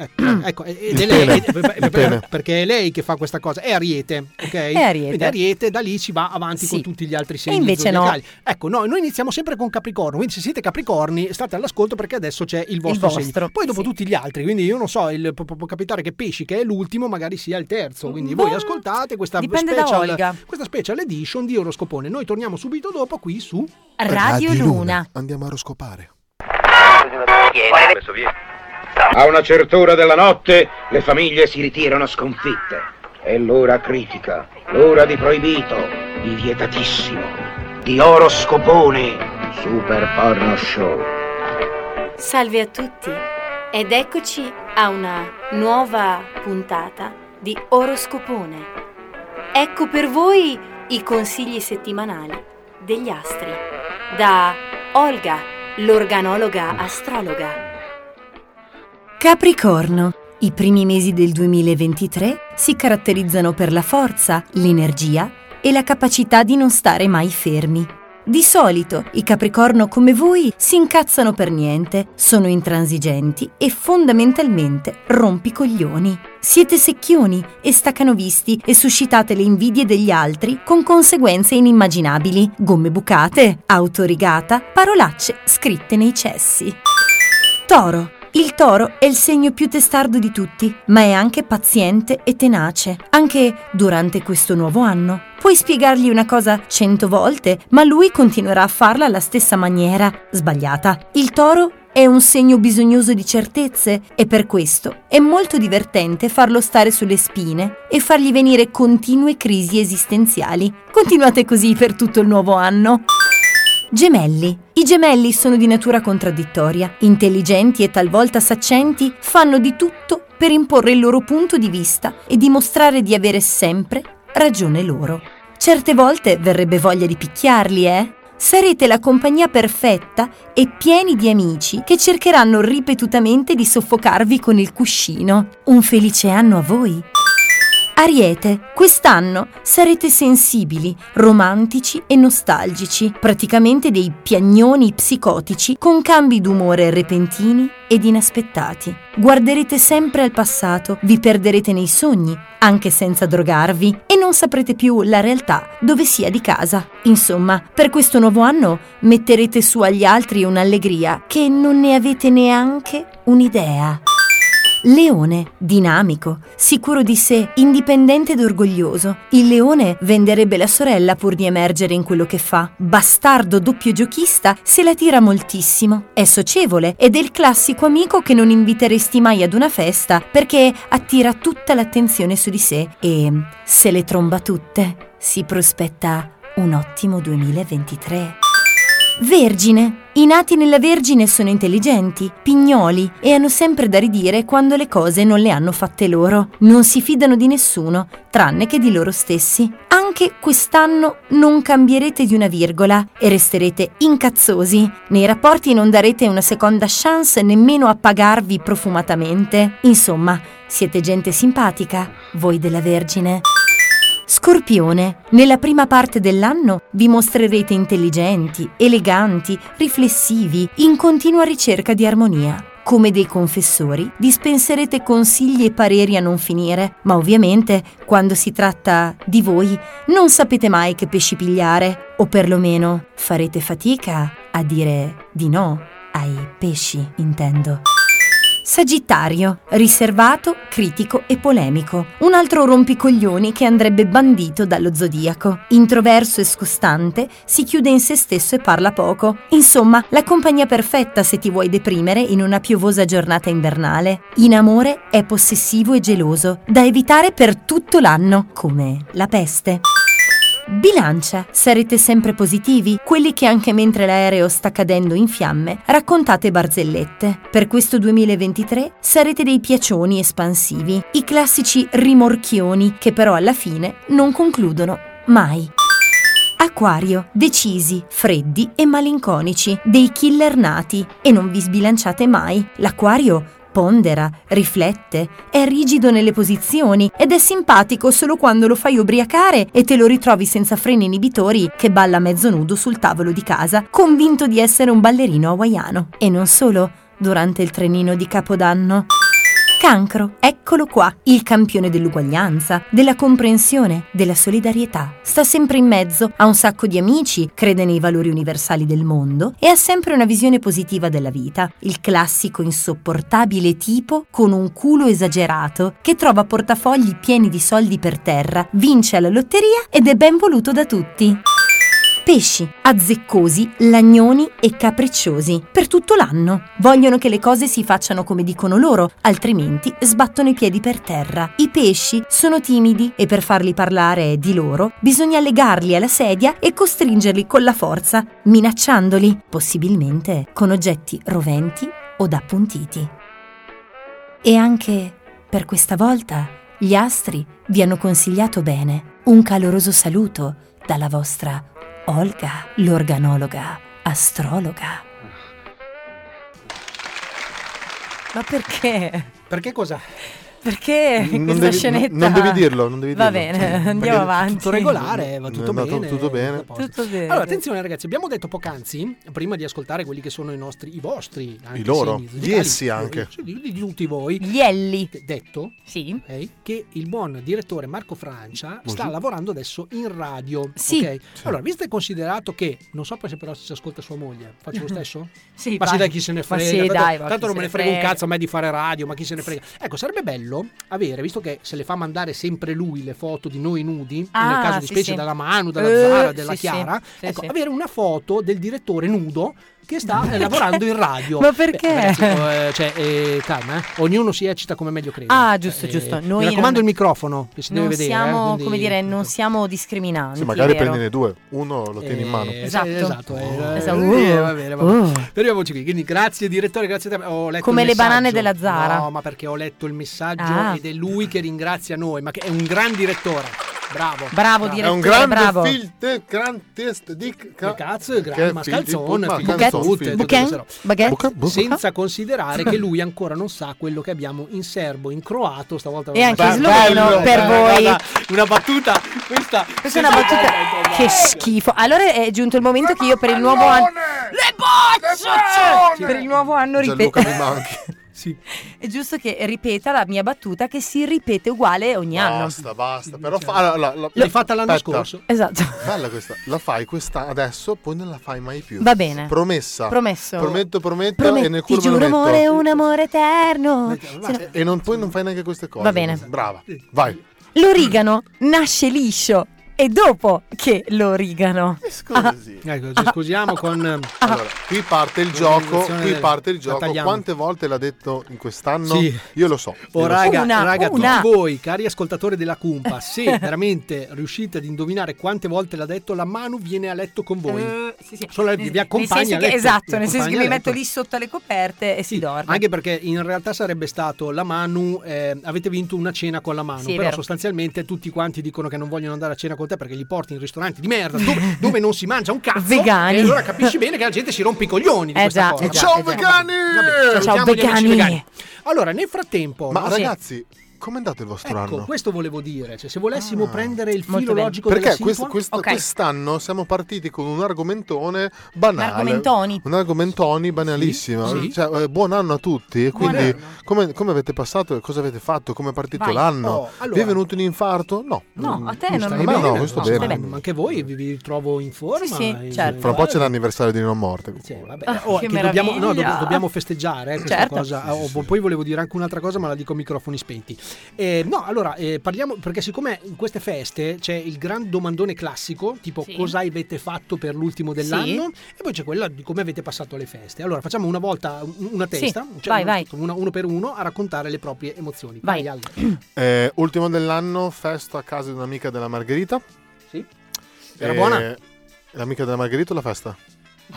[SPEAKER 13] Ecco,
[SPEAKER 1] Mm.
[SPEAKER 13] ecco, ed è
[SPEAKER 11] Il
[SPEAKER 13] lei,
[SPEAKER 11] pene. Il pene.
[SPEAKER 13] perché è lei che fa questa cosa, è Ariete, ok? È
[SPEAKER 1] Ariete.
[SPEAKER 13] Ariete, da lì si va avanti
[SPEAKER 1] Sì.
[SPEAKER 13] con tutti gli altri segni
[SPEAKER 1] invece no.
[SPEAKER 13] zodiacali. Ecco, no, noi iniziamo sempre con Capricorno, quindi se siete Capricorni state all'ascolto perché adesso c'è il vostro,
[SPEAKER 1] vostro,
[SPEAKER 13] segno. Poi dopo tutti gli altri, quindi io non so, il- può, può capitare che Pesci, che è l'ultimo, magari sia il terzo, quindi voi
[SPEAKER 1] Boh,
[SPEAKER 13] ascoltate questa
[SPEAKER 1] dipende da
[SPEAKER 13] special,
[SPEAKER 1] Olga.
[SPEAKER 13] questa special edition di Oroscopone. Noi torniamo subito dopo qui su
[SPEAKER 1] Radio Radio Luna. Luna.
[SPEAKER 13] Andiamo a oroscopare.
[SPEAKER 6] A una certa ora della notte le famiglie si ritirano sconfitte. È l'ora critica, l'ora di proibito, di vietatissimo, di oroscopone, super porno show.
[SPEAKER 19] Salve a tutti ed eccoci a una nuova puntata di Oroscopone. Ecco per voi i consigli settimanali degli astri da Olga, l'organologa astrologa.
[SPEAKER 4] Capricorno. I primi mesi del 2023 si caratterizzano per la forza, l'energia e la capacità di non stare mai fermi. Di solito i Capricorno come voi si incazzano per niente, sono intransigenti e fondamentalmente rompicoglioni. Siete secchioni e stacanovisti e suscitate le invidie degli altri con conseguenze inimmaginabili, gomme bucate, autorigata, parolacce scritte nei cessi. Toro. Il toro è il segno più testardo di tutti, ma è anche paziente e tenace, anche durante questo nuovo anno. Puoi spiegargli una cosa cento volte, ma lui continuerà a farla alla stessa maniera, sbagliata. Il toro è un segno bisognoso di certezze e per questo è molto divertente farlo stare sulle spine e fargli venire continue crisi esistenziali. Continuate così per tutto il nuovo anno. Gemelli. I gemelli sono di natura contraddittoria, intelligenti e talvolta saccenti, fanno di tutto per imporre il loro punto di vista e dimostrare di avere sempre ragione loro. Certe volte verrebbe voglia di picchiarli, eh? Sarete la compagnia perfetta e pieni di amici che cercheranno ripetutamente di soffocarvi con il cuscino. Un felice anno a voi! Ariete, quest'anno sarete sensibili, romantici e nostalgici, praticamente dei piagnoni psicotici con cambi d'umore repentini ed inaspettati. Guarderete sempre al passato, vi perderete nei sogni, anche senza drogarvi, e non saprete più la realtà dove sia di casa. Insomma, per questo nuovo anno metterete su agli altri un'allegria che non ne avete neanche un'idea. Leone, dinamico, sicuro di sé, indipendente ed orgoglioso. Il leone venderebbe la sorella pur di emergere in quello che fa. Bastardo doppio giochista, se la tira moltissimo. È socievole ed è il classico amico che non inviteresti mai ad una festa perché attira tutta l'attenzione su di sé e se le tromba tutte si prospetta un ottimo 2023. Vergine. I nati nella Vergine sono intelligenti, pignoli e hanno sempre da ridire quando le cose non le hanno fatte loro. Non si fidano di nessuno, tranne che di loro stessi. Anche quest'anno non cambierete di una virgola e resterete incazzosi. Nei rapporti non darete una seconda chance nemmeno a pagarvi profumatamente. Insomma, siete gente simpatica, voi della Vergine. Scorpione, nella prima parte dell'anno vi mostrerete intelligenti, eleganti, riflessivi, in continua ricerca di armonia. Come dei confessori, dispenserete consigli e pareri a non finire, ma ovviamente, quando si tratta di voi, non sapete mai che pesci pigliare, o perlomeno farete fatica a dire di no ai pesci, intendo. Sagittario, riservato, critico e polemico. Un altro rompicoglioni che andrebbe bandito dallo zodiaco. Introverso e scostante, si chiude in se stesso e parla poco. Insomma, la compagnia perfetta se ti vuoi deprimere in una piovosa giornata invernale. In amore è possessivo e geloso, da evitare per tutto l'anno, come la peste. Bilancia, sarete sempre positivi, quelli che anche mentre l'aereo sta cadendo in fiamme raccontate barzellette. Per questo 2023 sarete dei piacioni espansivi, i classici rimorchioni che però alla fine non concludono mai. Acquario, decisi, freddi e malinconici, dei killer nati e non vi sbilanciate mai. L'acquario pondera, riflette, è rigido nelle posizioni ed è simpatico solo quando lo fai ubriacare e te lo ritrovi senza freni inibitori che balla mezzo nudo sul tavolo di casa, convinto di essere un ballerino hawaiano. E non solo, durante il trenino di Capodanno. Cancro, eccolo qua, il campione dell'uguaglianza, della comprensione, della solidarietà. Sta sempre in mezzo, ha un sacco di amici, crede nei valori universali del mondo e ha sempre una visione positiva della vita. Il classico insopportabile tipo con un culo esagerato che trova portafogli pieni di soldi per terra, vince alla lotteria ed è ben voluto da tutti. Pesci, azzeccosi, lagnoni e capricciosi per tutto l'anno. Vogliono che le cose si facciano come dicono loro, altrimenti sbattono i piedi per terra. I pesci sono timidi e per farli parlare di loro bisogna legarli alla sedia e costringerli con la forza, minacciandoli, possibilmente con oggetti roventi o appuntiti. E anche per questa volta gli astri vi hanno consigliato bene. Un caloroso saluto dalla vostra Olga, l'organologa, astrologa.
[SPEAKER 7] Ma perché?
[SPEAKER 13] Perché cosa?
[SPEAKER 7] Perché
[SPEAKER 11] Non
[SPEAKER 7] questa
[SPEAKER 11] devi-
[SPEAKER 7] scenetta?
[SPEAKER 11] non devi dirlo, non devi
[SPEAKER 7] Va
[SPEAKER 11] dirlo.
[SPEAKER 7] bene,
[SPEAKER 11] Perché
[SPEAKER 7] andiamo
[SPEAKER 11] è
[SPEAKER 7] avanti.
[SPEAKER 13] tutto regolare, va tutto
[SPEAKER 11] Eh, ma tu-
[SPEAKER 13] bene.
[SPEAKER 11] tutto bene.
[SPEAKER 13] a posto.
[SPEAKER 7] Tutto bene.
[SPEAKER 13] Allora, attenzione ragazzi, abbiamo detto poc'anzi, prima di ascoltare quelli che sono i nostri, i vostri, anche
[SPEAKER 11] I loro.
[SPEAKER 13] segni
[SPEAKER 11] Gli
[SPEAKER 13] zodiacali,
[SPEAKER 11] essi anche.
[SPEAKER 13] cioè di, di tutti voi.
[SPEAKER 7] Gli elli.
[SPEAKER 13] Detto
[SPEAKER 7] sì.
[SPEAKER 13] che il buon direttore Marco Francia sta
[SPEAKER 11] Buongiorno.
[SPEAKER 13] lavorando adesso in radio.
[SPEAKER 7] Sì.
[SPEAKER 13] ok? Allora, visto e considerato che, non so poi se però si ascolta sua moglie, faccio lo stesso?
[SPEAKER 7] Sì,
[SPEAKER 13] ma sì,
[SPEAKER 7] vai.
[SPEAKER 13] dai, chi se ne
[SPEAKER 7] Ma
[SPEAKER 13] frega.
[SPEAKER 7] sì,
[SPEAKER 13] tanto
[SPEAKER 7] dai, ma chi
[SPEAKER 13] tanto non
[SPEAKER 7] se
[SPEAKER 13] me
[SPEAKER 7] ne
[SPEAKER 13] ne frega un
[SPEAKER 7] frega.
[SPEAKER 13] cazzo a me di fare radio, ma chi se ne frega. Ecco, sarebbe bello avere, visto che se le fa mandare sempre lui le foto di noi nudi,
[SPEAKER 7] Ah,
[SPEAKER 13] nel caso di
[SPEAKER 7] sì,
[SPEAKER 13] specie
[SPEAKER 7] sì.
[SPEAKER 13] dalla Manu, dalla
[SPEAKER 7] Eh,
[SPEAKER 13] Zara, della
[SPEAKER 7] sì, sì.
[SPEAKER 13] Chiara,
[SPEAKER 7] Sì,
[SPEAKER 13] ecco,
[SPEAKER 7] sì.
[SPEAKER 13] avere una foto del direttore nudo che sta eh,
[SPEAKER 7] Perché?
[SPEAKER 13] lavorando in radio.
[SPEAKER 7] Ma perché?
[SPEAKER 13] Beh, ragazzi, oh, eh, cioè, eh, calma, eh. ognuno si eccita come meglio crede.
[SPEAKER 7] Ah, giusto,
[SPEAKER 13] Cioè,
[SPEAKER 7] giusto.
[SPEAKER 13] eh,
[SPEAKER 7] Noi
[SPEAKER 13] mi raccomando
[SPEAKER 7] non-
[SPEAKER 13] il microfono che si
[SPEAKER 7] non
[SPEAKER 13] deve vedere. eh,
[SPEAKER 7] siamo,
[SPEAKER 13] quindi-
[SPEAKER 7] come dire, non siamo discriminanti.
[SPEAKER 11] Sì, magari
[SPEAKER 7] vero?
[SPEAKER 11] prendine due, uno lo tieni in mano.
[SPEAKER 13] Eh,
[SPEAKER 7] Esatto.
[SPEAKER 13] sì, esatto, eh,
[SPEAKER 7] Esatto.
[SPEAKER 13] eh, sì, va bene, va bene.
[SPEAKER 7] Oh.
[SPEAKER 13] Fermiamoci qui. Quindi grazie direttore, grazie a te. Ho letto
[SPEAKER 7] Come
[SPEAKER 13] il
[SPEAKER 7] le banane
[SPEAKER 13] messaggio.
[SPEAKER 7] della Zara.
[SPEAKER 13] No, ma perché ho letto il messaggio
[SPEAKER 7] Ah.
[SPEAKER 13] ed è lui che ringrazia noi, ma che è un gran direttore. Bravo.
[SPEAKER 7] Bravo,
[SPEAKER 13] direttore.
[SPEAKER 7] direttore, È un grande bravo.
[SPEAKER 11] fil- gran test di
[SPEAKER 13] cazzo è
[SPEAKER 11] che
[SPEAKER 13] gran
[SPEAKER 11] fil-
[SPEAKER 13] mascalzone,
[SPEAKER 11] di- ma-
[SPEAKER 13] figlio di
[SPEAKER 11] Bucchetti,
[SPEAKER 13] putte, tutte
[SPEAKER 11] Bucchetti,
[SPEAKER 13] queste robe.
[SPEAKER 11] Bucchetti. Bucca- bucca.
[SPEAKER 13] senza considerare che lui ancora non sa quello che abbiamo in serbo, in croato, stavolta
[SPEAKER 7] E anche in sloveno,
[SPEAKER 13] Bello,
[SPEAKER 7] per
[SPEAKER 13] bello,
[SPEAKER 7] voi.
[SPEAKER 13] guarda, una battuta questa
[SPEAKER 7] Questa è una
[SPEAKER 13] eh,
[SPEAKER 7] battuta. Che schifo. Allora è giunto il momento che io per il nuovo anno. Le bocce! Per il nuovo anno
[SPEAKER 11] Gianluca mi
[SPEAKER 7] ripeto.
[SPEAKER 11] manchi.
[SPEAKER 7] È giusto che ripeta la mia battuta che si ripete uguale ogni anno.
[SPEAKER 11] Basta, basta. Però fa, allora, la- la-
[SPEAKER 7] L'hai fatta l'anno
[SPEAKER 11] aspetta.
[SPEAKER 7] scorso. Esatto.
[SPEAKER 11] Bella questa. La fai questa adesso, poi non la fai mai più.
[SPEAKER 7] Va bene.
[SPEAKER 11] Promessa.
[SPEAKER 7] Promesso.
[SPEAKER 11] Prometto, prometto.
[SPEAKER 7] Prometti,
[SPEAKER 11] e nel culo
[SPEAKER 7] ti
[SPEAKER 11] me
[SPEAKER 7] giuro
[SPEAKER 11] lo metto.
[SPEAKER 7] amore, un amore eterno. Se
[SPEAKER 13] eh.
[SPEAKER 7] no-
[SPEAKER 11] E non, poi non fai neanche queste cose.
[SPEAKER 7] Va bene.
[SPEAKER 11] Brava. Vai.
[SPEAKER 7] L'origano nasce liscio,
[SPEAKER 4] e dopo che lo rigano.
[SPEAKER 7] Ah,
[SPEAKER 13] Ecco, ci scusiamo con... ehm,
[SPEAKER 11] Allora, qui parte il gioco, qui parte il gioco.
[SPEAKER 13] tagliamo.
[SPEAKER 11] Quante volte l'ha detto in quest'anno?
[SPEAKER 13] Sì.
[SPEAKER 11] Io lo so.
[SPEAKER 13] Oh,
[SPEAKER 11] Io lo
[SPEAKER 13] raga,
[SPEAKER 11] so.
[SPEAKER 13] raga, tutti voi, cari ascoltatori della Cumpa, se veramente riuscite ad indovinare quante volte l'ha detto, la mano viene a letto con voi. Solo vi, vi
[SPEAKER 4] Eh, Nel
[SPEAKER 13] accompagna.
[SPEAKER 4] senso
[SPEAKER 13] a
[SPEAKER 4] che-
[SPEAKER 13] letto.
[SPEAKER 4] esatto,
[SPEAKER 13] Vi
[SPEAKER 4] nel senso che
[SPEAKER 13] accompagna
[SPEAKER 4] mi
[SPEAKER 13] a
[SPEAKER 4] metto
[SPEAKER 13] letto.
[SPEAKER 4] lì sotto le coperte e si dorme.
[SPEAKER 13] Anche perché in realtà sarebbe stato la Manu, eh, avete vinto una cena con la Manu,
[SPEAKER 4] Sì, è
[SPEAKER 13] però
[SPEAKER 4] vero.
[SPEAKER 13] sostanzialmente tutti quanti dicono che non vogliono andare a cena con te perché li porti in ristoranti di merda dove, dove non si mangia un cazzo.
[SPEAKER 4] Vegani.
[SPEAKER 13] E allora capisci bene che la gente si rompe i coglioni di
[SPEAKER 4] Eh
[SPEAKER 13] questa
[SPEAKER 4] già,
[SPEAKER 13] cosa.
[SPEAKER 4] eh già, Ciao, eh già. vegani!
[SPEAKER 13] Vabbè,
[SPEAKER 4] Ciao,
[SPEAKER 13] salutiamo gli amici
[SPEAKER 4] vegani!
[SPEAKER 13] vegani. Allora, nel frattempo...
[SPEAKER 11] Ma
[SPEAKER 13] no?
[SPEAKER 11] ragazzi, com'è andato il vostro
[SPEAKER 13] Ecco,
[SPEAKER 11] anno?
[SPEAKER 13] questo volevo dire, cioè, se volessimo prendere il
[SPEAKER 11] Molto
[SPEAKER 13] filo
[SPEAKER 11] bene.
[SPEAKER 13] logico della
[SPEAKER 11] Ah. Perché
[SPEAKER 13] situa-
[SPEAKER 11] quest- quest-
[SPEAKER 13] Ok.
[SPEAKER 11] quest'anno siamo partiti con un argomentone banale.
[SPEAKER 4] Un argomentoni.
[SPEAKER 11] Un argomentoni banalissimo.
[SPEAKER 4] Sì, sì.
[SPEAKER 11] Cioè, eh, buon anno a tutti. E
[SPEAKER 4] Buon
[SPEAKER 11] quindi
[SPEAKER 4] anno.
[SPEAKER 11] come, come avete passato e cosa avete fatto? Come è partito
[SPEAKER 13] Vai.
[SPEAKER 11] l'anno?
[SPEAKER 13] Oh,
[SPEAKER 11] Vi
[SPEAKER 13] allora.
[SPEAKER 11] è venuto un infarto? No.
[SPEAKER 4] No, a te
[SPEAKER 11] Mm,
[SPEAKER 4] non
[SPEAKER 11] a me no, questo bene.
[SPEAKER 13] Ma Ah, anche voi vi, vi trovo in forma.
[SPEAKER 4] Sì, sì,
[SPEAKER 13] in-
[SPEAKER 4] certo.
[SPEAKER 11] Fra un po' c'è l'anniversario di Non Morte.
[SPEAKER 13] Vabbè,
[SPEAKER 4] Ah,
[SPEAKER 13] oh,
[SPEAKER 4] che
[SPEAKER 13] che dobbiamo, no,
[SPEAKER 4] meraviglia.
[SPEAKER 13] dobb- dobbiamo festeggiare eh, questa
[SPEAKER 4] Certo.
[SPEAKER 13] cosa. Ah, oh, Poi volevo dire anche un'altra cosa, ma la dico a microfoni spenti. Eh, no, allora eh, parliamo perché, siccome in queste feste c'è il gran domandone classico, tipo
[SPEAKER 4] Sì.
[SPEAKER 13] cosa avete fatto per l'ultimo dell'anno, e poi c'è quella di come avete passato le feste. Allora facciamo una volta un- una
[SPEAKER 4] Sì,
[SPEAKER 13] testa, cioè,
[SPEAKER 4] vai,
[SPEAKER 13] una-
[SPEAKER 4] vai.
[SPEAKER 13] una- uno per uno, a raccontare le proprie emozioni.
[SPEAKER 4] Vai.
[SPEAKER 13] Ale.
[SPEAKER 11] Eh, ultimo dell'anno, festo a casa di un'amica della Margherita.
[SPEAKER 13] Sì. Era
[SPEAKER 11] Eh,
[SPEAKER 13] buona?
[SPEAKER 11] L'amica della Margherita o la festa?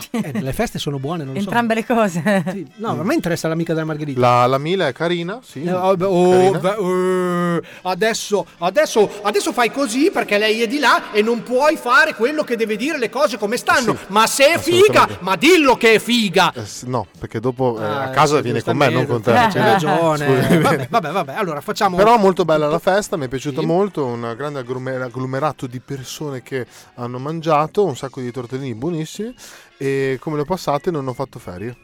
[SPEAKER 13] Eh, le feste sono buone, non lo so.
[SPEAKER 4] Entrambe le cose. Mm.
[SPEAKER 13] No, a me interessa l'amica della Margherita.
[SPEAKER 11] La, la Mila è carina, sì.
[SPEAKER 13] Eh, oh, beh, oh, beh, eh, adesso, adesso, adesso fai così perché lei è di là e non puoi fare quello che deve dire le cose come stanno. ma se è figa,
[SPEAKER 11] assolutamente.
[SPEAKER 13] ma dillo che è figa.
[SPEAKER 11] Eh, s- no, perché dopo eh,
[SPEAKER 13] Ah,
[SPEAKER 11] a casa
[SPEAKER 13] sì,
[SPEAKER 11] viene con me, non con
[SPEAKER 4] Eh,
[SPEAKER 11] te.
[SPEAKER 13] giustamente, C'hai ragione.
[SPEAKER 11] Scusami.
[SPEAKER 13] Vabbè, vabbè, vabbè, allora facciamo.
[SPEAKER 11] Però molto bella la festa, mi è piaciuta molto, un grande agglome- agglomerato di persone che hanno mangiato, un sacco di tortellini buonissimi e come le ho passate non ho fatto ferie.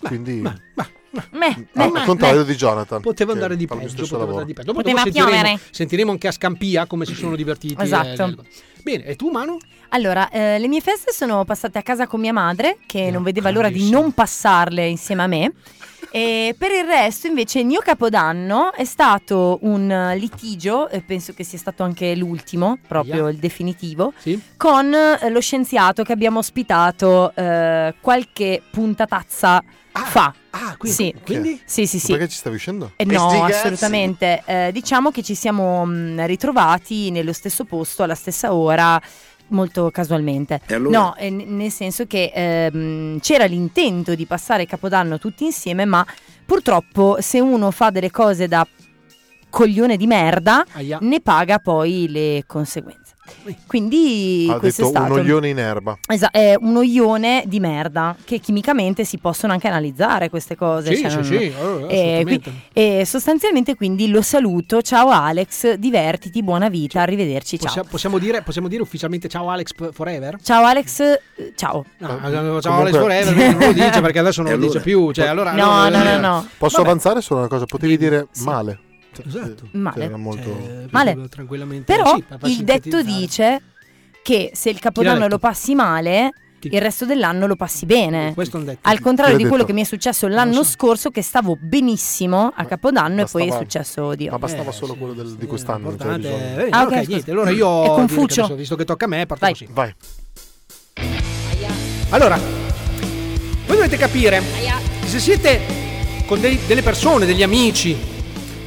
[SPEAKER 11] Quindi Ah, al contrario di Jonathan.
[SPEAKER 13] Poteva
[SPEAKER 11] che
[SPEAKER 13] andare di
[SPEAKER 11] fa lo
[SPEAKER 13] peggio,
[SPEAKER 11] stesso
[SPEAKER 13] poteva andare
[SPEAKER 11] lavoro.
[SPEAKER 13] di peggio. Dopo,
[SPEAKER 4] Poteva
[SPEAKER 13] dopo sentiremo,
[SPEAKER 4] piovere.
[SPEAKER 13] sentiremo anche a Scampia come si sono divertiti. eh,
[SPEAKER 4] Esatto.
[SPEAKER 13] nel- Bene, e tu Manu?
[SPEAKER 4] Allora, eh, le mie feste sono passate a casa con mia madre, che non vedeva l'ora di non passarle insieme a me. E per il resto, invece, il mio capodanno è stato un eh, litigio, e penso che sia stato anche l'ultimo, proprio
[SPEAKER 20] Ahia.
[SPEAKER 4] il definitivo,
[SPEAKER 13] Sì.
[SPEAKER 4] con eh, lo scienziato che abbiamo ospitato eh, qualche puntatazza fa.
[SPEAKER 13] Ah,
[SPEAKER 4] quindi? Sì, sì, sì. sì.
[SPEAKER 11] Perché ci stavi uscendo?
[SPEAKER 4] Eh, no, assolutamente. Eh, diciamo che ci siamo mh, ritrovati nello stesso posto alla stessa ora. Molto casualmente.
[SPEAKER 20] E allora?
[SPEAKER 4] No, eh, n- nel senso che ehm, c'era l'intento di passare Capodanno tutti insieme, ma purtroppo se uno fa delle cose da coglione di merda,
[SPEAKER 13] Aia.
[SPEAKER 4] ne paga poi le conseguenze. Quindi
[SPEAKER 11] Ha
[SPEAKER 4] questo
[SPEAKER 11] detto
[SPEAKER 4] è stato
[SPEAKER 11] un oglione in erba.
[SPEAKER 4] Esa- è un oione di merda che chimicamente si possono anche analizzare queste cose.
[SPEAKER 11] Sì,
[SPEAKER 4] cioè,
[SPEAKER 11] sì,
[SPEAKER 4] non-
[SPEAKER 11] sì, eh,
[SPEAKER 4] e,
[SPEAKER 11] assolutamente.
[SPEAKER 4] qui- e sostanzialmente quindi lo saluto, ciao Alex, divertiti, buona vita, arrivederci, ciao.
[SPEAKER 13] Possia- possiamo, dire, possiamo dire ufficialmente ciao Alex p- Forever?
[SPEAKER 4] Ciao Alex, eh, ciao.
[SPEAKER 13] No, ciao Alex Forever, non lo Eh, dice perché adesso non
[SPEAKER 11] E
[SPEAKER 13] lo dice
[SPEAKER 11] allora?
[SPEAKER 13] più. Cioè, allora,
[SPEAKER 4] No,
[SPEAKER 13] allora-
[SPEAKER 4] no, no, no.
[SPEAKER 11] Posso
[SPEAKER 13] Vabbè.
[SPEAKER 11] avanzare solo una cosa? Potevi dire male. Cioè,
[SPEAKER 13] Esatto.
[SPEAKER 11] eh,
[SPEAKER 4] Male.
[SPEAKER 11] Era molto...
[SPEAKER 4] Male.
[SPEAKER 13] Tranquillamente.
[SPEAKER 4] Però
[SPEAKER 13] sì, per- per
[SPEAKER 4] il detto
[SPEAKER 13] sintetizzare.
[SPEAKER 4] dice che se il capodanno
[SPEAKER 13] detto? Eh,
[SPEAKER 4] lo passi male, il resto dell'anno lo passi bene.
[SPEAKER 13] Questo non detto.
[SPEAKER 4] Al contrario di
[SPEAKER 13] Chi l'ha
[SPEAKER 4] quello
[SPEAKER 13] detto?
[SPEAKER 4] che mi è successo l'anno scorso, che stavo benissimo a Capodanno e poi è
[SPEAKER 11] bastava-
[SPEAKER 4] successo odio.
[SPEAKER 11] Ma bastava
[SPEAKER 13] Eh,
[SPEAKER 11] solo quello del- di quest'anno. non c'era
[SPEAKER 13] Importante,
[SPEAKER 11] bisogno.
[SPEAKER 13] eh,
[SPEAKER 4] Ah,
[SPEAKER 13] ok,
[SPEAKER 4] ok, scusa.
[SPEAKER 13] niente, allora
[SPEAKER 4] È
[SPEAKER 13] io
[SPEAKER 4] Confucio.
[SPEAKER 13] direi che adesso, visto che tocca a me, parto così.
[SPEAKER 11] Vai.
[SPEAKER 13] Allora, voi dovete capire che se siete con dei- delle persone, degli amici,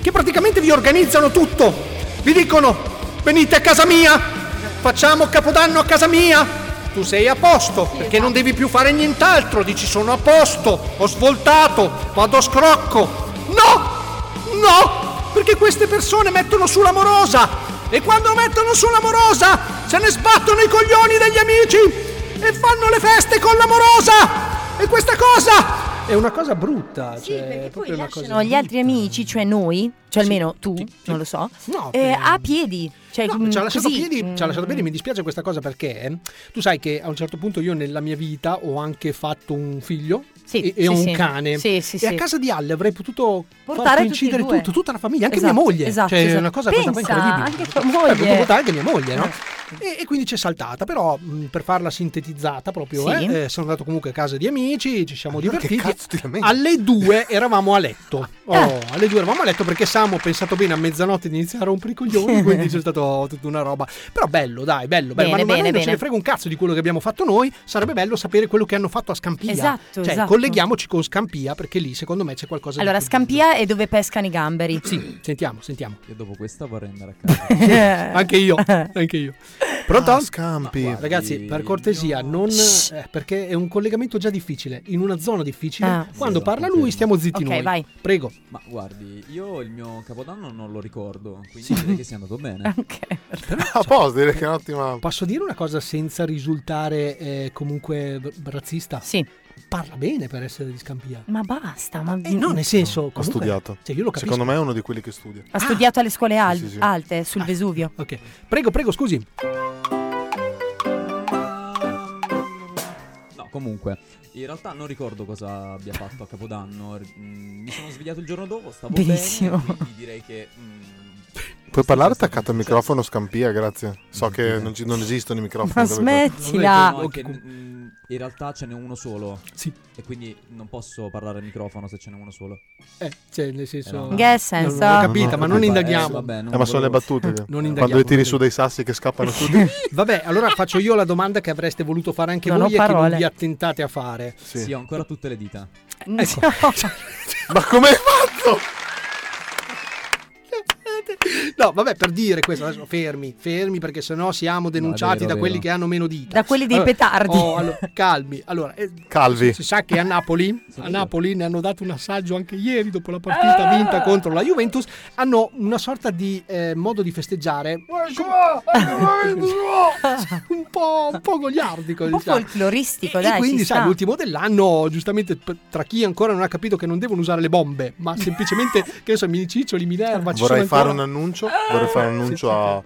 [SPEAKER 13] che praticamente vi organizzano tutto, vi dicono venite a casa mia, facciamo capodanno a casa mia, tu sei a posto, perché non
[SPEAKER 4] esatto.
[SPEAKER 13] devi più fare nient'altro, dici sono a posto, ho svoltato, vado a scrocco. No! No! Perché queste persone mettono su l'amorosa! E quando mettono su l'amorosa se ne sbattono i coglioni degli amici! E fanno le feste con l'amorosa! E questa cosa è una cosa brutta, cioè è proprio una cosa
[SPEAKER 4] Sono gli altri amici, cioè noi, cioè almeno tu, non lo so, eh, a piedi. Cioè,
[SPEAKER 13] No,
[SPEAKER 4] mm,
[SPEAKER 13] ci ha lasciato
[SPEAKER 4] così, Mm.
[SPEAKER 13] piedi, ci ha lasciato piedi, mi dispiace questa cosa perché eh, tu sai che a un certo punto io nella mia vita ho anche fatto un figlio e, e
[SPEAKER 4] sì,
[SPEAKER 13] un
[SPEAKER 4] sì.
[SPEAKER 13] cane.
[SPEAKER 4] Sì, sì,
[SPEAKER 13] e
[SPEAKER 4] sì.
[SPEAKER 13] a casa di Alle avrei potuto
[SPEAKER 4] Portare
[SPEAKER 13] far
[SPEAKER 4] tutti e
[SPEAKER 13] coincidere
[SPEAKER 4] due.
[SPEAKER 13] tutto, tutta la famiglia, anche
[SPEAKER 4] Esatto,
[SPEAKER 13] mia moglie.
[SPEAKER 4] esatto,
[SPEAKER 13] cioè, è
[SPEAKER 4] esatto.
[SPEAKER 13] una cosa questa qua
[SPEAKER 4] Pensa,
[SPEAKER 13] incredibile.
[SPEAKER 4] anche tua
[SPEAKER 13] Avrei potuto
[SPEAKER 4] moglie. Eh.
[SPEAKER 13] portare anche mia moglie, no? E, e quindi c'è saltata, però mh, per farla sintetizzata proprio,
[SPEAKER 4] Sì.
[SPEAKER 13] eh, eh, sono andato comunque a casa di amici, ci siamo divertiti.
[SPEAKER 11] cazzo ti lamenti?
[SPEAKER 13] alle due eravamo a letto. Oh,
[SPEAKER 4] Ah.
[SPEAKER 11] Eh.
[SPEAKER 13] Alle due eravamo a letto perché Sam ho pensato bene a mezzanotte di iniziare a rompere i coglioni, quindi c'è stata tutta una roba. Però bello, dai, bello, bello.
[SPEAKER 4] Bene,
[SPEAKER 13] ma non- ma
[SPEAKER 4] bene,
[SPEAKER 13] noi non ce
[SPEAKER 4] bene.
[SPEAKER 13] ne frega un cazzo di quello che abbiamo fatto noi, sarebbe bello sapere quello che hanno fatto a Scampia.
[SPEAKER 4] Esatto,
[SPEAKER 13] cioè,
[SPEAKER 4] esatto.
[SPEAKER 13] colleghiamoci con Scampia perché lì secondo me c'è qualcosa
[SPEAKER 4] Allora,
[SPEAKER 13] di...
[SPEAKER 4] Scampia è dove pescano i gamberi.
[SPEAKER 13] Sì, sentiamo, sentiamo.
[SPEAKER 16] Io dopo questa vorrei andare a casa.
[SPEAKER 13] anche io, anche io.
[SPEAKER 16] Ah,
[SPEAKER 13] Pronto?
[SPEAKER 11] Scampi.
[SPEAKER 13] Ragazzi, per cortesia, non eh, perché è un collegamento già difficile, in una zona difficile.
[SPEAKER 16] Ah.
[SPEAKER 13] Quando
[SPEAKER 16] Sì,
[SPEAKER 13] parla
[SPEAKER 16] confermo.
[SPEAKER 13] lui, stiamo zitti
[SPEAKER 16] Ok,
[SPEAKER 13] noi.
[SPEAKER 16] vai.
[SPEAKER 13] Prego.
[SPEAKER 16] Ma guardi, io il mio capodanno non lo ricordo, quindi direi che sia andato bene.
[SPEAKER 11] A posto, direi che è
[SPEAKER 16] Ah.
[SPEAKER 11] un'ottima.
[SPEAKER 13] Posso dire una cosa senza risultare eh, comunque r- razzista?
[SPEAKER 4] Sì.
[SPEAKER 13] Parla bene per essere di Scampia.
[SPEAKER 4] Ma basta, ma
[SPEAKER 13] Eh, no, nel senso,
[SPEAKER 11] Ha
[SPEAKER 13] comunque,
[SPEAKER 11] studiato.
[SPEAKER 13] Cioè, io lo capisco.
[SPEAKER 11] Secondo me è uno di quelli che studia.
[SPEAKER 4] Ha studiato alle scuole al-
[SPEAKER 11] sì, sì.
[SPEAKER 4] alte sul Vesuvio.
[SPEAKER 13] Ah, Ok. Prego, prego, scusi.
[SPEAKER 16] No, comunque, in realtà non ricordo cosa abbia fatto a Capodanno. r- mm, Mi sono svegliato il giorno dopo, stavo
[SPEAKER 11] Benissimo.
[SPEAKER 16] bene, quindi direi che mm,
[SPEAKER 11] Puoi parlare attaccato al microfono, Scampia, grazie. So che non, ci- non esistono i microfoni. dove-
[SPEAKER 16] No, è che, mm, in realtà ce n'è uno solo.
[SPEAKER 13] Sì.
[SPEAKER 16] E quindi non posso parlare al microfono se ce n'è uno solo.
[SPEAKER 13] Eh, cioè, nel senso-
[SPEAKER 16] no.
[SPEAKER 13] In che senso? Non l'ho capita, ma non indaghiamo.
[SPEAKER 16] Eh, vabbè, non
[SPEAKER 11] Eh, ma sono le
[SPEAKER 16] volevo-
[SPEAKER 11] battute. che-
[SPEAKER 13] Non
[SPEAKER 11] Quando
[SPEAKER 13] indaghiamo,
[SPEAKER 11] le tiri
[SPEAKER 13] non
[SPEAKER 11] su dei sassi che scappano tutti.
[SPEAKER 13] Vabbè, allora faccio io la domanda che avreste voluto fare anche
[SPEAKER 16] Non ho
[SPEAKER 13] voi e che non
[SPEAKER 16] parole.
[SPEAKER 13] vi attentate a fare.
[SPEAKER 16] Sì. ho ancora tutte le dita.
[SPEAKER 13] Ecco.
[SPEAKER 11] Cioè, Ma come hai fatto?
[SPEAKER 13] No, vabbè, per dire questo, adesso fermi, fermi perché sennò siamo denunciati
[SPEAKER 16] vero,
[SPEAKER 13] da
[SPEAKER 16] vero.
[SPEAKER 13] quelli che hanno meno dita.
[SPEAKER 4] Da quelli dei
[SPEAKER 13] Allora-
[SPEAKER 4] petardi.
[SPEAKER 13] Oh, allora, calmi. Allora, eh,
[SPEAKER 11] Calvi.
[SPEAKER 13] Si sa che a Napoli, a Napoli ne hanno dato un assaggio anche ieri dopo la partita vinta contro la Juventus, hanno una sorta di eh, modo di festeggiare un po', un po' goliardico,
[SPEAKER 4] Un po'
[SPEAKER 13] diciamo.
[SPEAKER 4] folcloristico,
[SPEAKER 13] E
[SPEAKER 4] dai.
[SPEAKER 13] quindi,
[SPEAKER 4] ci
[SPEAKER 13] sai,
[SPEAKER 4] sta.
[SPEAKER 13] l'ultimo dell'anno, giustamente per- tra chi ancora non ha capito che non devono usare le bombe, ma semplicemente, che ne so, mini ciccioli, Minerva, ci
[SPEAKER 11] Vorrei
[SPEAKER 13] sono ancora-
[SPEAKER 11] fare un annuncio, vorrei fare
[SPEAKER 13] Eh,
[SPEAKER 11] un annuncio a,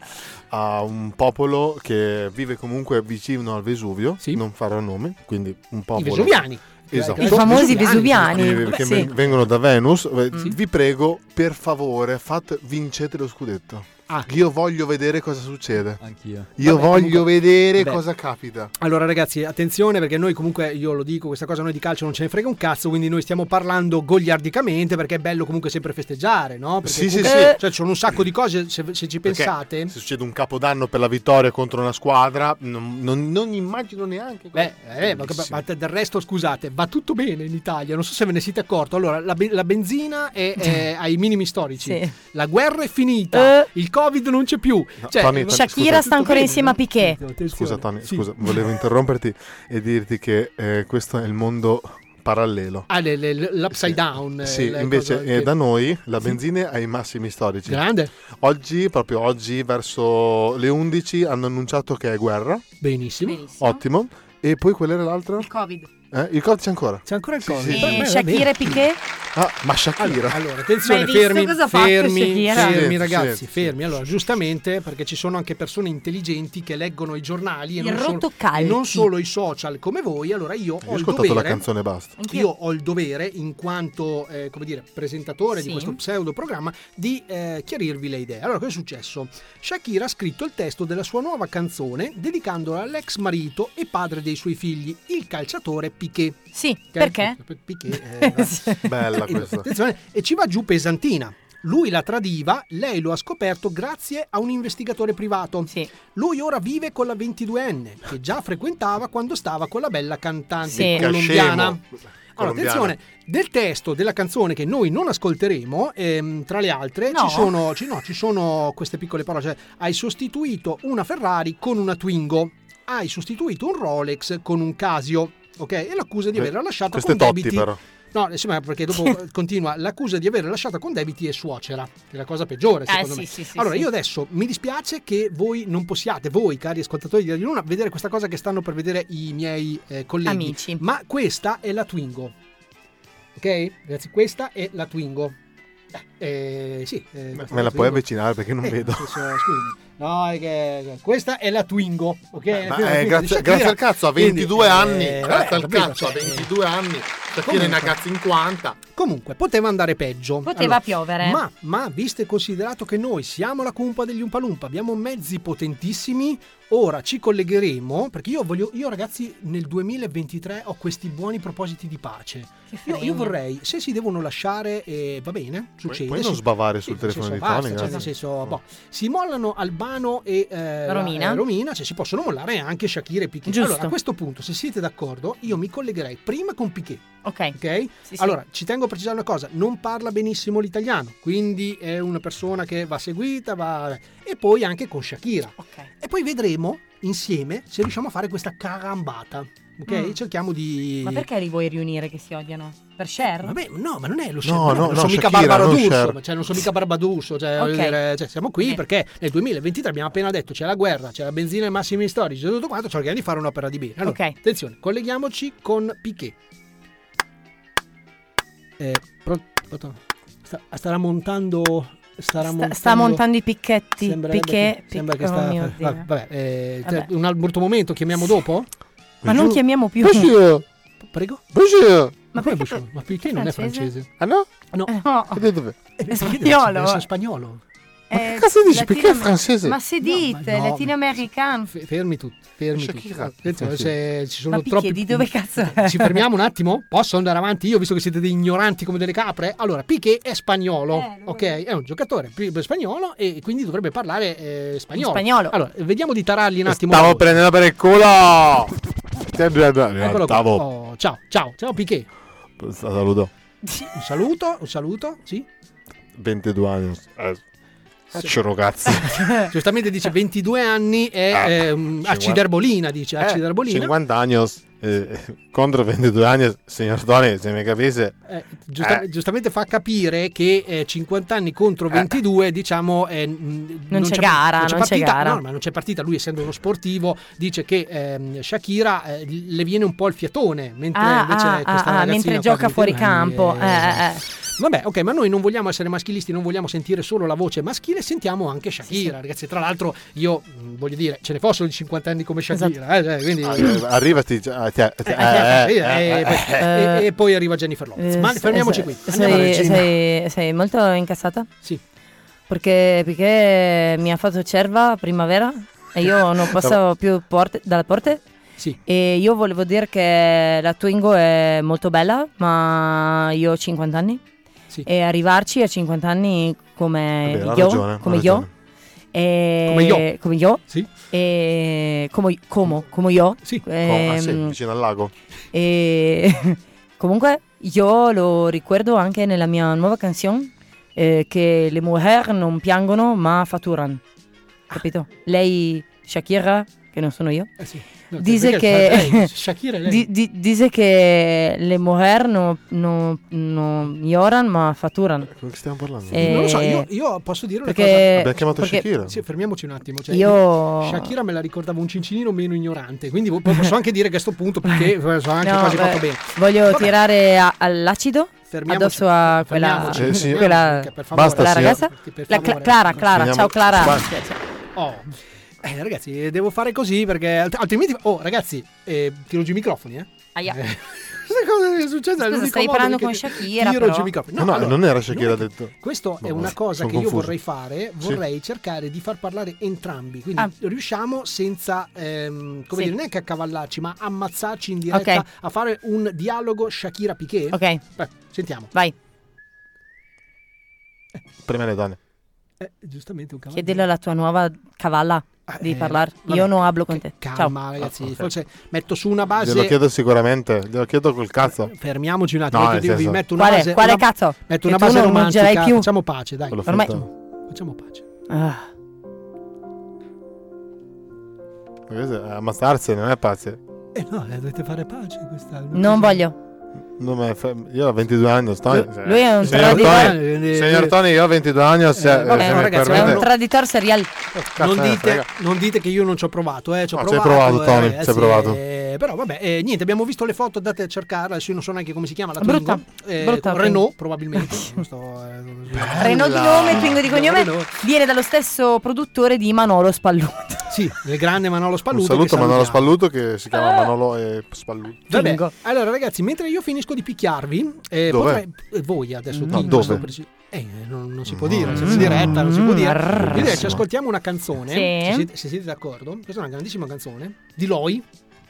[SPEAKER 11] a un popolo che vive comunque vicino al Vesuvio, non farò nomi, quindi un popolo.
[SPEAKER 13] vesuviani.
[SPEAKER 11] Esatto.
[SPEAKER 4] I famosi vesuviani.
[SPEAKER 11] Che- Che
[SPEAKER 4] Sì.
[SPEAKER 11] ven- vengono da Venus. Ve-
[SPEAKER 4] Mm.
[SPEAKER 11] Vi prego, per favore, fate- vincete lo scudetto. Io voglio vedere cosa succede.
[SPEAKER 16] Anch'io.
[SPEAKER 11] Io
[SPEAKER 13] Ah, Vabbè,
[SPEAKER 11] voglio
[SPEAKER 13] comunque-
[SPEAKER 11] vedere
[SPEAKER 13] vabbè.
[SPEAKER 11] cosa capita.
[SPEAKER 13] Allora ragazzi, attenzione perché noi comunque, io lo dico, questa cosa noi di calcio non ce ne frega un cazzo, quindi noi stiamo parlando goliardicamente perché è bello comunque sempre festeggiare, no? Perché
[SPEAKER 11] Sì, sì,
[SPEAKER 13] comunque-
[SPEAKER 11] sì.
[SPEAKER 13] Cioè, ci sono un sacco di cose, se, se ci
[SPEAKER 11] Perché
[SPEAKER 13] pensate...
[SPEAKER 11] Se succede un capodanno per la vittoria contro una squadra, non, non- non immagino neanche.
[SPEAKER 13] Beh, eh, ma, ma del resto scusate, va tutto bene in Italia, non so se ve ne siete accorto. Allora, la, be- la benzina è, è ai minimi storici,
[SPEAKER 4] Sì. Eh.
[SPEAKER 13] la guerra è finita, il Covid non c'è più. Cioè,
[SPEAKER 11] Tony, Tony,
[SPEAKER 4] Shakira
[SPEAKER 11] scusa.
[SPEAKER 4] sta ancora insieme a Piquet.
[SPEAKER 11] Scusa, Tony, scusa, volevo interromperti e dirti che eh, questo è il mondo parallelo.
[SPEAKER 13] Ah, le- le- l'upside down. eh,
[SPEAKER 11] Sì,
[SPEAKER 13] le
[SPEAKER 11] invece
[SPEAKER 13] cose
[SPEAKER 11] eh,
[SPEAKER 13] che-
[SPEAKER 11] da noi la benzina è ai massimi storici.
[SPEAKER 13] Grande.
[SPEAKER 11] Oggi, proprio oggi, verso le 11 hanno annunciato che è guerra.
[SPEAKER 13] Benissimo.
[SPEAKER 11] Ottimo. E poi quella era l'altra? Il
[SPEAKER 20] Covid.
[SPEAKER 11] Eh? Il Covid c'è ancora?
[SPEAKER 13] C'è ancora il Covid.
[SPEAKER 4] E Shakira e Piquet?
[SPEAKER 11] Ah, ma Shakira.
[SPEAKER 13] Allora, allora,
[SPEAKER 4] Ma
[SPEAKER 13] attenzione,
[SPEAKER 4] hai visto
[SPEAKER 13] fermi,
[SPEAKER 4] cosa ha fatto
[SPEAKER 13] fermi,
[SPEAKER 4] Shakira?
[SPEAKER 13] fermi
[SPEAKER 11] Sì,
[SPEAKER 13] ragazzi,
[SPEAKER 11] sì,
[SPEAKER 13] fermi. Allora, giustamente, perché ci sono anche persone intelligenti che leggono i giornali e
[SPEAKER 4] I
[SPEAKER 13] non solo,
[SPEAKER 4] rotocalchi.
[SPEAKER 13] e non solo i social come voi, allora io ho
[SPEAKER 11] Io ho
[SPEAKER 13] il
[SPEAKER 11] ascoltato la
[SPEAKER 13] dovere-
[SPEAKER 11] canzone e basta.
[SPEAKER 13] Io ho il dovere, in quanto eh, come dire, presentatore
[SPEAKER 4] Sì.
[SPEAKER 13] di questo pseudo programma, di eh, chiarirvi le idee. Allora, cosa è successo? Shakira ha scritto il testo della sua nuova canzone dedicandola all'ex marito e padre dei suoi figli, il calciatore Piquet.
[SPEAKER 4] Sì,
[SPEAKER 13] perché? eh,
[SPEAKER 11] Bella questa.
[SPEAKER 13] esatto. E- Eh, attenzione, e ci va giù pesantina. Lui la tradiva, lei lo ha scoperto grazie a un investigatore privato. Lui ora vive con la 22enne, che già frequentava quando stava con la bella cantante
[SPEAKER 11] Sì. Mica
[SPEAKER 13] colombiana.
[SPEAKER 11] scemo.
[SPEAKER 13] Allora,
[SPEAKER 11] Colombiana.
[SPEAKER 13] attenzione, del testo della canzone che noi non ascolteremo, ehm, tra le altre,
[SPEAKER 4] No.
[SPEAKER 13] ci, sono, ci- no, ci sono queste piccole parole. Cioè, hai sostituito una Ferrari con una Twingo, hai sostituito un Rolex con un Casio, ok? E l'accusa di
[SPEAKER 11] Beh,
[SPEAKER 13] averla lasciata
[SPEAKER 11] Cioè, Queste
[SPEAKER 13] con
[SPEAKER 11] Totti,
[SPEAKER 13] debiti.
[SPEAKER 11] però.
[SPEAKER 13] No, eh, sì, ma perché dopo eh, continua l'accusa di aver lasciata con debiti è suocera, che è la cosa peggiore,
[SPEAKER 4] Eh,
[SPEAKER 13] secondo
[SPEAKER 4] sì,
[SPEAKER 13] me.
[SPEAKER 4] sì, sì,
[SPEAKER 13] allora,
[SPEAKER 4] sì.
[SPEAKER 13] io adesso mi dispiace che voi non possiate, voi, cari ascoltatori di Radio Luna, vedere questa cosa che stanno per vedere i miei eh, colleghi.
[SPEAKER 4] Amici.
[SPEAKER 13] Ma questa è la Twingo. Ok? Ragazzi, questa è la Twingo. Eh, Eh, sì, eh, questa
[SPEAKER 11] Me la
[SPEAKER 13] Twingo.
[SPEAKER 11] puoi avvicinare perché non
[SPEAKER 13] Eh,
[SPEAKER 11] vedo.
[SPEAKER 13] nel senso, scusami. No, è che- eh, questa è la Twingo, ok?
[SPEAKER 11] Ma,
[SPEAKER 13] Questa
[SPEAKER 11] eh, grazie,
[SPEAKER 13] qui, lasciati
[SPEAKER 11] grazie
[SPEAKER 13] dire.
[SPEAKER 11] al cazzo, a
[SPEAKER 13] Quindi,
[SPEAKER 11] 22
[SPEAKER 13] eh,
[SPEAKER 11] anni.
[SPEAKER 13] vabbè,
[SPEAKER 11] grazie al
[SPEAKER 13] capito,
[SPEAKER 11] cazzo, a
[SPEAKER 13] cioè,
[SPEAKER 11] 22 anni. Per
[SPEAKER 13] comunque.
[SPEAKER 11] tiene una cazzo 50.
[SPEAKER 13] Comunque, poteva andare peggio.
[SPEAKER 4] Poteva
[SPEAKER 13] Allora,
[SPEAKER 4] piovere.
[SPEAKER 13] Ma, ma visto e considerato che noi siamo la cumpa degli Umpalumpa, abbiamo mezzi potentissimi, ora ci collegheremo, perché io voglio, io ragazzi nel 2023 ho questi buoni propositi di pace. Io, io
[SPEAKER 4] fregno.
[SPEAKER 13] vorrei, se si devono lasciare, eh, va bene, succede.
[SPEAKER 11] puoi non
[SPEAKER 13] si-
[SPEAKER 11] sbavare sul
[SPEAKER 13] sì, nel
[SPEAKER 11] telefono
[SPEAKER 13] senso,
[SPEAKER 11] di Tony, eh.
[SPEAKER 13] basta, cioè,
[SPEAKER 11] grazie.
[SPEAKER 13] nel senso, boh, si mollano Albano e eh,
[SPEAKER 4] Romina.
[SPEAKER 13] eh, cioè si possono mollare anche Shakira e Piquet.
[SPEAKER 4] Giusto.
[SPEAKER 13] Allora, a questo punto, se siete d'accordo, io mi collegherei prima con Piquet.
[SPEAKER 4] Ok. Sì, sì.
[SPEAKER 13] Allora, ci tengo a precisare una cosa, non parla benissimo l'italiano, quindi è una persona che va seguita, va... e poi anche con Shakira. E poi vedremo insieme se riusciamo a fare questa carambata, ok?
[SPEAKER 4] Mm.
[SPEAKER 13] Cerchiamo di...
[SPEAKER 4] Ma perché li vuoi riunire che si odiano? Per share?
[SPEAKER 13] Vabbè, no, ma non è lo
[SPEAKER 11] No, no,
[SPEAKER 13] non sono
[SPEAKER 11] no, Shakira,
[SPEAKER 13] mica Barbaro
[SPEAKER 11] non
[SPEAKER 13] D'Urso,
[SPEAKER 11] Cher.
[SPEAKER 13] ma cioè non sono mica Barbadusso, cioè,
[SPEAKER 4] Ok.
[SPEAKER 13] voglio dire, cioè, siamo qui perché nel 2023 abbiamo appena detto c'è la guerra, c'è la benzina ai massimi storici, c'è tutto quanto, cerchiamo di fare un'opera di bene. Allora,
[SPEAKER 4] Ok.
[SPEAKER 13] attenzione, colleghiamoci con Piquet. Eh, pro- pronto? Sta- starà montando starà
[SPEAKER 4] Sta-
[SPEAKER 13] montando,
[SPEAKER 4] sta montando i picchetti,
[SPEAKER 13] Sembrerebbe
[SPEAKER 4] Piquet,
[SPEAKER 13] che, sembra che
[SPEAKER 4] Pic- oh
[SPEAKER 13] sta
[SPEAKER 4] mio
[SPEAKER 13] va-
[SPEAKER 4] Dio.
[SPEAKER 13] vabbè, eh, cioè,
[SPEAKER 4] Vabbè.
[SPEAKER 13] un altro momento chiamiamo dopo?
[SPEAKER 4] Ma non chiamiamo più.
[SPEAKER 11] Bonjour.
[SPEAKER 13] Prego.
[SPEAKER 11] Bonjour.
[SPEAKER 13] Ma come Bushido? Ma Piquet non è
[SPEAKER 4] francese?
[SPEAKER 13] francese.
[SPEAKER 11] Ah no?
[SPEAKER 13] No.
[SPEAKER 11] Vedi dov'è?
[SPEAKER 4] È
[SPEAKER 13] Deve essere
[SPEAKER 4] spagnolo.
[SPEAKER 13] spagnolo.
[SPEAKER 4] Eh,
[SPEAKER 11] che cazzo dici?
[SPEAKER 4] latino-
[SPEAKER 11] Perché è francese?
[SPEAKER 4] Ma se dite,
[SPEAKER 13] no, ma-
[SPEAKER 4] latinoamericano.
[SPEAKER 13] F- fermi tutti, fermi
[SPEAKER 4] Shakira.
[SPEAKER 13] tutti. Attenzione, se ci sono
[SPEAKER 4] Ma Piquet,
[SPEAKER 13] troppi
[SPEAKER 4] di dove cazzo è?
[SPEAKER 13] Ci fermiamo un attimo? Posso andare avanti io visto che siete degli ignoranti come delle capre? Allora, Piquet è
[SPEAKER 4] Eh,
[SPEAKER 13] spagnolo, ok? È un giocatore pi- spagnolo e quindi dovrebbe parlare eh, spagnolo.
[SPEAKER 4] Spagnolo.
[SPEAKER 13] Allora, vediamo di tarargli un attimo.
[SPEAKER 11] Stavo
[SPEAKER 13] la voce.
[SPEAKER 11] prendendo per il culo.
[SPEAKER 13] Eccolo qua.
[SPEAKER 11] Stavo.
[SPEAKER 13] Oh, ciao, ciao, ciao Piquet.
[SPEAKER 11] Oh. Saluto.
[SPEAKER 13] Un saluto, un saluto, sì.
[SPEAKER 11] 22 anni. Eh, Caccio ragazzi.
[SPEAKER 13] Giustamente dice 22 anni e
[SPEAKER 11] Ah, Eh,
[SPEAKER 13] ehm, aciderbolina, dice aciderbolina.
[SPEAKER 11] 50 años eh, contro 22 anni, signor Tony, se mi capisse.
[SPEAKER 13] Eh, giusta-
[SPEAKER 11] Eh.
[SPEAKER 13] Giustamente fa capire che eh, 50 anni contro 22, diciamo, eh, n- non,
[SPEAKER 4] c'è gara, non c'è
[SPEAKER 13] partita.
[SPEAKER 4] gara.
[SPEAKER 13] No, ma non c'è partita. Lui, essendo uno sportivo, dice che ehm, Shakira eh, le viene un po' il fiatone mentre
[SPEAKER 4] Ah,
[SPEAKER 13] invece
[SPEAKER 4] ah,
[SPEAKER 13] questa
[SPEAKER 4] ah, ah,
[SPEAKER 13] ragazzina
[SPEAKER 4] mentre
[SPEAKER 13] qua,
[SPEAKER 4] gioca
[SPEAKER 13] 22
[SPEAKER 4] fuori
[SPEAKER 13] anni,
[SPEAKER 4] campo.
[SPEAKER 13] eh,
[SPEAKER 4] Eh, eh, eh.
[SPEAKER 13] Vabbè, ok, ma noi non vogliamo essere maschilisti, non vogliamo sentire solo la voce maschile, sentiamo anche Shakira, ragazzi. Tra l'altro, io mh, voglio dire, ce ne fossero di 50 anni come Shakira,
[SPEAKER 4] Esatto.
[SPEAKER 13] eh, cioè, quindi.
[SPEAKER 11] Eh, Arriva sti- ah, ti- ti- eh,
[SPEAKER 13] Eh,
[SPEAKER 11] eh,
[SPEAKER 13] eh,
[SPEAKER 11] eh,
[SPEAKER 13] eh,
[SPEAKER 4] eh.
[SPEAKER 13] e- e poi arriva Jennifer Lopez.
[SPEAKER 4] Eh,
[SPEAKER 13] Ma
[SPEAKER 4] se-
[SPEAKER 13] fermiamoci
[SPEAKER 4] se-
[SPEAKER 13] qui. Andiamo alla
[SPEAKER 4] Sei,
[SPEAKER 13] regina.
[SPEAKER 4] sei- sei molto incazzata?
[SPEAKER 13] Sì.
[SPEAKER 4] Perché, perché mi ha fatto cerva primavera e io non passo più porte, dalla porte.
[SPEAKER 13] Sì.
[SPEAKER 4] E io volevo dire che la Twingo è molto bella, ma io ho 50 anni. E arrivarci a 50 anni come
[SPEAKER 11] Vabbè, ha
[SPEAKER 4] io,
[SPEAKER 11] ragione, ha
[SPEAKER 4] come io,
[SPEAKER 11] ragione.
[SPEAKER 4] e-
[SPEAKER 11] Come io.
[SPEAKER 4] come io,
[SPEAKER 13] Sì.
[SPEAKER 4] e come, come, come io,
[SPEAKER 11] Oh, ah, sì,
[SPEAKER 4] ehm,
[SPEAKER 11] vicino al lago.
[SPEAKER 4] e comunque io lo ricordo anche nella mia nuova canzone eh, che le mujer non piangono ma fatturan. Capito? Lei, Shakira, che non sono io,
[SPEAKER 13] Eh No,
[SPEAKER 4] dice
[SPEAKER 13] perché-
[SPEAKER 4] che...
[SPEAKER 13] eh, Shakira è lei.
[SPEAKER 4] di- di- dice che le mujer non no, no, lloran ma fatturan.
[SPEAKER 11] Come stiamo parlando?
[SPEAKER 13] non lo so, io, io posso dire una
[SPEAKER 4] perché-
[SPEAKER 13] cosa.
[SPEAKER 4] Abbiamo chiamato perché- Shakira.
[SPEAKER 13] Sì, fermiamoci un attimo. cioè,
[SPEAKER 4] Io-
[SPEAKER 13] Shakira me la ricordavo un cincinino meno ignorante, quindi po- posso anche dire che a sto punto perché sono anche
[SPEAKER 4] No,
[SPEAKER 13] quasi
[SPEAKER 4] beh,
[SPEAKER 13] fatto bene.
[SPEAKER 4] Voglio
[SPEAKER 13] Vabbè.
[SPEAKER 4] tirare a- all'acido addosso a quella,
[SPEAKER 13] fermiamoci, Eh, sì.
[SPEAKER 4] quella,
[SPEAKER 13] perché per favore,
[SPEAKER 4] quella
[SPEAKER 13] Basta, signor-
[SPEAKER 4] ragazza.
[SPEAKER 13] perché per
[SPEAKER 4] La Cla-
[SPEAKER 13] favore.
[SPEAKER 4] Clara, Clara,
[SPEAKER 13] Finiamo-
[SPEAKER 4] ciao Clara.
[SPEAKER 13] Basta. Oh. Eh, ragazzi, devo fare così perché alt- altrimenti... Oh, ragazzi, eh, tiro giù i microfoni, eh.
[SPEAKER 4] Aia.
[SPEAKER 13] Questa cosa che è successa è
[SPEAKER 4] Scusa,
[SPEAKER 13] l'unico
[SPEAKER 4] stai
[SPEAKER 13] modo
[SPEAKER 4] parlando
[SPEAKER 13] che-
[SPEAKER 4] con Shakira,
[SPEAKER 13] Tiro
[SPEAKER 4] però.
[SPEAKER 13] giù i microfoni.
[SPEAKER 11] No, no,
[SPEAKER 13] allora,
[SPEAKER 11] non era Shakira, ha detto.
[SPEAKER 13] Questo è
[SPEAKER 11] Boh,
[SPEAKER 13] una cosa
[SPEAKER 11] sono
[SPEAKER 13] che io
[SPEAKER 11] confuso.
[SPEAKER 13] vorrei fare,
[SPEAKER 11] Sì.
[SPEAKER 13] vorrei cercare di far parlare entrambi, quindi riusciamo senza, ehm, come
[SPEAKER 4] Ah. Sì.
[SPEAKER 13] dire, neanche accavallarci, ma ammazzarci in diretta
[SPEAKER 4] Ok.
[SPEAKER 13] a fare un dialogo Shakira-Piquet.
[SPEAKER 4] Ok.
[SPEAKER 13] Beh, sentiamo.
[SPEAKER 4] Vai,
[SPEAKER 11] Prima le donne.
[SPEAKER 13] Eh, giustamente un cavallo.
[SPEAKER 4] chiedila alla tua nuova cavalla di
[SPEAKER 13] eh,
[SPEAKER 4] parlare.
[SPEAKER 13] vabbè.
[SPEAKER 4] Io non hablo con te.
[SPEAKER 13] Calma,
[SPEAKER 4] ciao.
[SPEAKER 13] ragazzi, forse metto su una base...
[SPEAKER 11] Glielo chiedo sicuramente, glielo chiedo col
[SPEAKER 13] Eh,
[SPEAKER 11] cazzo.
[SPEAKER 13] Fermiamoci un attimo,
[SPEAKER 11] No,
[SPEAKER 13] che
[SPEAKER 11] nel
[SPEAKER 13] io vi
[SPEAKER 11] senso-
[SPEAKER 13] metto una
[SPEAKER 4] Quale-
[SPEAKER 13] base...
[SPEAKER 4] quale
[SPEAKER 13] una-
[SPEAKER 4] cazzo?
[SPEAKER 13] Metto
[SPEAKER 4] Che
[SPEAKER 13] una
[SPEAKER 4] tu
[SPEAKER 13] base
[SPEAKER 4] non mangerai
[SPEAKER 13] romantica,
[SPEAKER 4] più.
[SPEAKER 13] facciamo pace, dai.
[SPEAKER 4] Quello Ormai- fatto.
[SPEAKER 13] Facciamo pace.
[SPEAKER 4] Ah,
[SPEAKER 11] Questo è Ammazzarsi non è pazzi.
[SPEAKER 13] Eh no, eh, dovete fare pace quest'anno.
[SPEAKER 4] non voglio.
[SPEAKER 11] No, ma fe- io ho 22 anni. Sto...
[SPEAKER 4] lui è un
[SPEAKER 11] signor
[SPEAKER 4] traditore.
[SPEAKER 11] Tony, signor Tony, io ho 22 anni. Se,
[SPEAKER 4] Eh, vabbè,
[SPEAKER 11] se
[SPEAKER 4] ma
[SPEAKER 11] mi
[SPEAKER 4] ragazzi,
[SPEAKER 11] permette-
[SPEAKER 4] è un traditor serial.
[SPEAKER 11] me
[SPEAKER 13] non,
[SPEAKER 11] ne eh, frega.
[SPEAKER 13] dite, non dite che io non ci ho provato, eh, ci ho
[SPEAKER 11] No, ci hai
[SPEAKER 13] provato.
[SPEAKER 11] provato, Tony, ci hai provato.
[SPEAKER 13] eh, però vabbè, eh, niente, abbiamo visto le foto, andate a cercarla, adesso io non so neanche come si chiama la
[SPEAKER 4] Brutta,
[SPEAKER 13] Twingo, eh,
[SPEAKER 4] brutta
[SPEAKER 13] con
[SPEAKER 4] Twingo.
[SPEAKER 13] Renault probabilmente. non sto, eh, non so.
[SPEAKER 4] Renault di nome, Twingo di cognome,
[SPEAKER 13] Renault.
[SPEAKER 4] viene dallo stesso produttore di Manolo Spalluto.
[SPEAKER 13] Sì, il grande Manolo
[SPEAKER 11] Un
[SPEAKER 13] Spalluto.
[SPEAKER 11] saluto
[SPEAKER 13] che
[SPEAKER 11] a Manolo
[SPEAKER 13] salutiamo.
[SPEAKER 11] Spalluto che si
[SPEAKER 4] Eh.
[SPEAKER 11] chiama Manolo e Spalluto.
[SPEAKER 13] Vabbè, allora ragazzi, mentre io finisco di picchiarvi, eh,
[SPEAKER 11] Dov'è?
[SPEAKER 13] potrei- eh, voi adesso
[SPEAKER 11] No,
[SPEAKER 13] chi non
[SPEAKER 11] dove?
[SPEAKER 13] sto preci- eh, non, non si può dire,
[SPEAKER 4] Mm.
[SPEAKER 13] siamo in diretta, non si può dire.
[SPEAKER 11] Mm,
[SPEAKER 13] Io direi ci
[SPEAKER 11] sì.
[SPEAKER 13] ascoltiamo una canzone,
[SPEAKER 4] Sì.
[SPEAKER 13] se, siete, se siete d'accordo. Questa è una grandissima canzone di Loi.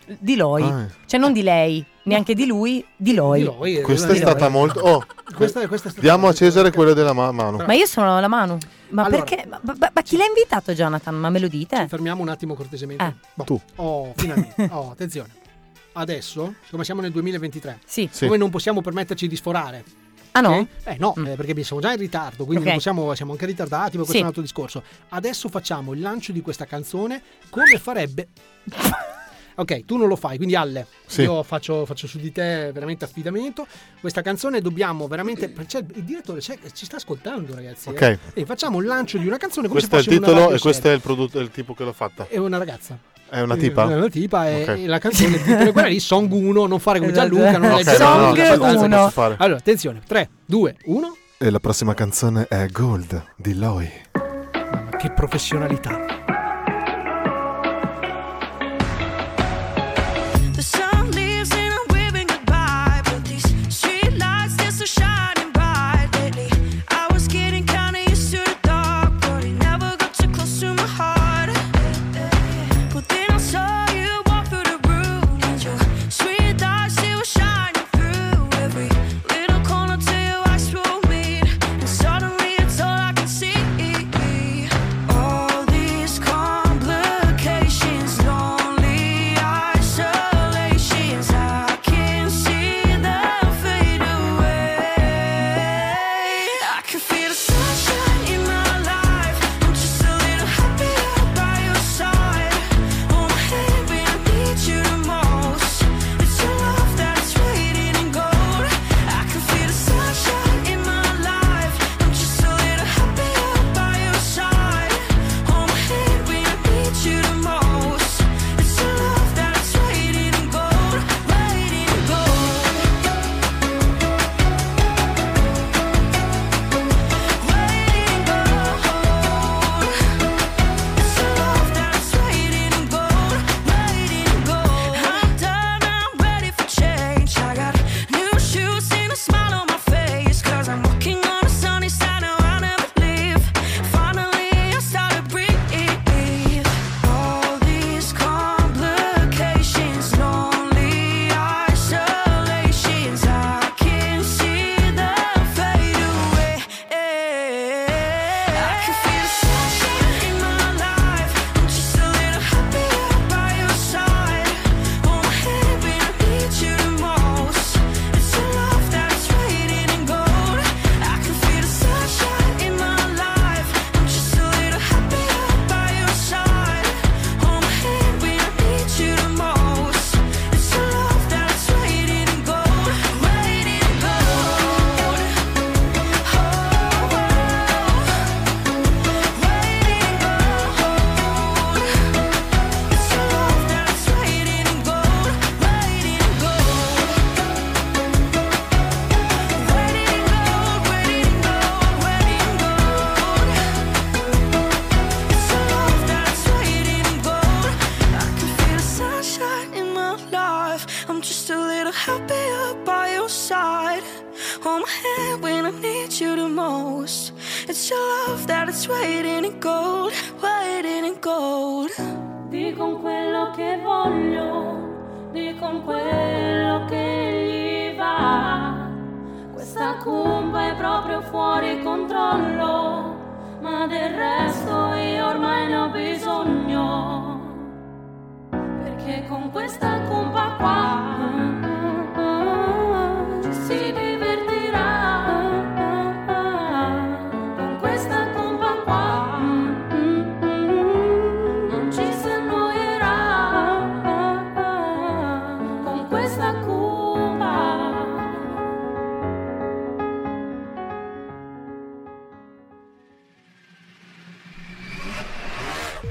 [SPEAKER 4] Di Loi,
[SPEAKER 13] Ah.
[SPEAKER 4] cioè non di lei, neanche di lui, di Loi.
[SPEAKER 13] Di Loi, eh,
[SPEAKER 11] Questa è
[SPEAKER 13] di
[SPEAKER 11] stata
[SPEAKER 13] Loi.
[SPEAKER 11] molto. Oh,
[SPEAKER 13] Questa- questa è stata-
[SPEAKER 11] diamo a Cesare quello della ma- mano.
[SPEAKER 4] Ma io sono la Manu. Ma
[SPEAKER 13] Allora.
[SPEAKER 4] perché? Ma, ma- ma chi l'ha invitato Jonathan? Ma me lo dite? Ci
[SPEAKER 13] fermiamo un attimo cortesemente.
[SPEAKER 4] Ah.
[SPEAKER 11] Tu.
[SPEAKER 13] Oh, finalmente. Oh, attenzione. Adesso, siccome siamo nel 2023,
[SPEAKER 4] sì.
[SPEAKER 13] come non possiamo permetterci di sforare.
[SPEAKER 4] Ah no?
[SPEAKER 13] ok? Eh no, eh, perché siamo già in ritardo, quindi
[SPEAKER 4] Ok.
[SPEAKER 13] non possiamo- siamo anche ritardati, ma questo
[SPEAKER 4] Sì.
[SPEAKER 13] è un altro discorso. Adesso facciamo il lancio di questa canzone come farebbe... Ok, tu non lo fai, quindi Alle,
[SPEAKER 11] Sì.
[SPEAKER 13] io faccio, faccio su di te veramente affidamento. Questa canzone dobbiamo veramente... c'è- il direttore c'è- ci sta ascoltando ragazzi. eh.
[SPEAKER 11] Ok.
[SPEAKER 13] E facciamo il lancio di una canzone come
[SPEAKER 11] Questo è
[SPEAKER 13] se
[SPEAKER 11] il
[SPEAKER 13] fosse una
[SPEAKER 11] titolo
[SPEAKER 13] radio
[SPEAKER 11] e questo
[SPEAKER 13] seria.
[SPEAKER 11] è il, prodotto- il tipo che l'ho fatta.
[SPEAKER 13] È una ragazza.
[SPEAKER 11] È una tipa?
[SPEAKER 13] È una tipa e,
[SPEAKER 11] Ok.
[SPEAKER 13] e la canzone è titola è quella lì, Song 1, non fare come Gianluca,
[SPEAKER 4] Esatto.
[SPEAKER 13] non
[SPEAKER 11] Ok,
[SPEAKER 13] leggere
[SPEAKER 11] no, no,
[SPEAKER 13] la
[SPEAKER 11] no,
[SPEAKER 13] lettera,
[SPEAKER 11] certo,
[SPEAKER 13] anzi,
[SPEAKER 11] non posso fare.
[SPEAKER 13] Allora, attenzione, 3, 2, 1.
[SPEAKER 11] E la prossima canzone è Gold di Loi.
[SPEAKER 13] Che professionalità.
[SPEAKER 21] The sun leaves and I'm waving goodbye, but these streetlights they're so shining bright lately. I was getting kinda used to the dark, but it never got too close to my heart. But then I saw you walk through the room, and your sweet eyes they were shining through every little corner till your eyes were meet, and suddenly it's all I can see. All these complications, lonely isolations, I can see them fade away. I can feel the sunshine in my life. I'm just a little happier by your side. Oh my baby, I need you the most. It's your love that's waiting in gold. I can feel the sunshine in my life. I'm just a little happier by your side. Oh my baby, I need you the most. It's your love that's waiting in gold, waiting in gold. I can see them fade away. I can feel the sunshine in my life. I'm just a little happier by your side. Oh my baby, I need you the most. It's your love that's waiting in gold. I can feel the sunshine in my life. I'm just a little happier by your side. Oh my baby, I need you the most. It's your love that's waiting in gold, waiting in gold. I'm just a little happier by your side. Hold my hand when I need you the most. It's your love that is waiting in gold, waiting in gold.
[SPEAKER 7] Di con quello che voglio, di con quello che gli va. Questa cumba è proprio fuori controllo, ma del resto io ormai ne ho bisogno. Perché con questa cumba qua ci si divertirà. Con questa cumba qua non ci si annoierà. Con questa cumba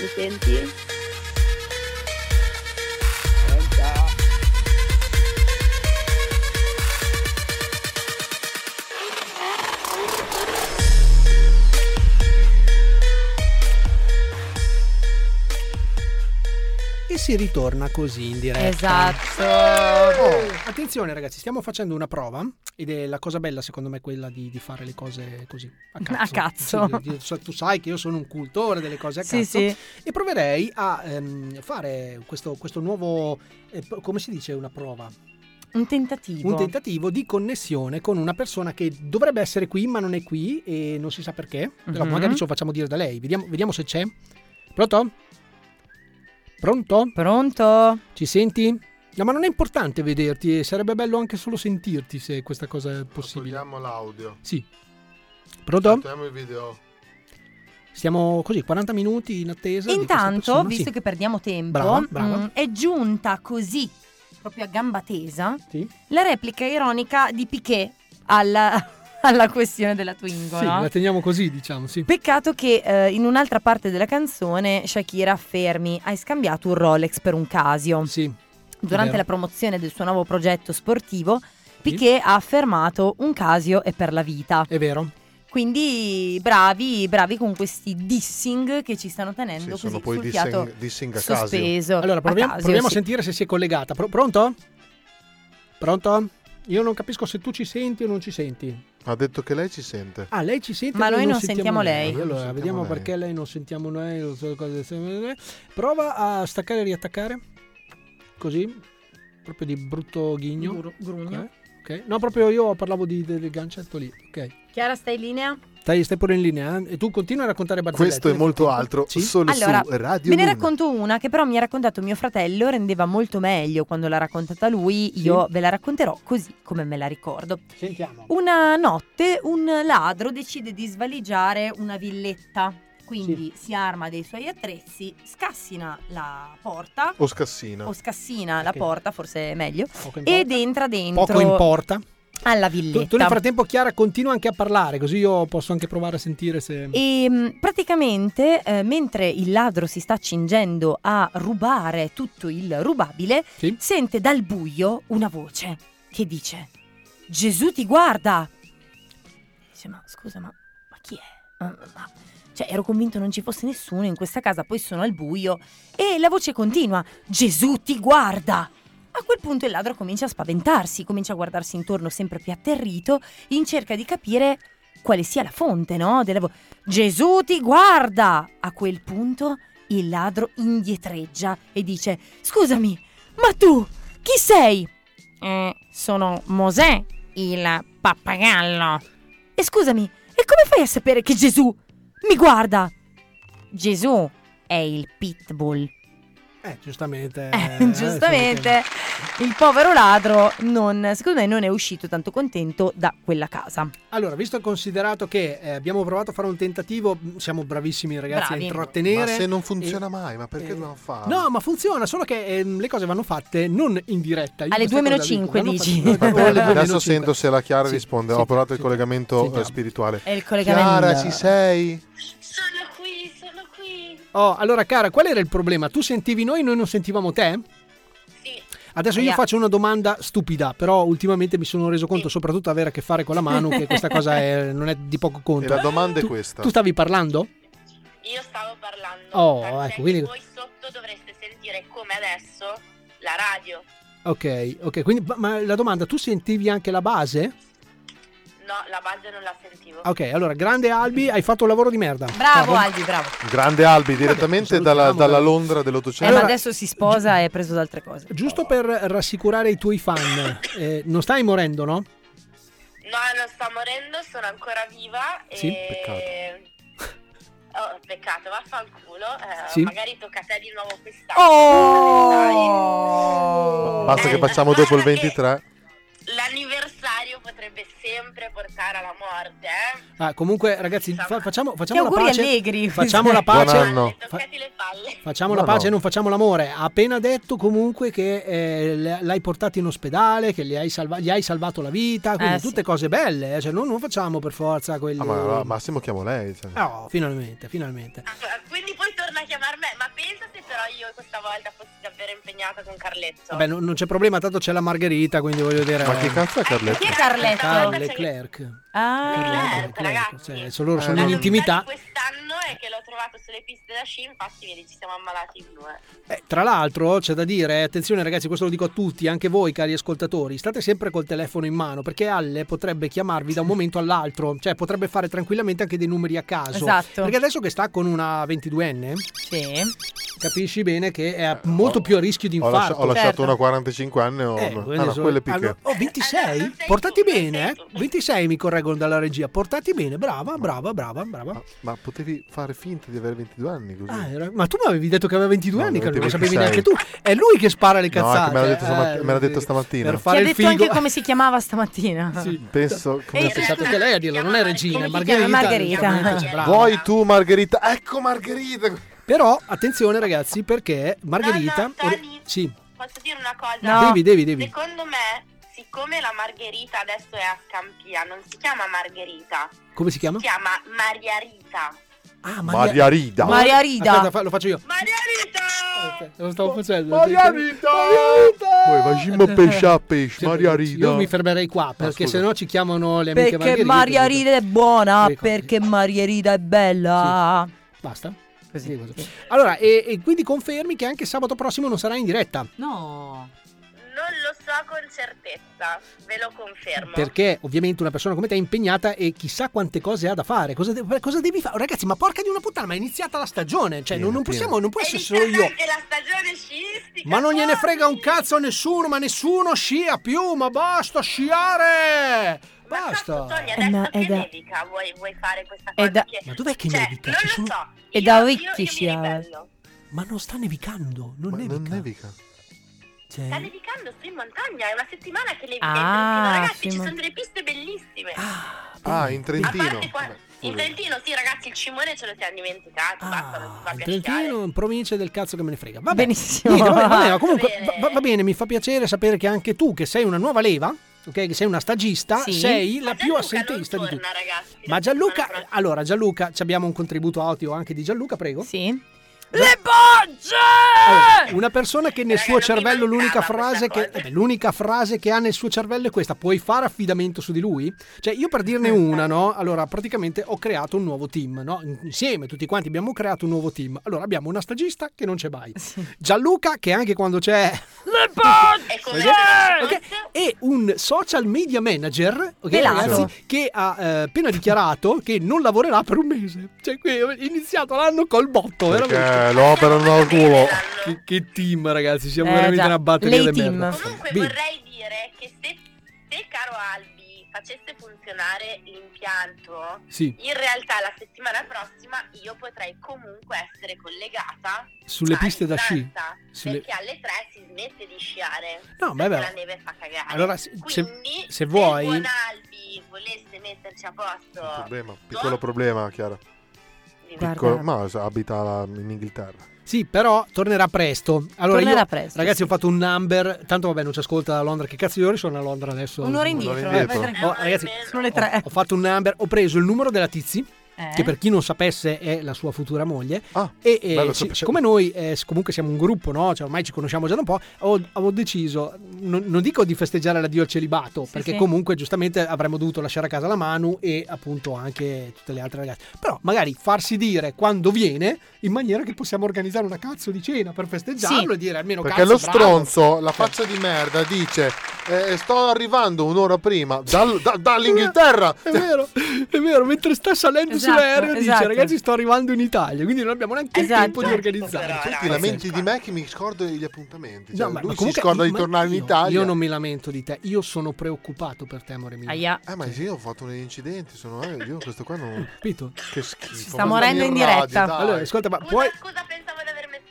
[SPEAKER 18] Mi senti?
[SPEAKER 13] E si ritorna così in diretta.
[SPEAKER 4] Esatto.
[SPEAKER 13] Oh, attenzione ragazzi, stiamo facendo una prova ed è la cosa bella secondo me quella di, di fare le cose così a cazzo.
[SPEAKER 4] A cazzo.
[SPEAKER 13] Sì, di- di- so- tu sai che io sono un cultore delle cose a
[SPEAKER 4] Sì,
[SPEAKER 13] cazzo
[SPEAKER 4] sì.
[SPEAKER 13] e proverei a ehm, fare questo, questo nuovo, eh, p- come si dice, una prova.
[SPEAKER 4] Un tentativo.
[SPEAKER 13] Un tentativo di connessione con una persona che dovrebbe essere qui ma non è qui e non si sa perché. Però
[SPEAKER 4] Mhm.
[SPEAKER 13] magari ce lo facciamo dire da lei. Vediamo, vediamo se c'è. Pronto? Pronto?
[SPEAKER 4] Pronto?
[SPEAKER 13] Ci senti? No, ma non è importante vederti, eh, sarebbe bello anche solo sentirti se questa cosa è possibile.
[SPEAKER 11] Togliamo l'audio.
[SPEAKER 13] Sì. Pronto?
[SPEAKER 11] Togliamo il video.
[SPEAKER 13] Stiamo così, 40 minuti in attesa. esatto, di questa
[SPEAKER 4] Intanto,
[SPEAKER 13] persona,
[SPEAKER 4] visto
[SPEAKER 13] sì.
[SPEAKER 4] che perdiamo tempo,
[SPEAKER 13] Brava, brava.
[SPEAKER 4] mm, è giunta così, proprio a gamba tesa,
[SPEAKER 13] Sì.
[SPEAKER 4] la replica ironica di Piquet alla, alla questione della
[SPEAKER 13] Sì,
[SPEAKER 4] Twingola.
[SPEAKER 13] la teniamo così, diciamo, sì.
[SPEAKER 4] Peccato che eh, in un'altra parte della canzone Shakira affermi hai scambiato un Rolex per un Casio.
[SPEAKER 13] Sì.
[SPEAKER 4] Durante
[SPEAKER 13] vero.
[SPEAKER 4] la promozione del suo nuovo progetto sportivo, Piquet ha affermato un Casio è per la vita.
[SPEAKER 13] È vero.
[SPEAKER 4] Quindi bravi, bravi con questi dissing che ci stanno tenendo
[SPEAKER 11] Sì, sono
[SPEAKER 4] così
[SPEAKER 11] poi
[SPEAKER 4] sul
[SPEAKER 11] dissing-
[SPEAKER 4] fiato
[SPEAKER 11] dissing a Casio.
[SPEAKER 4] sospeso.
[SPEAKER 13] Allora, proviamo,
[SPEAKER 4] Casio,
[SPEAKER 13] proviamo
[SPEAKER 4] sì.
[SPEAKER 13] a sentire se si è collegata. Pro- pronto? Pronto? Io non capisco se tu ci senti o non ci senti.
[SPEAKER 11] Ha detto che lei ci sente.
[SPEAKER 13] Ah, lei ci sente?
[SPEAKER 4] Ma
[SPEAKER 13] e
[SPEAKER 4] noi non sentiamo lei.
[SPEAKER 13] Allora,
[SPEAKER 11] Noi non
[SPEAKER 13] vediamo
[SPEAKER 11] sentiamo lei.
[SPEAKER 13] perché lei non sentiamo noi. non so cosa- Prova a staccare e riattaccare. Così. Proprio di brutto ghigno.
[SPEAKER 4] Gru- grugno.
[SPEAKER 13] Ok, ok. No, proprio io parlavo di, del gancetto lì. Ok.
[SPEAKER 4] Chiara, stai in linea?
[SPEAKER 13] Stai, stai pure in linea. eh? E tu continua a raccontare barzellette.
[SPEAKER 11] Questo e
[SPEAKER 13] nel
[SPEAKER 11] molto
[SPEAKER 13] frattempo.
[SPEAKER 11] altro solo
[SPEAKER 4] Allora,
[SPEAKER 11] su Radio
[SPEAKER 4] ve ne
[SPEAKER 11] Luna.
[SPEAKER 4] racconto una che però mi ha raccontato mio fratello, rendeva molto meglio quando l'ha raccontata lui, io ve la racconterò così come me la ricordo.
[SPEAKER 13] Sentiamo.
[SPEAKER 4] Una notte un ladro decide di svaligiare una villetta, quindi si arma dei suoi attrezzi, scassina la porta
[SPEAKER 11] O scassina.
[SPEAKER 4] o scassina la
[SPEAKER 13] Ok.
[SPEAKER 4] porta, forse è meglio,
[SPEAKER 13] Poco importa.
[SPEAKER 4] ed entra dentro
[SPEAKER 13] Poco importa.
[SPEAKER 4] alla
[SPEAKER 13] Tu, tu nel
[SPEAKER 4] villetta.
[SPEAKER 13] frattempo, Chiara, continua anche a parlare, così io posso anche provare a sentire se.
[SPEAKER 4] E mh, praticamente eh, mentre il ladro si sta cingendo a rubare tutto il rubabile,
[SPEAKER 13] Sì.
[SPEAKER 4] sente dal buio una voce che dice: Gesù ti guarda! Dice: Ma scusa, ma, ma chi è? Ma- ma- Cioè, ero convinto non ci fosse nessuno in questa casa, poi sono al buio. E la voce continua: Gesù ti guarda! A quel punto il ladro comincia a spaventarsi, comincia a guardarsi intorno sempre più atterrito, in cerca di capire quale sia la fonte, no? della vo- Gesù ti guarda! A quel punto il ladro indietreggia e dice: Scusami, ma tu chi sei? "Eh, sono Mosè, il pappagallo. E scusami, e come fai a sapere che Gesù mi guarda? Gesù è il pitbull.
[SPEAKER 13] Eh, giustamente.
[SPEAKER 4] Eh, giustamente, il povero ladro non, secondo me non è uscito tanto contento da quella casa.
[SPEAKER 13] Allora, visto e considerato che eh, abbiamo provato a fare un tentativo, mh, siamo bravissimi ragazzi
[SPEAKER 4] Bravi.
[SPEAKER 13] a intrattenere.
[SPEAKER 11] Ma se non
[SPEAKER 13] E-
[SPEAKER 11] funziona mai, ma perché dobbiamo farlo?
[SPEAKER 13] No, ma funziona, solo che ehm, le cose vanno fatte non in diretta. Io
[SPEAKER 4] Alle
[SPEAKER 13] questa
[SPEAKER 4] 2:05
[SPEAKER 13] cosa la dico,
[SPEAKER 4] dici?
[SPEAKER 13] vanno fatte- no, alle
[SPEAKER 11] Adesso
[SPEAKER 13] 2:05.
[SPEAKER 11] sento se la Chiara
[SPEAKER 13] Sì,
[SPEAKER 11] risponde.
[SPEAKER 13] sì,
[SPEAKER 11] Ho provato il
[SPEAKER 13] sì.
[SPEAKER 11] collegamento eh,
[SPEAKER 13] Sentiamo.
[SPEAKER 11] spirituale.
[SPEAKER 4] È il collegamento.
[SPEAKER 11] Chiara, ci sei?
[SPEAKER 18] Sono qui, sono qui.
[SPEAKER 13] Oh, allora cara, qual era il problema? Tu sentivi noi e noi non sentivamo te?
[SPEAKER 18] Sì.
[SPEAKER 13] Adesso io
[SPEAKER 4] Ahia.
[SPEAKER 13] faccio una domanda stupida, però ultimamente mi sono reso conto, soprattutto ad avere a che fare con la mano, che questa cosa è- non è di poco
[SPEAKER 11] E
[SPEAKER 13] conto.
[SPEAKER 11] la domanda è
[SPEAKER 13] Tu-
[SPEAKER 11] questa.
[SPEAKER 13] Tu stavi parlando?
[SPEAKER 18] Io stavo parlando.
[SPEAKER 13] Oh,
[SPEAKER 18] tant'è
[SPEAKER 13] ecco, quindi-
[SPEAKER 18] che voi sotto dovreste sentire come adesso la radio.
[SPEAKER 13] Ok, ok, quindi ma- ma la domanda, tu sentivi anche la base?
[SPEAKER 18] No, la base non la sentivo.
[SPEAKER 13] Ok, allora, grande Albi, hai fatto un lavoro di merda.
[SPEAKER 4] Bravo
[SPEAKER 13] Albi.
[SPEAKER 4] Albi, bravo.
[SPEAKER 11] Grande Albi, direttamente dalla, dalla Londra
[SPEAKER 13] Cioè,
[SPEAKER 4] Eh,
[SPEAKER 11] dell'Ottocento.
[SPEAKER 4] ma adesso si sposa e è preso da altre cose.
[SPEAKER 13] Giusto per rassicurare i tuoi fan, eh, non stai morendo, no?
[SPEAKER 18] No, non sta morendo, sono ancora viva e...
[SPEAKER 11] Sì, peccato.
[SPEAKER 18] Oh, peccato, vaffanculo. Eh,
[SPEAKER 11] Sì.
[SPEAKER 18] Magari tocca a te di nuovo quest'anno.
[SPEAKER 11] Oh! Basta che facciamo dopo il 23.
[SPEAKER 18] L'anniversario potrebbe sempre portare alla morte, eh?
[SPEAKER 13] Ah, comunque, ragazzi, fa- facciamo, facciamo la
[SPEAKER 18] auguri
[SPEAKER 13] pace.
[SPEAKER 18] allegri.
[SPEAKER 13] Facciamo la
[SPEAKER 18] Buon
[SPEAKER 13] pace.
[SPEAKER 18] anno.
[SPEAKER 13] Fa- facciamo la
[SPEAKER 18] No, no.
[SPEAKER 13] pace e non facciamo l'amore. Ha appena detto comunque che eh, le- l'hai portato in ospedale, che gli hai, salva- gli hai salvato la vita, quindi
[SPEAKER 11] Eh, sì.
[SPEAKER 13] tutte cose belle. eh, Cioè, non, non facciamo per forza quelli.
[SPEAKER 11] Ah, ma ma Massimo chiamo lei. cioè.
[SPEAKER 13] Oh, finalmente, finalmente.
[SPEAKER 18] Quindi poi torna a chiamare me, ma pensa se però io questa volta fossi davvero impegnata con Carletto.
[SPEAKER 13] Vabbè, non, non c'è problema, tanto c'è la Margherita, quindi voglio dire. eh. Ah,
[SPEAKER 11] Ma che cazzo è Carletto?
[SPEAKER 18] Chi è Carletto?
[SPEAKER 13] Carl Leclerc.
[SPEAKER 7] Certo, Ecco,
[SPEAKER 18] Ah,
[SPEAKER 13] Leclerc, Leclerc, Certo, cioè, sono loro sono in intimità.
[SPEAKER 18] quest'anno è che l'ho trovato sulle piste da sci, infatti vedi ci siamo ammalati in due.
[SPEAKER 13] Eh, Tra l'altro c'è da dire, eh, attenzione ragazzi, questo lo dico a tutti, anche voi cari ascoltatori, state sempre col telefono in mano perché Alle potrebbe chiamarvi da un momento all'altro, cioè potrebbe fare tranquillamente anche dei numeri a caso.
[SPEAKER 4] Esatto.
[SPEAKER 13] Perché adesso che sta con una 22enne,
[SPEAKER 4] sì.
[SPEAKER 13] capisci bene che è a- molto più a rischio di
[SPEAKER 11] Ho, lascia-
[SPEAKER 13] infarto. Certo.
[SPEAKER 11] ho lasciato una 45 anni. Ho...
[SPEAKER 13] Eh,
[SPEAKER 11] ah,
[SPEAKER 13] quelle
[SPEAKER 11] no,
[SPEAKER 13] sono-
[SPEAKER 11] quelle picche.
[SPEAKER 13] Allora- oh, 26? Portati bene, eh? 26 mi correggono dalla regia. Portati bene, brava, brava, brava, brava.
[SPEAKER 11] Ma potevi fare finta di avere 22 anni così.
[SPEAKER 13] Ah, era- ma tu mi avevi detto che aveva 22 anni, che non lo
[SPEAKER 11] avevo
[SPEAKER 13] sapevi
[SPEAKER 11] 26.
[SPEAKER 13] neanche tu. È lui che spara le
[SPEAKER 11] No, è
[SPEAKER 13] cazzate.
[SPEAKER 11] che me l'ha detto,
[SPEAKER 13] eh,
[SPEAKER 11] stamat- me l'ha detto stamattina.
[SPEAKER 13] Per
[SPEAKER 4] Ti
[SPEAKER 13] fare
[SPEAKER 4] ha
[SPEAKER 13] il
[SPEAKER 4] detto
[SPEAKER 13] figo.
[SPEAKER 4] anche come si chiamava stamattina.
[SPEAKER 11] Penso
[SPEAKER 13] Come pensate che lei a dirlo non è regina, è
[SPEAKER 4] Come si chiama?
[SPEAKER 13] Margherita.
[SPEAKER 4] Margherita.
[SPEAKER 13] Cioè, brava.
[SPEAKER 11] Vuoi tu, Margherita? Ecco, Margherita.
[SPEAKER 13] Però attenzione ragazzi perché Margherita... sì.
[SPEAKER 18] Posso dire una cosa?
[SPEAKER 13] No. Devi, devi, devi.
[SPEAKER 18] Secondo me, siccome la Margherita adesso è a Scampia, non si chiama Margherita,
[SPEAKER 13] Come si chiama?
[SPEAKER 18] si chiama Mariarita.
[SPEAKER 13] Ah,
[SPEAKER 11] Maria Rida.
[SPEAKER 18] Maria Rida.
[SPEAKER 13] Aspetta, fa- lo faccio io.
[SPEAKER 18] Mariarita!
[SPEAKER 13] Lo stavo facendo.
[SPEAKER 18] Maria
[SPEAKER 13] Rita!
[SPEAKER 11] Poi facciamo a pesce a pesce, Maria Rida.
[SPEAKER 13] Io mi fermerei qua perché
[SPEAKER 11] scusa.
[SPEAKER 13] se no ci chiamano le amiche
[SPEAKER 4] Perché
[SPEAKER 13] Margherita.
[SPEAKER 4] Maria Rida è buona, perché Maria Rida è bella.
[SPEAKER 13] Basta. Sì, cosa- Allora, e, e quindi confermi che anche sabato prossimo non sarà in diretta.
[SPEAKER 4] No.
[SPEAKER 18] Non lo so con certezza, ve lo confermo.
[SPEAKER 13] Perché ovviamente una persona come te è impegnata e chissà quante cose ha da fare. Cosa, de- cosa devi fare? Ragazzi, ma porca di una puttana, ma è iniziata la stagione. Cioè, non, non possiamo, non può essere solo io.
[SPEAKER 18] Anche la stagione sciistica.
[SPEAKER 13] Ma non gliene frega un cazzo a nessuno, ma nessuno scia più, ma basta sciare! Basta!
[SPEAKER 4] Eh,
[SPEAKER 18] Tony, adesso che nevica vuoi, vuoi fare questa
[SPEAKER 13] è
[SPEAKER 18] cosa?
[SPEAKER 13] da-
[SPEAKER 18] Che-
[SPEAKER 13] Ma dov'è che
[SPEAKER 18] cioè,
[SPEAKER 13] nevica?
[SPEAKER 18] Non
[SPEAKER 13] Ci
[SPEAKER 18] lo
[SPEAKER 13] sono-
[SPEAKER 18] so.
[SPEAKER 13] È
[SPEAKER 18] Io-
[SPEAKER 13] da
[SPEAKER 18] io-
[SPEAKER 13] ricchi
[SPEAKER 18] io mi
[SPEAKER 13] sciare.
[SPEAKER 18] ribello.
[SPEAKER 13] Ma non sta nevicando, non nevica. Non nevica. Cioè,
[SPEAKER 18] Sta nevicando su in montagna, è una settimana che nevica. in
[SPEAKER 4] Ah,
[SPEAKER 18] Trentino. ragazzi,
[SPEAKER 4] sì,
[SPEAKER 18] ci
[SPEAKER 4] ma-
[SPEAKER 18] sono delle piste bellissime.
[SPEAKER 11] Ah, in
[SPEAKER 18] A
[SPEAKER 11] Trentino.
[SPEAKER 18] parte qua- in Trentino, sì, ragazzi, il cimone ce lo siamo dimenticato. basta, non si va
[SPEAKER 13] in
[SPEAKER 18] più a
[SPEAKER 13] Ah, Trentino, in provincia del cazzo che me ne frega. Va bene.
[SPEAKER 4] Benissimo.
[SPEAKER 13] Niente, va bene, va bene, ma comunque va, va- va bene, mi fa piacere sapere che anche tu, che sei una nuova leva, ok, che sei una stagista,
[SPEAKER 18] Sì.
[SPEAKER 13] Ah, sei la
[SPEAKER 18] Ma
[SPEAKER 13] più
[SPEAKER 18] Gianluca
[SPEAKER 13] assenteista di tutti.
[SPEAKER 18] torna, ragazzi.
[SPEAKER 13] Ma Gianluca, allora Gianluca, ci abbiamo un contributo audio anche di Gianluca, prego.
[SPEAKER 4] Sì. Le bocce!
[SPEAKER 13] Allora, una persona che nel suo cervello l'unica frase che, eh beh, l'unica frase che ha nel suo cervello è questa, puoi fare affidamento su di lui? Cioè io per dirne una, no? Allora praticamente ho creato un nuovo team, no? Insieme tutti quanti abbiamo creato un nuovo team. Allora abbiamo una stagista che non c'è mai, Gianluca che anche quando c'è...
[SPEAKER 4] Le bocce!
[SPEAKER 22] Ecco,
[SPEAKER 13] Ok, E un social media manager ok,
[SPEAKER 4] Pelato.
[SPEAKER 13] ragazzi, che ha eh, appena dichiarato che non lavorerà per un mese. Cioè, qui è iniziato l'anno col botto,
[SPEAKER 11] Perché
[SPEAKER 13] veramente.
[SPEAKER 11] lo operano al culo.
[SPEAKER 13] Che, che team, ragazzi, siamo
[SPEAKER 11] Eh,
[SPEAKER 13] veramente
[SPEAKER 11] già,
[SPEAKER 13] una batteria
[SPEAKER 11] lei
[SPEAKER 13] di
[SPEAKER 11] team.
[SPEAKER 13] merda.
[SPEAKER 18] Comunque
[SPEAKER 13] Bene.
[SPEAKER 18] vorrei dire che se, se caro Albi facesse funzionare l'impianto,
[SPEAKER 13] Sì.
[SPEAKER 18] in realtà la settimana prossima io potrei comunque essere collegata
[SPEAKER 13] Sulle
[SPEAKER 18] a
[SPEAKER 13] piste da sci.
[SPEAKER 18] distanza,
[SPEAKER 13] Sulle-
[SPEAKER 18] Perché alle 3 si smette di sciare.
[SPEAKER 13] No, ma è vero.
[SPEAKER 18] perché la neve fa cagare.
[SPEAKER 13] Allora, se, se-
[SPEAKER 18] Quindi,
[SPEAKER 13] se
[SPEAKER 18] Se
[SPEAKER 13] vuoi,
[SPEAKER 18] buon Albi volesse metterci a posto.
[SPEAKER 11] Problema, piccolo problema, Chiara.
[SPEAKER 18] Guarda.
[SPEAKER 11] Piccolo- ma sa- abita la- in Inghilterra.
[SPEAKER 13] sì, però tornerà presto. Allora,
[SPEAKER 4] Tornerà
[SPEAKER 13] io,
[SPEAKER 4] presto,
[SPEAKER 13] ragazzi,
[SPEAKER 4] sì.
[SPEAKER 13] ho fatto un number. Tanto, vabbè, non ci ascolta da Londra. Che cazzo di ore sono a Londra adesso?
[SPEAKER 4] Un'ora indietro, Un'ora
[SPEAKER 13] Eh,
[SPEAKER 4] indietro. vai tranquillo.
[SPEAKER 13] Oh, ragazzi,
[SPEAKER 4] Sono le tre.
[SPEAKER 13] Ho, ho fatto un number. Ho preso il numero della Tizi.
[SPEAKER 4] Eh?
[SPEAKER 13] Che per chi non sapesse è la sua futura moglie. e eh,
[SPEAKER 11] bello
[SPEAKER 13] si-
[SPEAKER 11] saperlo.
[SPEAKER 13] siccome noi eh, s- comunque siamo un gruppo, no? Cioè, ormai ci conosciamo già da un po', ho, avevo deciso, non, non dico di festeggiare l'addio al celibato, perché
[SPEAKER 4] sì.
[SPEAKER 13] comunque giustamente avremmo dovuto lasciare a casa la Manu e appunto anche tutte le altre ragazze. Però magari farsi dire quando viene in maniera che possiamo organizzare una cazzo di cena per festeggiarlo
[SPEAKER 11] Sì.
[SPEAKER 13] e dire almeno
[SPEAKER 11] Perché
[SPEAKER 13] cazzo
[SPEAKER 11] lo
[SPEAKER 13] bravo.
[SPEAKER 11] stronzo,
[SPEAKER 4] Cioè.
[SPEAKER 11] la faccia di merda, dice: eh, Sto arrivando un'ora prima dal- da- dall'Inghilterra.
[SPEAKER 13] È vero, è vero, mentre sta salendo sull'aereo e dice
[SPEAKER 4] esatto.
[SPEAKER 13] ragazzi sto arrivando in Italia, quindi non abbiamo neanche
[SPEAKER 4] Esatto.
[SPEAKER 13] il tempo di organizzare.
[SPEAKER 11] Tu ti Certo. lamenti di me che mi scordo gli appuntamenti. Cioè,
[SPEAKER 13] No, ma- ma
[SPEAKER 11] lui si
[SPEAKER 13] comunque
[SPEAKER 11] scorda
[SPEAKER 13] io-
[SPEAKER 11] di
[SPEAKER 13] ma
[SPEAKER 11] tornare in
[SPEAKER 13] io-
[SPEAKER 11] Italia.
[SPEAKER 13] Io non mi lamento di te, io sono preoccupato per te, amore mio. Cioè,
[SPEAKER 11] Eh, ma sì, ho fatto un incidente. Sono eh, io questo qua non.
[SPEAKER 13] Capito?
[SPEAKER 11] Che schifo. Si
[SPEAKER 13] Allora, ascolta, ma puoi. Scusa,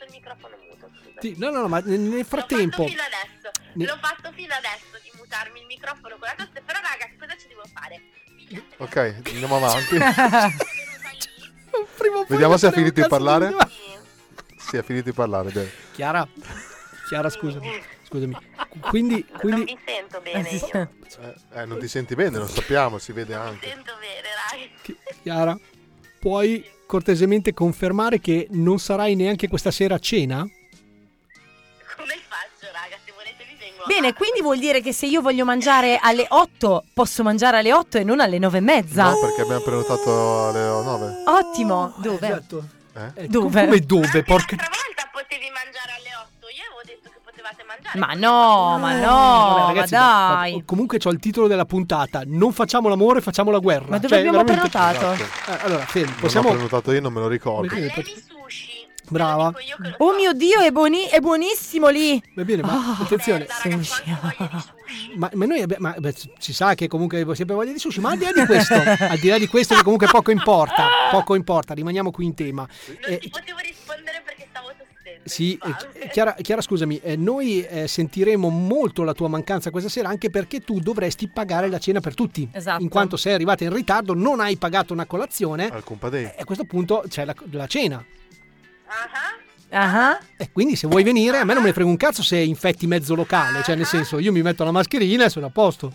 [SPEAKER 13] pensavo di aver messo il microfono muto. no, no, no, ma nel, nel frattempo. Ne-
[SPEAKER 18] L'ho fatto fino adesso di mutarmi il microfono con la tosse, però raga, che cosa ci devo fare?
[SPEAKER 11] Ok, andiamo avanti.
[SPEAKER 13] Prima o poi
[SPEAKER 11] Vediamo se ha
[SPEAKER 13] metteremo
[SPEAKER 11] finito di
[SPEAKER 13] un cazzo
[SPEAKER 11] parlare.
[SPEAKER 13] video.
[SPEAKER 11] Sì, ha finito di parlare. dai.
[SPEAKER 13] Chiara, Chiara, scusami. Scusami. Quindi, quindi... Non mi
[SPEAKER 18] sento bene
[SPEAKER 11] Eh, non ti senti bene, lo sappiamo, si vede anche.
[SPEAKER 13] Chiara, puoi cortesemente confermare che non sarai neanche questa sera a cena?
[SPEAKER 4] Bene, quindi vuol dire che se io voglio mangiare alle 8, posso mangiare alle 8 e non alle 9 e mezza.
[SPEAKER 11] No, perché abbiamo prenotato alle 9.
[SPEAKER 4] Ottimo, dove?
[SPEAKER 11] Eh?
[SPEAKER 4] Dove?
[SPEAKER 13] Come dove? Porca...
[SPEAKER 4] Ma no, ma no,
[SPEAKER 13] Vabbè, ragazzi,
[SPEAKER 4] ma dai.
[SPEAKER 13] ma- comunque c'ho il titolo della puntata. Non facciamo l'amore, facciamo la guerra.
[SPEAKER 4] Ma dove
[SPEAKER 13] Cioè,
[SPEAKER 4] abbiamo
[SPEAKER 13] veramente-
[SPEAKER 4] prenotato?
[SPEAKER 13] Esatto. Eh, allora,
[SPEAKER 11] Possiamo...
[SPEAKER 13] fermi,
[SPEAKER 11] Non
[SPEAKER 13] possiamo...
[SPEAKER 11] ho prenotato io, non me lo ricordo.
[SPEAKER 13] Brava.
[SPEAKER 4] Oh mio Dio, è, buoni- è buonissimo lì. Ah.
[SPEAKER 13] Va bene, ma attenzione. Ma, ma noi abbi- ma, beh, si sa che comunque avevo sempre voglia di sushi, ma al di là di questo, al di là di questo che comunque poco importa, poco importa, rimaniamo qui in tema. Eh, Sì, eh, Chi- Chiara, Chiara, scusami, eh, noi eh, sentiremo molto la tua mancanza questa sera anche perché tu dovresti pagare la cena per tutti.
[SPEAKER 4] Esatto.
[SPEAKER 13] In quanto sei arrivata in ritardo, non hai pagato una colazione
[SPEAKER 11] Al compadre.
[SPEAKER 13] e a questo punto c'è la, la cena.
[SPEAKER 4] Ah,
[SPEAKER 13] E Eh, quindi se vuoi venire, a me non me ne frega un cazzo se infetti mezzo locale, cioè nel senso io mi metto la mascherina e sono a posto.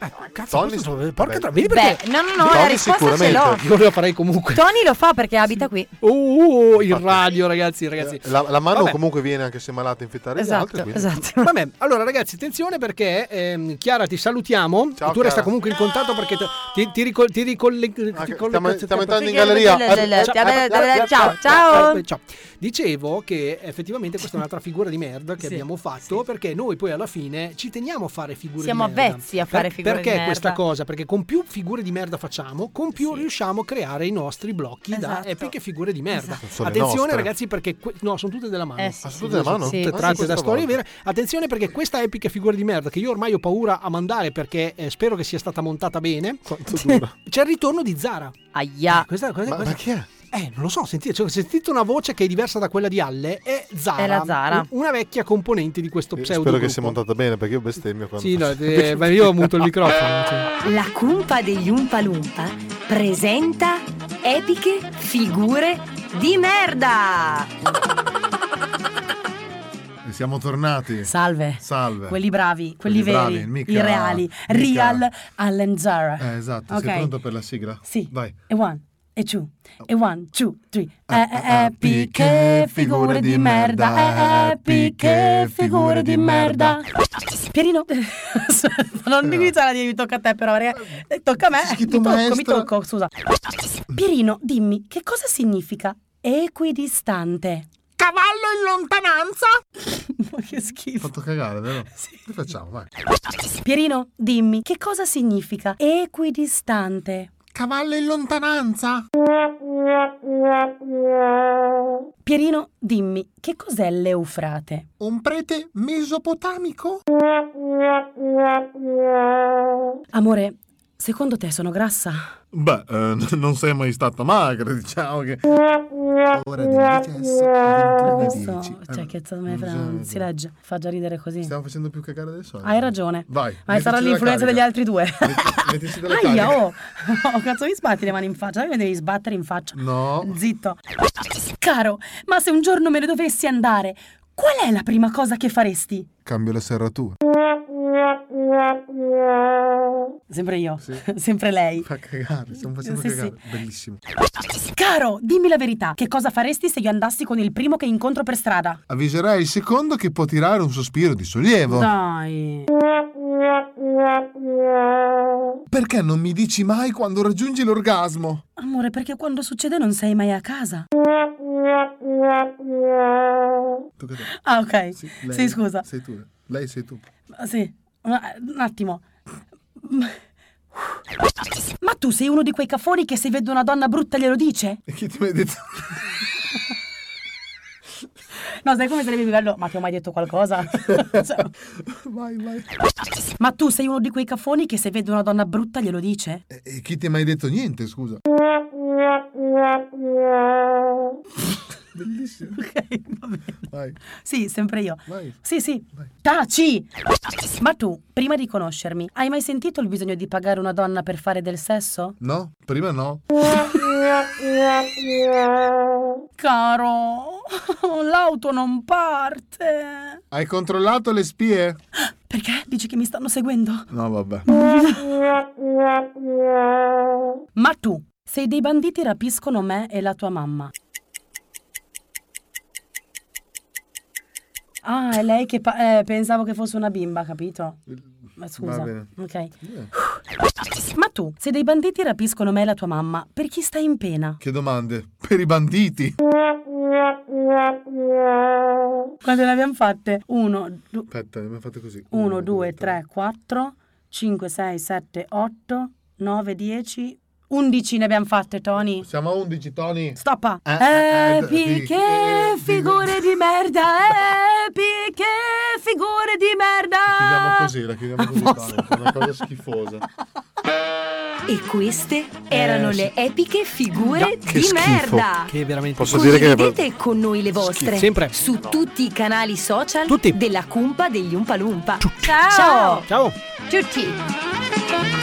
[SPEAKER 13] Eh, Cazzo,
[SPEAKER 11] Tony
[SPEAKER 13] questo-
[SPEAKER 11] su-
[SPEAKER 13] porca
[SPEAKER 11] vabbè.
[SPEAKER 13] tra- vedi
[SPEAKER 4] Beh,
[SPEAKER 13] perché
[SPEAKER 4] no, no, no, la
[SPEAKER 13] Tony
[SPEAKER 4] risposta ce
[SPEAKER 13] sicuramente.
[SPEAKER 4] l'ho.
[SPEAKER 13] Io lo farei comunque.
[SPEAKER 4] Tony lo fa perché abita qui.
[SPEAKER 13] Oh, oh,
[SPEAKER 11] uh.
[SPEAKER 13] oh, il radio, ragazzi, ragazzi.
[SPEAKER 11] La, la mano
[SPEAKER 13] Vabbè.
[SPEAKER 11] comunque viene anche se malata a infettare
[SPEAKER 23] Esatto,
[SPEAKER 11] gli
[SPEAKER 4] Esatto,
[SPEAKER 11] altri. quindi-
[SPEAKER 13] Vabbè, allora ragazzi, attenzione perché ehm, Chiara ti salutiamo. tu
[SPEAKER 11] Chiara. Ah,
[SPEAKER 13] resta comunque in contatto perché te- ti, ti, ricol- ti ricolle- ti
[SPEAKER 11] stiamo-
[SPEAKER 13] ricolle- cioè,
[SPEAKER 11] stiamo entrando in galleria.
[SPEAKER 4] Ciao, ciao, ciao.
[SPEAKER 13] eh, Dicevo che effettivamente questa è un'altra figura di merda che abbiamo fatto perché noi poi alla fine ci teniamo a fare figure
[SPEAKER 4] Siamo
[SPEAKER 13] di merda.
[SPEAKER 4] avvezzi a fare figure di
[SPEAKER 13] perché
[SPEAKER 4] merda.
[SPEAKER 13] questa cosa? Perché con più figure di merda facciamo, con più riusciamo a creare i nostri blocchi
[SPEAKER 4] Esatto.
[SPEAKER 13] da epiche Eh, figure di merda.
[SPEAKER 11] Esatto. Sono le
[SPEAKER 13] Attenzione
[SPEAKER 11] nostre.
[SPEAKER 13] ragazzi perché que- no, sono tutte della mano.
[SPEAKER 4] Eh, sì, Ah, sono
[SPEAKER 11] tutte sì. della mano? Sì.
[SPEAKER 13] Tutte
[SPEAKER 11] Ah,
[SPEAKER 13] tratte
[SPEAKER 11] sì,
[SPEAKER 13] da
[SPEAKER 11] questa
[SPEAKER 13] storie
[SPEAKER 11] volta.
[SPEAKER 13] vere. Attenzione perché questa epica figura di merda che io ormai ho paura a mandare perché eh, spero che sia stata montata bene. C'è il ritorno di Zara. Eh,
[SPEAKER 4] Aia.
[SPEAKER 13] Questa, questa,
[SPEAKER 11] Ma-
[SPEAKER 13] questa-
[SPEAKER 11] ma chi è?
[SPEAKER 13] Eh, non lo so, sentite, cioè, sentite una voce che è diversa da quella di Alle, è Zara.
[SPEAKER 4] È la Zara.
[SPEAKER 13] Una vecchia componente di questo pseudo.
[SPEAKER 11] Eh, Spero che sia montata bene perché io bestemmio quando
[SPEAKER 13] Sì, no, eh, ma io ho muto il microfono. cioè.
[SPEAKER 24] La cumpa degli Umpalumpa presenta epiche figure di merda!
[SPEAKER 22] E Siamo tornati.
[SPEAKER 23] Salve.
[SPEAKER 22] Salve.
[SPEAKER 23] Quelli bravi, quelli,
[SPEAKER 22] Quelli bravi, ah,
[SPEAKER 23] veri,
[SPEAKER 22] mica-
[SPEAKER 23] i reali,
[SPEAKER 22] mica-
[SPEAKER 23] real Allen Zara.
[SPEAKER 22] Eh, esatto,
[SPEAKER 23] Ok.
[SPEAKER 22] sei pronto per la sigla?
[SPEAKER 23] Sì.
[SPEAKER 22] Vai.
[SPEAKER 23] E one, e two, e one, two, three.
[SPEAKER 22] Ah,
[SPEAKER 23] Eh, eh, eh,
[SPEAKER 22] Epiche
[SPEAKER 23] figure di merda, eh, eh,
[SPEAKER 22] epiche
[SPEAKER 23] figure di merda. eh, Pierino, non mi guidare, mi tocca a te però, perché eh, tocca a me. Mi tocco, mi
[SPEAKER 22] maestro.
[SPEAKER 23] tocco, scusa. Pierino, dimmi, che cosa significa equidistante?
[SPEAKER 22] Cavallo in lontananza.
[SPEAKER 23] Ma che schifo.
[SPEAKER 22] Fatto cagare, vero? Sì. Che facciamo? Vai.
[SPEAKER 23] Pierino, dimmi, che cosa significa equidistante?
[SPEAKER 22] Cavallo in lontananza.
[SPEAKER 23] Pierino, dimmi, che cos'è l'Eufrate?
[SPEAKER 22] Un prete mesopotamico?
[SPEAKER 23] Amore, secondo te sono grassa?
[SPEAKER 22] Beh, eh, n- non sei mai stata magra, diciamo che. Ora
[SPEAKER 23] Non
[SPEAKER 22] dici. Ah,
[SPEAKER 23] so, cioè che cazzo me ne frega, non si legge, fa già ridere così.
[SPEAKER 22] Stiamo facendo più cagare adesso.
[SPEAKER 23] Hai ragione.
[SPEAKER 22] Vai.
[SPEAKER 23] Ma sarà l'influenza degli altri due.
[SPEAKER 22] Mettici della
[SPEAKER 23] Aia,
[SPEAKER 22] carica.
[SPEAKER 23] oh! Oh, cazzo, mi sbatti le mani in faccia, mi devi sbattere in faccia.
[SPEAKER 22] No.
[SPEAKER 23] Zitto. Caro, ma se un giorno me ne dovessi andare, qual è la prima cosa che faresti?
[SPEAKER 22] Cambio la serratura.
[SPEAKER 23] Sempre io, sempre lei.
[SPEAKER 22] Fa cagare, stiamo facendo
[SPEAKER 23] Sì, sì.
[SPEAKER 22] cagare. Bellissimo.
[SPEAKER 23] Caro, dimmi la verità, che cosa faresti se io andassi con il primo che incontro per strada?
[SPEAKER 22] Avviserai il secondo che può tirare un sospiro di sollievo.
[SPEAKER 23] Dai.
[SPEAKER 22] Perché non mi dici mai quando raggiungi l'orgasmo?
[SPEAKER 23] Amore, perché quando succede non sei mai a casa. Ah, ok. Sì,
[SPEAKER 22] Lei-
[SPEAKER 23] scusa. Ah,
[SPEAKER 22] Sei tu. Lei sei tu.
[SPEAKER 23] Sì, ma- un attimo. Ma tu sei uno di quei cafoni che se vede una donna brutta glielo dice?
[SPEAKER 22] Chi ti ha detto?
[SPEAKER 23] No, sai come sarebbe più bello? Ma ti ho mai detto qualcosa? Cioè,
[SPEAKER 22] Vai, vai.
[SPEAKER 23] ma tu sei uno di quei cafoni che se vede una donna brutta glielo dice?
[SPEAKER 22] E chi ti ha mai detto niente, scusa? Bellissimo.
[SPEAKER 23] Ok, va bene. Sì, sempre io. Sì, sì. Taci! Ma tu, prima di conoscermi, hai mai sentito il bisogno di pagare una donna per fare del sesso?
[SPEAKER 22] No, prima no.
[SPEAKER 23] Caro, l'auto non parte.
[SPEAKER 22] Hai controllato le spie?
[SPEAKER 23] Perché? Dici che mi stanno seguendo?
[SPEAKER 22] No, vabbè.
[SPEAKER 23] Ma tu, se dei banditi rapiscono me e la tua mamma. Ah, è lei che pa- eh, pensavo che fosse una bimba, capito? Ma scusa.
[SPEAKER 22] Va bene.
[SPEAKER 23] Ok. Ma tu, se dei banditi rapiscono me e la tua mamma, per chi stai in pena?
[SPEAKER 22] Che domande? Per i banditi.
[SPEAKER 23] Quante ne abbiamo fatte? Uno, du-
[SPEAKER 22] Aspetta, mi ha fatto così.
[SPEAKER 23] 1, 2, 3, 4, 5, 6, 7, 8, 9, 10, 11 ne abbiamo fatte, Tony.
[SPEAKER 22] Siamo a 11, Tony.
[SPEAKER 23] Stoppa.
[SPEAKER 22] Eh, eh, eh,
[SPEAKER 23] Epi,
[SPEAKER 22] sì.
[SPEAKER 23] che figure di merda. Epi, che figure di merda.
[SPEAKER 4] Ah!
[SPEAKER 22] Chiudiamo così, la chiudiamo così, Tony. È una cosa schifosa.
[SPEAKER 24] E queste erano
[SPEAKER 22] Eh, sì.
[SPEAKER 24] le epiche figure
[SPEAKER 13] Che
[SPEAKER 24] di
[SPEAKER 13] schifo.
[SPEAKER 24] merda.
[SPEAKER 13] Che veramente
[SPEAKER 11] Posso dire che-
[SPEAKER 24] Condividete con noi le vostre
[SPEAKER 13] Schifo. Sempre.
[SPEAKER 24] su tutti i canali social della Cumpa degli Umpalumpa.
[SPEAKER 13] Ciao.
[SPEAKER 24] Ciao!
[SPEAKER 13] Ciao!
[SPEAKER 24] Tutti!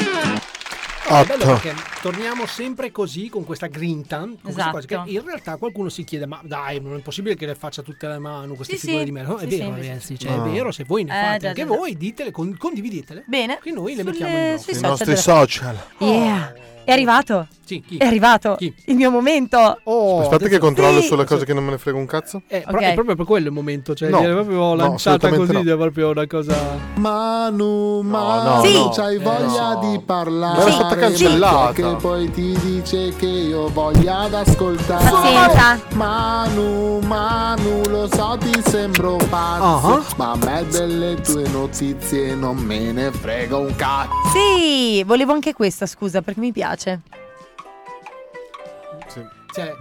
[SPEAKER 13] È bello
[SPEAKER 11] Otto.
[SPEAKER 13] perché torniamo sempre così con questa grinta, con queste
[SPEAKER 4] Esatto.
[SPEAKER 13] cose che in realtà qualcuno si chiede ma dai non è possibile che le faccia tutte le mani queste
[SPEAKER 4] Sì,
[SPEAKER 13] figure
[SPEAKER 4] sì.
[SPEAKER 13] di merda, No, è
[SPEAKER 4] Sì,
[SPEAKER 13] vero
[SPEAKER 4] sì,
[SPEAKER 13] ragazzi,
[SPEAKER 4] sì, sì.
[SPEAKER 13] cioè,
[SPEAKER 11] Ah.
[SPEAKER 4] No.
[SPEAKER 13] è vero se voi ne
[SPEAKER 4] Eh,
[SPEAKER 13] fate
[SPEAKER 4] già,
[SPEAKER 13] anche
[SPEAKER 4] già, già.
[SPEAKER 13] voi ditele, con- condividetele
[SPEAKER 4] Bene.
[SPEAKER 13] che noi le
[SPEAKER 4] Sulle-
[SPEAKER 13] mettiamo in blog.
[SPEAKER 4] sui
[SPEAKER 11] I
[SPEAKER 4] social
[SPEAKER 11] nostri
[SPEAKER 4] della-
[SPEAKER 11] social.
[SPEAKER 4] Yeah. È arrivato.
[SPEAKER 13] Oh. Sì, chi? Oh,
[SPEAKER 4] È arrivato. Il mio momento.
[SPEAKER 11] Aspetta che controllo
[SPEAKER 4] Sì.
[SPEAKER 11] sulle cose che non me ne frega un cazzo.
[SPEAKER 13] Eh, però è proprio per quello il momento, cioè
[SPEAKER 11] No,
[SPEAKER 13] viene proprio
[SPEAKER 11] no,
[SPEAKER 13] lanciata
[SPEAKER 11] assolutamente
[SPEAKER 13] così,
[SPEAKER 11] no.
[SPEAKER 13] è proprio una cosa
[SPEAKER 22] Manu, Manu,
[SPEAKER 11] no, Sì. no.
[SPEAKER 22] c'hai
[SPEAKER 11] Eh,
[SPEAKER 22] voglia
[SPEAKER 11] no.
[SPEAKER 22] di parlare.
[SPEAKER 11] Ma è stata cancellata.
[SPEAKER 22] Che poi ti dice che io voglia ad ascoltare.
[SPEAKER 11] Pazienza.
[SPEAKER 22] Manu, Manu, lo so ti sembro
[SPEAKER 13] Ah,
[SPEAKER 22] pazzo. Ma a me delle tue notizie non me ne frega un cazzo.
[SPEAKER 4] Sì, volevo anche questa, scusa, perché mi piace.
[SPEAKER 13] Cioè,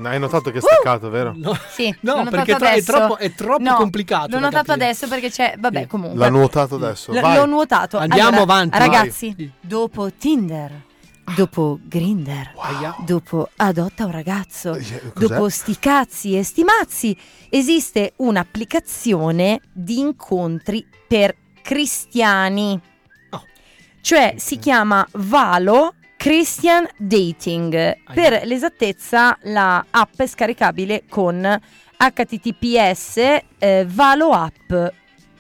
[SPEAKER 11] Hai notato
[SPEAKER 4] Uh!
[SPEAKER 11] che è staccato, vero?
[SPEAKER 4] Sì,
[SPEAKER 13] No,
[SPEAKER 4] l'ho notato
[SPEAKER 13] perché è tro- è
[SPEAKER 4] adesso.
[SPEAKER 13] troppo- è troppo complicato
[SPEAKER 4] L'ho
[SPEAKER 13] da
[SPEAKER 4] notato
[SPEAKER 13] capire.
[SPEAKER 4] adesso perché c'è. Vabbè, comunque.
[SPEAKER 11] L'ha nuotato adesso.
[SPEAKER 4] L-
[SPEAKER 11] vai.
[SPEAKER 4] l'ho nuotato.
[SPEAKER 11] Andiamo
[SPEAKER 4] Allora,
[SPEAKER 11] avanti,
[SPEAKER 4] Ragazzi, dopo Tinder, dopo Grinder, dopo Adotta un
[SPEAKER 11] Eh,
[SPEAKER 4] ragazzo, dopo sti cazzi e sti mazzi, esiste un'applicazione di incontri per cristiani.
[SPEAKER 11] Oh.
[SPEAKER 4] Cioè si chiama Valo Christian Dating. Per l'esattezza la app è scaricabile con https eh,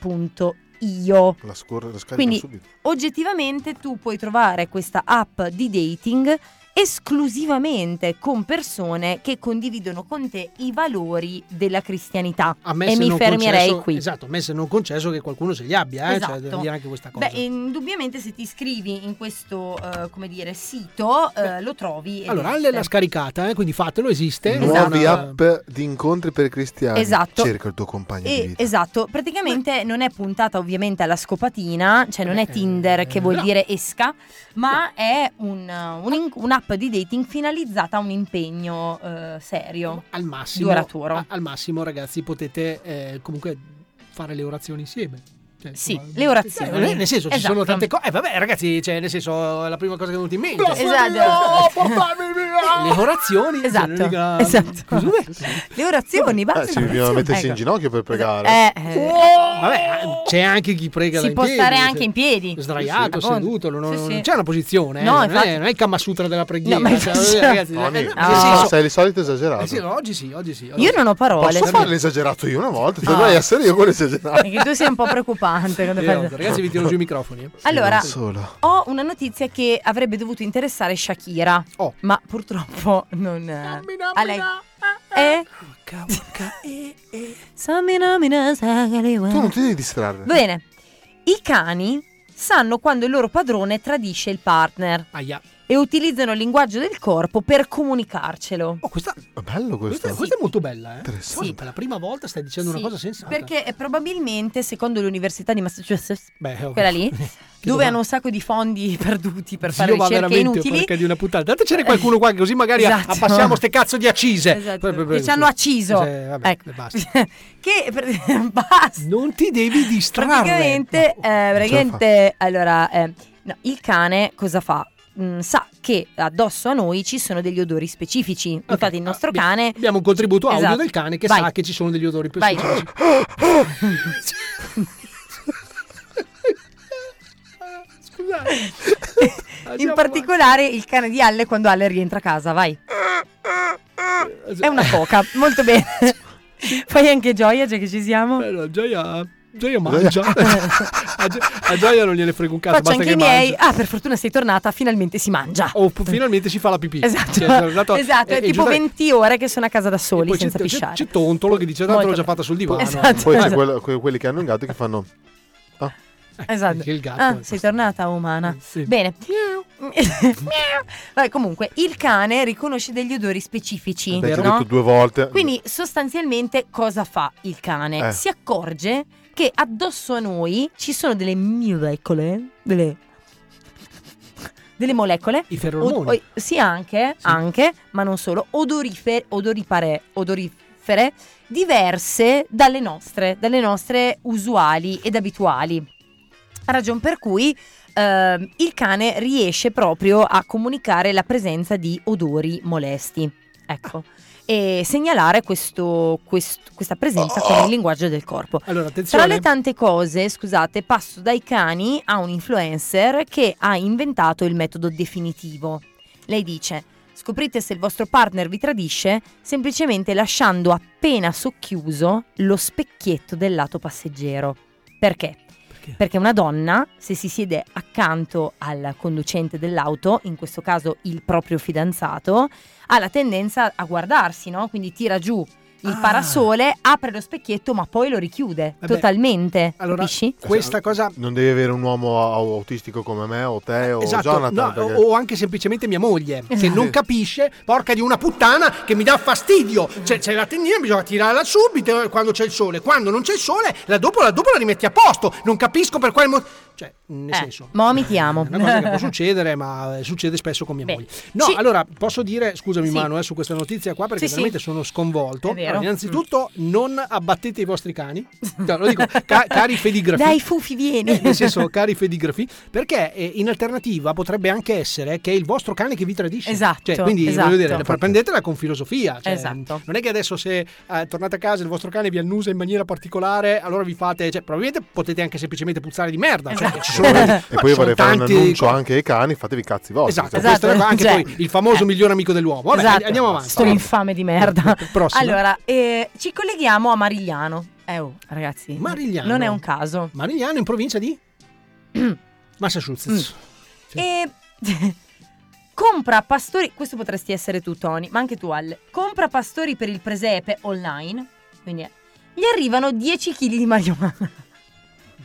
[SPEAKER 4] valoapp.io.
[SPEAKER 11] La, scor- la scarico
[SPEAKER 4] Quindi
[SPEAKER 11] subito.
[SPEAKER 4] oggettivamente tu puoi trovare questa app di dating esclusivamente con persone che condividono con te i valori della cristianità.
[SPEAKER 13] a me
[SPEAKER 4] e
[SPEAKER 13] se
[SPEAKER 4] mi
[SPEAKER 13] non
[SPEAKER 4] fermerei
[SPEAKER 13] concesso-
[SPEAKER 4] qui.
[SPEAKER 13] Esatto, a me se non concesso che qualcuno se li abbia, eh, cioè,
[SPEAKER 4] Esatto.
[SPEAKER 13] devo dire anche questa cosa.
[SPEAKER 4] Beh, indubbiamente se ti iscrivi in questo, eh, come dire, sito, eh, lo trovi. ed
[SPEAKER 13] allora,
[SPEAKER 4] esiste.
[SPEAKER 13] Ale l'ha scaricata, eh, quindi fatelo, esiste.
[SPEAKER 11] Nuovi
[SPEAKER 13] Buona-
[SPEAKER 11] app di incontri per cristiani.
[SPEAKER 4] Esatto.
[SPEAKER 11] Cerca il tuo compagno di
[SPEAKER 4] E-
[SPEAKER 11] vita.
[SPEAKER 4] esatto, praticamente non è puntata ovviamente alla scopatina, cioè non è
[SPEAKER 13] Eh,
[SPEAKER 4] Tinder che vuol
[SPEAKER 11] no.
[SPEAKER 4] dire esca, ma è un, un in- un'app di dating finalizzata a un impegno eh, serio.
[SPEAKER 13] Al massimo,
[SPEAKER 4] Duraturo.
[SPEAKER 13] a- al massimo, ragazzi, potete eh, comunque fare le orazioni insieme. Cioè,
[SPEAKER 4] Sì,
[SPEAKER 13] insomma,
[SPEAKER 4] le orazioni.
[SPEAKER 13] eh, nel senso, ci
[SPEAKER 4] Esatto.
[SPEAKER 13] sono tante cose. Eh, vabbè, ragazzi, cioè, nel senso, è la prima cosa che è venuta in mente. Cioè,
[SPEAKER 4] Esatto.
[SPEAKER 13] Le orazioni. cioè,
[SPEAKER 4] Esatto.
[SPEAKER 13] non dica-
[SPEAKER 4] Esatto.
[SPEAKER 13] Cosa ho detto?
[SPEAKER 4] Le orazioni,
[SPEAKER 11] Eh,
[SPEAKER 4] basta.
[SPEAKER 11] si bisogna
[SPEAKER 4] ecco.
[SPEAKER 11] mettersi in ginocchio per pregare.
[SPEAKER 4] Eh, eh,
[SPEAKER 13] Vabbè, c'è anche chi prega
[SPEAKER 4] si
[SPEAKER 13] da
[SPEAKER 4] può
[SPEAKER 13] in piedi,
[SPEAKER 4] stare
[SPEAKER 13] cioè,
[SPEAKER 4] anche in piedi.
[SPEAKER 13] Sdraiato,
[SPEAKER 4] Appunto.
[SPEAKER 13] seduto, non,
[SPEAKER 4] Sì,
[SPEAKER 13] non
[SPEAKER 4] sì.
[SPEAKER 13] c'è una posizione. eh,
[SPEAKER 4] No,
[SPEAKER 13] non,
[SPEAKER 4] infatti.
[SPEAKER 13] è, non è il Kama Sutra della preghiera.
[SPEAKER 4] No, ma
[SPEAKER 13] cioè,
[SPEAKER 4] infatti-
[SPEAKER 13] ragazzi,
[SPEAKER 11] Tony,
[SPEAKER 13] eh,
[SPEAKER 11] ah,
[SPEAKER 13] nel senso-
[SPEAKER 11] sei di solito esagerato.
[SPEAKER 13] eh sì, oggi sì, oggi sì.
[SPEAKER 4] Io non ho parole.
[SPEAKER 11] Posso fare l'esagerato io una volta? Dovrei essere io quello esagerato.
[SPEAKER 4] Perché tu sei un po' preoccupante quando fai-
[SPEAKER 13] Ragazzi, vi tiro giù i microfoni. eh.
[SPEAKER 4] Allora,
[SPEAKER 11] Non solo.
[SPEAKER 4] ho una notizia che avrebbe dovuto interessare Shakira,
[SPEAKER 13] Oh.
[SPEAKER 4] ma purtroppo non... eh, a lei. Eh?
[SPEAKER 13] Eh?
[SPEAKER 4] Samina, mina, sagale, wa.
[SPEAKER 11] Tu non ti devi distrarre.
[SPEAKER 4] Bene, i cani sanno quando il loro padrone tradisce il partner.
[SPEAKER 13] Aia.
[SPEAKER 4] e utilizzano il linguaggio del corpo per comunicarcelo.
[SPEAKER 13] Oh, questa
[SPEAKER 11] Bello questo.
[SPEAKER 13] Questa, questa è molto bella, eh?
[SPEAKER 11] Interessante.
[SPEAKER 13] Per la prima volta stai dicendo
[SPEAKER 4] Sì,
[SPEAKER 13] una cosa sensata.
[SPEAKER 4] Perché eh, probabilmente, secondo l'università di Massachusetts,
[SPEAKER 13] Beh, ovvio.
[SPEAKER 4] quella lì, dove
[SPEAKER 13] domanda.
[SPEAKER 4] hanno un sacco di fondi perduti per fare
[SPEAKER 13] Io va
[SPEAKER 4] ricerche
[SPEAKER 13] veramente
[SPEAKER 4] inutili,
[SPEAKER 13] perché di una puntata. Tanto ce n'è qualcuno qua che così magari
[SPEAKER 4] Esatto.
[SPEAKER 13] abbassiamo ste cazzo di accise.
[SPEAKER 4] che ci hanno acciso.
[SPEAKER 13] Eh, vabbè,
[SPEAKER 4] Ecco.
[SPEAKER 13] basta.
[SPEAKER 4] che per- basta.
[SPEAKER 13] Non ti devi distrarre.
[SPEAKER 4] Praticamente, eh, praticamente, allora, eh, no, il cane cosa fa? Mm, sa che addosso a noi ci sono degli odori specifici. Infatti, il nostro cane.
[SPEAKER 13] ah, Abbiamo un contributo audio
[SPEAKER 4] Esatto.
[SPEAKER 13] del cane che
[SPEAKER 4] Vai.
[SPEAKER 13] sa che ci sono degli odori più
[SPEAKER 4] Vai.
[SPEAKER 13] Scusate.
[SPEAKER 4] In particolare il cane di Alle quando Alle rientra a casa, vai. È una foca, molto bene. Fai anche Gioia, già che ci siamo.
[SPEAKER 13] Gioia, Gioia mangia. a, Gio- a Gioia non gliene frega un cazzo.
[SPEAKER 4] Faccio
[SPEAKER 13] basta
[SPEAKER 4] anche
[SPEAKER 13] che
[SPEAKER 4] i miei.
[SPEAKER 13] mangia.
[SPEAKER 4] Ah, per fortuna sei tornata, finalmente si mangia.
[SPEAKER 13] O pu- finalmente si fa la pipì.
[SPEAKER 4] Esatto,
[SPEAKER 13] Cioè, sono andato-
[SPEAKER 4] esatto,
[SPEAKER 13] e-
[SPEAKER 4] è
[SPEAKER 13] e
[SPEAKER 4] tipo
[SPEAKER 13] giusto-
[SPEAKER 4] 20 ore che sono a casa da soli
[SPEAKER 13] poi
[SPEAKER 4] senza
[SPEAKER 13] c'è, c'è,
[SPEAKER 4] pisciare.
[SPEAKER 13] c'è Tontolo che dice tanto
[SPEAKER 4] Molto
[SPEAKER 13] l'ho già
[SPEAKER 4] bene.
[SPEAKER 13] fatta sul divano.
[SPEAKER 4] Esatto,
[SPEAKER 11] Poi c'è
[SPEAKER 4] esatto.
[SPEAKER 11] quello- que- quelli che hanno un gatto che fanno.
[SPEAKER 4] Esatto.
[SPEAKER 13] Perché il gatto eh,
[SPEAKER 4] Ah,
[SPEAKER 13] è
[SPEAKER 4] sei tornata umana. Bene. Miau. Vabbè, comunque, il cane riconosce degli odori specifici.
[SPEAKER 11] L'hai già
[SPEAKER 4] no?
[SPEAKER 11] detto due volte.
[SPEAKER 4] Quindi sostanzialmente cosa fa il cane?
[SPEAKER 11] Eh.
[SPEAKER 4] Si accorge che addosso a noi ci sono delle molecole, delle, delle molecole.
[SPEAKER 13] I feromoni.
[SPEAKER 4] o- sì, anche, anche, ma non solo, odorife- odoripare, odorifere diverse dalle nostre, dalle nostre usuali ed abituali. Ragion per cui ehm, il cane riesce proprio a comunicare la presenza di odori molesti. Ecco. E segnalare questo- quest- questa presenza con il linguaggio del corpo.
[SPEAKER 13] Allora,
[SPEAKER 4] Tra le
[SPEAKER 13] attenzione.
[SPEAKER 4] tante cose, scusate, passo dai cani a un influencer che ha inventato il metodo definitivo. Lei dice: scoprite se il vostro partner vi tradisce semplicemente lasciando appena socchiuso lo specchietto del lato passeggero. Perché? Perché una donna, se si siede accanto al conducente dell'auto, in questo caso il proprio fidanzato, ha la tendenza a guardarsi, no? Quindi tira giù
[SPEAKER 13] Ah.
[SPEAKER 4] il parasole, apre lo specchietto, ma poi lo richiude
[SPEAKER 11] Vabbè,
[SPEAKER 4] totalmente.
[SPEAKER 13] Eh allora,
[SPEAKER 4] capisci?
[SPEAKER 13] Questa cosa
[SPEAKER 11] Cioè, Non devi avere un uomo au- autistico come me, o te, o
[SPEAKER 13] Esatto,
[SPEAKER 11] Oh, Jonathan.
[SPEAKER 13] no,
[SPEAKER 11] perché-
[SPEAKER 13] o anche semplicemente mia moglie che
[SPEAKER 4] Esatto.
[SPEAKER 13] non capisce, porca di una puttana che mi dà fastidio. C'è, c'è la tendina, bisogna tirarla subito eh, quando c'è il sole. Quando non c'è il sole, la dopo, la dopo la rimetti a posto. Non capisco per quale motivo. Cioè, nel
[SPEAKER 4] Eh,
[SPEAKER 13] senso.
[SPEAKER 4] Mo mi ti amo.
[SPEAKER 13] È una cosa che può succedere, ma eh, succede spesso con mia moglie. No, allora posso dire, scusami
[SPEAKER 4] Sì.
[SPEAKER 13] Manu, eh, su questa notizia qua perché
[SPEAKER 4] Sì, sì.
[SPEAKER 13] veramente sono sconvolto.
[SPEAKER 4] È vero. Mm.
[SPEAKER 13] Allora, innanzitutto non abbattete i vostri cani, No, lo dico, ca- cari fedigrafi.
[SPEAKER 4] Dai, Fufi, vieni.
[SPEAKER 13] Eh, nel senso, cari fedigrafi, perché eh, in alternativa potrebbe anche essere che è il vostro cane che vi tradisce.
[SPEAKER 4] Esatto,
[SPEAKER 13] Cioè, quindi
[SPEAKER 4] esatto.
[SPEAKER 13] voglio dire, pre- prendetela con filosofia. cioè,
[SPEAKER 4] Esatto.
[SPEAKER 13] Non è che adesso se eh, tornate a casa e il vostro cane vi annusa in maniera particolare, allora vi fate. Cioè, probabilmente potete anche semplicemente puzzare di merda. cioè,
[SPEAKER 4] Esatto.
[SPEAKER 13] che ci sono- ma
[SPEAKER 11] E poi io
[SPEAKER 13] ci sono
[SPEAKER 11] vorrei fare un
[SPEAKER 13] tanti-
[SPEAKER 11] annuncio anche ai cani, fatevi i cazzi vostri.
[SPEAKER 13] Esatto,
[SPEAKER 11] cioè.
[SPEAKER 13] questo è anche
[SPEAKER 4] cioè-
[SPEAKER 13] poi il famoso miglior amico dell'uomo. Oh, Vabbè,
[SPEAKER 4] Esatto.
[SPEAKER 13] andiamo avanti.
[SPEAKER 4] Sto infame di merda.
[SPEAKER 13] Prossimo.
[SPEAKER 4] Allora, eh, ci colleghiamo a Marigliano. Eh, oh, ragazzi.
[SPEAKER 13] Marigliano.
[SPEAKER 4] Non è un caso.
[SPEAKER 13] Marigliano in provincia di Massachusetts.
[SPEAKER 4] Mm. E compra pastori. Questo potresti essere tu, Tony, ma anche tu, Al. Compra pastori per il presepe online. Quindi eh, gli arrivano 10 kg di marijuana.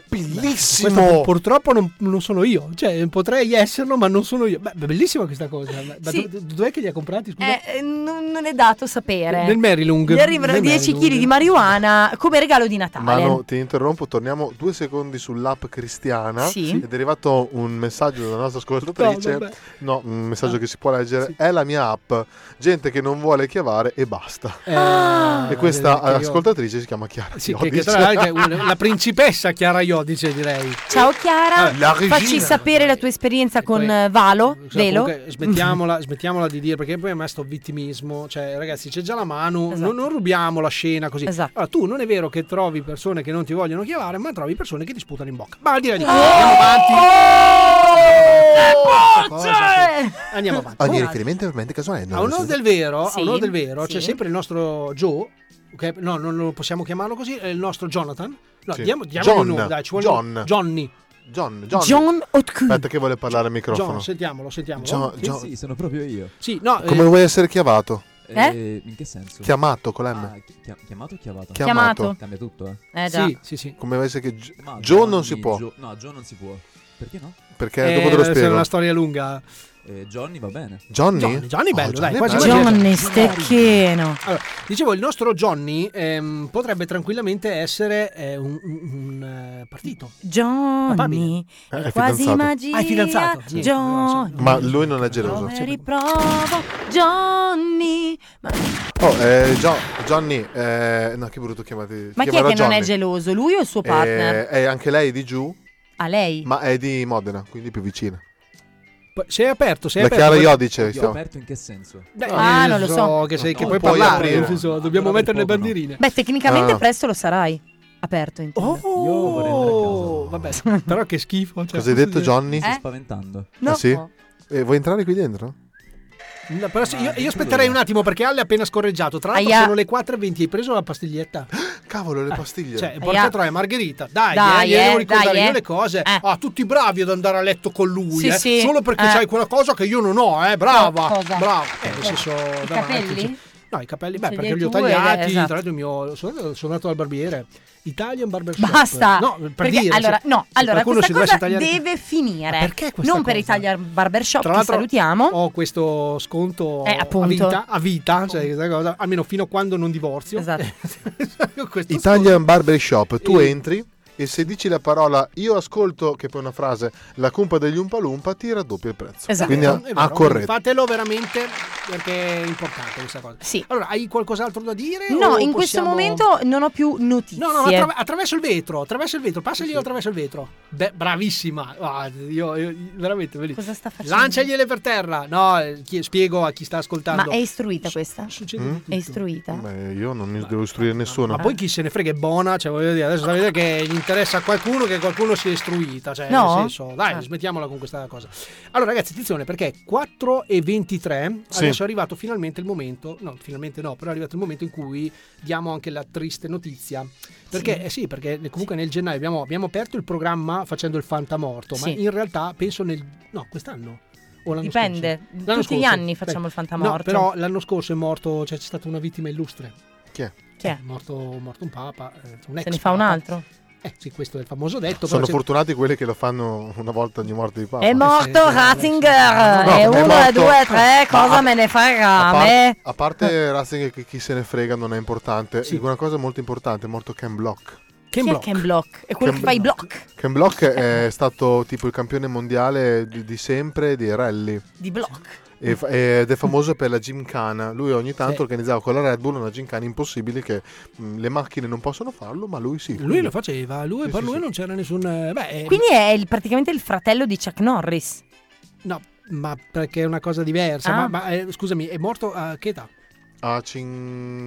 [SPEAKER 11] Bellissimo!
[SPEAKER 13] Questo pur- purtroppo non, non sono io, cioè potrei esserlo, ma non sono io. Beh, bellissima questa cosa. Ma ma
[SPEAKER 4] Sì.
[SPEAKER 13] dov- dov'è che li ha comprati? Scusa.
[SPEAKER 4] Eh, eh, non, non è dato sapere.
[SPEAKER 13] Nel Maryland.
[SPEAKER 4] eh, Gli arrivano
[SPEAKER 13] Nel
[SPEAKER 4] 10
[SPEAKER 13] Maryland.
[SPEAKER 4] kg di marijuana come regalo di Natale.
[SPEAKER 11] Manu, ti interrompo, torniamo due secondi sull'app cristiana.
[SPEAKER 4] Sì.
[SPEAKER 11] Ed È arrivato un messaggio dalla nostra ascoltatrice.
[SPEAKER 13] No, vabbè.
[SPEAKER 11] No, un messaggio che si può leggere. È la mia app. Gente che non vuole chiavare e basta.
[SPEAKER 13] Ah.
[SPEAKER 11] e questa
[SPEAKER 13] Che io-
[SPEAKER 11] ascoltatrice si chiama Chiara.
[SPEAKER 13] Sì, che,
[SPEAKER 11] Chiodi.
[SPEAKER 13] che tra l'altro è una- la principessa Chiara Iodice, direi.
[SPEAKER 4] Ciao Chiara,
[SPEAKER 13] Eh, la regina.
[SPEAKER 4] facci sapere la tua esperienza con eh, Valo,
[SPEAKER 13] Scusa,
[SPEAKER 4] Velo.
[SPEAKER 13] Cioè, comunque, smettiamola, smettiamola di dire perché poi a me sto vittimismo. Cioè, ragazzi, c'è già la mano,
[SPEAKER 4] Esatto.
[SPEAKER 13] non, non rubiamo la scena così. Allora, tu non è vero che trovi persone che non ti vogliono chiavare, ma trovi persone che ti sputano in bocca. Ma al di là di
[SPEAKER 4] Oh!
[SPEAKER 13] questo, andiamo avanti. Andiamo avanti.
[SPEAKER 11] Ogni
[SPEAKER 13] Comunque,
[SPEAKER 11] riferimento è veramente casuale. non
[SPEAKER 13] a onore
[SPEAKER 11] esiste.
[SPEAKER 13] del vero, a
[SPEAKER 11] Sì,
[SPEAKER 13] onor del vero
[SPEAKER 11] sì.
[SPEAKER 13] c'è sempre il nostro Joe. ok? No, non lo possiamo chiamarlo così. È il nostro Jonathan. No,
[SPEAKER 11] Sì.
[SPEAKER 13] diamo, diamogli un
[SPEAKER 11] John.
[SPEAKER 13] nome, dai, ci vuole
[SPEAKER 11] John.
[SPEAKER 13] Johnny.
[SPEAKER 11] John,
[SPEAKER 13] John.
[SPEAKER 11] Aspetta che vuole parlare al microfono.
[SPEAKER 13] John, sentiamolo, sentiamolo.
[SPEAKER 11] John-
[SPEAKER 16] Sì,
[SPEAKER 11] John-
[SPEAKER 16] sì, sono proprio io.
[SPEAKER 13] Sì, no,
[SPEAKER 11] Ah, Come
[SPEAKER 13] eh,
[SPEAKER 11] vuoi essere chiavato?
[SPEAKER 16] Eh? In che senso?
[SPEAKER 11] Chiamato con la M.
[SPEAKER 16] Ah, chi- chi- chiamato o chiavato?
[SPEAKER 11] Chiamato.
[SPEAKER 16] Cambia tutto, eh?
[SPEAKER 4] Eh, già.
[SPEAKER 13] Sì, sì, sì.
[SPEAKER 11] Come vuoi essere che Gio-
[SPEAKER 16] Ma
[SPEAKER 11] Joe non
[SPEAKER 16] Johnny,
[SPEAKER 11] si può.
[SPEAKER 16] Gio- no, Joe non si può. Perché no?
[SPEAKER 11] Perché dopo te lo
[SPEAKER 13] Eh, se è
[SPEAKER 11] spiego.
[SPEAKER 13] una storia lunga.
[SPEAKER 16] Eh, Johnny va bene.
[SPEAKER 11] Johnny?
[SPEAKER 13] Johnny, Johnny bello,
[SPEAKER 16] Oh,
[SPEAKER 13] dai,
[SPEAKER 16] Johnny
[SPEAKER 13] quasi
[SPEAKER 16] bello.
[SPEAKER 13] quasi-
[SPEAKER 16] Johnny
[SPEAKER 4] stecchino.
[SPEAKER 13] Allora, dicevo, il nostro Johnny ehm, potrebbe tranquillamente essere eh, un, un- un, eh, partito.
[SPEAKER 4] Johnny,
[SPEAKER 11] Eh,
[SPEAKER 4] è
[SPEAKER 11] è
[SPEAKER 4] quasi
[SPEAKER 11] fidanzato.
[SPEAKER 4] magia.
[SPEAKER 13] Ah, è fidanzato, sì.
[SPEAKER 4] Johnny,
[SPEAKER 11] Ma lui non è geloso.
[SPEAKER 4] come riprovo, Johnny.
[SPEAKER 11] Oh, eh, Gio- Johnny, eh, no, che brutto chiamati.
[SPEAKER 4] Ma chi è che
[SPEAKER 11] chiamarla
[SPEAKER 4] non è
[SPEAKER 11] Johnny.
[SPEAKER 4] geloso? Lui o il suo
[SPEAKER 11] Eh,
[SPEAKER 4] partner?
[SPEAKER 11] eh, anche lei è di giù,
[SPEAKER 4] A lei?
[SPEAKER 11] ma è di Modena, quindi più vicina.
[SPEAKER 13] P- Sei aperto, sei
[SPEAKER 11] La
[SPEAKER 13] aperto.
[SPEAKER 11] Chiara
[SPEAKER 13] poi-
[SPEAKER 11] Iodice,
[SPEAKER 13] Oddio,
[SPEAKER 11] stiamo-
[SPEAKER 16] Aperto in che senso?
[SPEAKER 13] Beh,
[SPEAKER 4] Ah,
[SPEAKER 13] nel
[SPEAKER 4] non lo so.
[SPEAKER 13] Che, sei, che
[SPEAKER 16] No,
[SPEAKER 13] puoi
[SPEAKER 16] puoi
[SPEAKER 13] parlare,
[SPEAKER 16] aprire.
[SPEAKER 13] nel senso, dobbiamo mettere le bandierine.
[SPEAKER 4] Beh, tecnicamente
[SPEAKER 13] Ah.
[SPEAKER 4] presto lo sarai. Aperto, intendo.
[SPEAKER 13] Oh, vabbè, però che schifo. Cioè,
[SPEAKER 11] Cosa hai detto, Johnny?
[SPEAKER 4] Eh? Sto
[SPEAKER 16] spaventando.
[SPEAKER 4] No.
[SPEAKER 11] Ah, sì? E vuoi entrare qui dentro?
[SPEAKER 13] No, però se- io, io
[SPEAKER 11] eh.
[SPEAKER 13] aspetterei un attimo perché Ale ha appena scorreggiato. Tra l'altro
[SPEAKER 4] Aia.
[SPEAKER 13] sono le 4.20, hai preso la pastiglietta?
[SPEAKER 11] Cavolo, le pastiglie.
[SPEAKER 13] Cioè,
[SPEAKER 4] Aia.
[SPEAKER 13] porca troia, Margherita, dai,
[SPEAKER 4] Dai,
[SPEAKER 13] eh, gli devo
[SPEAKER 4] eh,
[SPEAKER 13] ricordare
[SPEAKER 4] dai,
[SPEAKER 13] io
[SPEAKER 4] eh.
[SPEAKER 13] le cose. Ah, tutti bravi ad andare a letto con lui,
[SPEAKER 4] Sì,
[SPEAKER 13] eh,
[SPEAKER 4] sì.
[SPEAKER 13] solo perché
[SPEAKER 4] Eh.
[SPEAKER 13] c'hai quella cosa che io non ho, eh, brava,
[SPEAKER 4] No, cosa?
[SPEAKER 13] brava. Eh, nel senso,
[SPEAKER 4] I
[SPEAKER 13] davanti,
[SPEAKER 4] capelli?
[SPEAKER 13] cioè- No, i capelli, beh,
[SPEAKER 4] Ce li
[SPEAKER 13] perché
[SPEAKER 4] hai
[SPEAKER 13] li ho
[SPEAKER 4] tu, eh,
[SPEAKER 13] tagliati,
[SPEAKER 4] esatto.
[SPEAKER 13] tra l'altro il mio, sono, sono andato dal barbiere, Italian Barbershop.
[SPEAKER 4] Basta.
[SPEAKER 13] No, per
[SPEAKER 4] Perché,
[SPEAKER 13] dire, cioè,
[SPEAKER 4] allora,
[SPEAKER 13] se-
[SPEAKER 4] no,
[SPEAKER 13] se
[SPEAKER 4] allora
[SPEAKER 13] qualcuno
[SPEAKER 4] questa
[SPEAKER 13] si dovesse
[SPEAKER 4] cosa
[SPEAKER 13] tagliare-
[SPEAKER 4] deve finire.
[SPEAKER 13] perché questa
[SPEAKER 4] non per Italia Barbershop,
[SPEAKER 13] Tra
[SPEAKER 4] che
[SPEAKER 13] l'altro
[SPEAKER 4] salutiamo.
[SPEAKER 13] ho questo sconto
[SPEAKER 4] Eh,
[SPEAKER 13] a
[SPEAKER 4] appunto.
[SPEAKER 13] vita, a vita cioè, questa cosa, almeno fino a quando non divorzio.
[SPEAKER 4] Esatto,
[SPEAKER 13] Ho questo
[SPEAKER 11] Italian Barber Shop, tu
[SPEAKER 13] Io-
[SPEAKER 11] entri e se dici la parola io ascolto, che poi è una frase, la cumpa degli Umpalumpa ti raddoppia il prezzo.
[SPEAKER 4] esatto.
[SPEAKER 11] Quindi
[SPEAKER 13] Esatto. È
[SPEAKER 11] a,
[SPEAKER 13] vero,
[SPEAKER 11] a corretto.
[SPEAKER 13] Fatelo veramente perché è importante questa cosa. Allora, hai qualcos'altro da dire?
[SPEAKER 4] No,
[SPEAKER 13] o
[SPEAKER 4] in questo
[SPEAKER 13] eh, oh, possiamo-
[SPEAKER 4] momento non ho più notizie.
[SPEAKER 13] No, no, attra- attraverso il vetro, attraverso il vetro, passaglielo attraverso il vetro. Beh, bravissima. Ah, io, io- veramente, bellissima.
[SPEAKER 4] Cosa sta facendo?
[SPEAKER 13] Lanciagliele per terra. No, eh, chi- spiego a chi sta ascoltando.
[SPEAKER 4] Ma è istruita questa?
[SPEAKER 11] Mm?
[SPEAKER 4] È istruita?
[SPEAKER 11] Beh, io non mi devo istruire nessuno.
[SPEAKER 4] Eh.
[SPEAKER 13] Ma poi chi se ne frega è buona, cioè voglio dire, adesso da vedere che gli interessa a qualcuno che qualcuno sia istruita, cioè
[SPEAKER 4] No?
[SPEAKER 13] nel senso, dai,
[SPEAKER 4] Ah.
[SPEAKER 13] smettiamola con questa cosa. Allora ragazzi, attenzione perché 4 e 23,
[SPEAKER 11] Sì.
[SPEAKER 13] adesso è arrivato finalmente il momento, no, finalmente no, però è arrivato il momento in cui diamo anche la triste notizia. Perché,
[SPEAKER 4] Sì.
[SPEAKER 13] eh sì, perché comunque nel gennaio abbiamo, abbiamo aperto il programma facendo il fantamorto, ma
[SPEAKER 4] Sì.
[SPEAKER 13] in realtà penso nel... no, quest'anno. o l'anno
[SPEAKER 4] Dipende,
[SPEAKER 13] scorso?
[SPEAKER 4] tutti gli anni facciamo il fantamorto.
[SPEAKER 13] No, però l'anno scorso è morto, cioè c'è stata una vittima illustre.
[SPEAKER 11] Chi è?
[SPEAKER 4] Chi è?
[SPEAKER 13] Morto, morto un papa, eh, un ex
[SPEAKER 4] Se ne fa un
[SPEAKER 13] papa.
[SPEAKER 4] altro?
[SPEAKER 13] Eh sì, questo è il famoso detto.
[SPEAKER 11] Sono
[SPEAKER 13] però c'è-
[SPEAKER 11] fortunati quelli che lo fanno una volta ogni morte di Papa.
[SPEAKER 4] È morto
[SPEAKER 13] Ah,
[SPEAKER 4] Ratzinger!
[SPEAKER 11] No,
[SPEAKER 4] è
[SPEAKER 11] è
[SPEAKER 4] uno,
[SPEAKER 11] morto.
[SPEAKER 4] due, tre, cosa
[SPEAKER 11] Ah,
[SPEAKER 4] me ne
[SPEAKER 11] A,
[SPEAKER 4] farà a
[SPEAKER 11] par-
[SPEAKER 4] me?
[SPEAKER 11] a parte Ratzinger che chi se ne frega non è importante. Dico Una cosa molto importante, è morto Ken Block.
[SPEAKER 13] Ken
[SPEAKER 4] Chi è Ken Block? È quello
[SPEAKER 11] Ken
[SPEAKER 4] che fa i
[SPEAKER 11] Block.
[SPEAKER 4] block
[SPEAKER 11] Ken Block è stato tipo il campione mondiale di, di sempre di rally.
[SPEAKER 4] di block.
[SPEAKER 11] E fa- ed è famoso per la gymkhana. Lui ogni tanto
[SPEAKER 13] Sì.
[SPEAKER 11] organizzava con la Red Bull una gymkhana impossibile che mh, le macchine non possono farlo, ma lui sì.
[SPEAKER 13] Lui
[SPEAKER 11] Quindi-
[SPEAKER 13] lo faceva, lui, per lui non c'era nessun... eh, Beh, eh,
[SPEAKER 4] Quindi è il- praticamente il fratello di Chuck Norris.
[SPEAKER 13] No, ma perché è una cosa diversa.
[SPEAKER 4] Ah.
[SPEAKER 13] Ma, ma, eh, scusami, è morto a che età?
[SPEAKER 11] a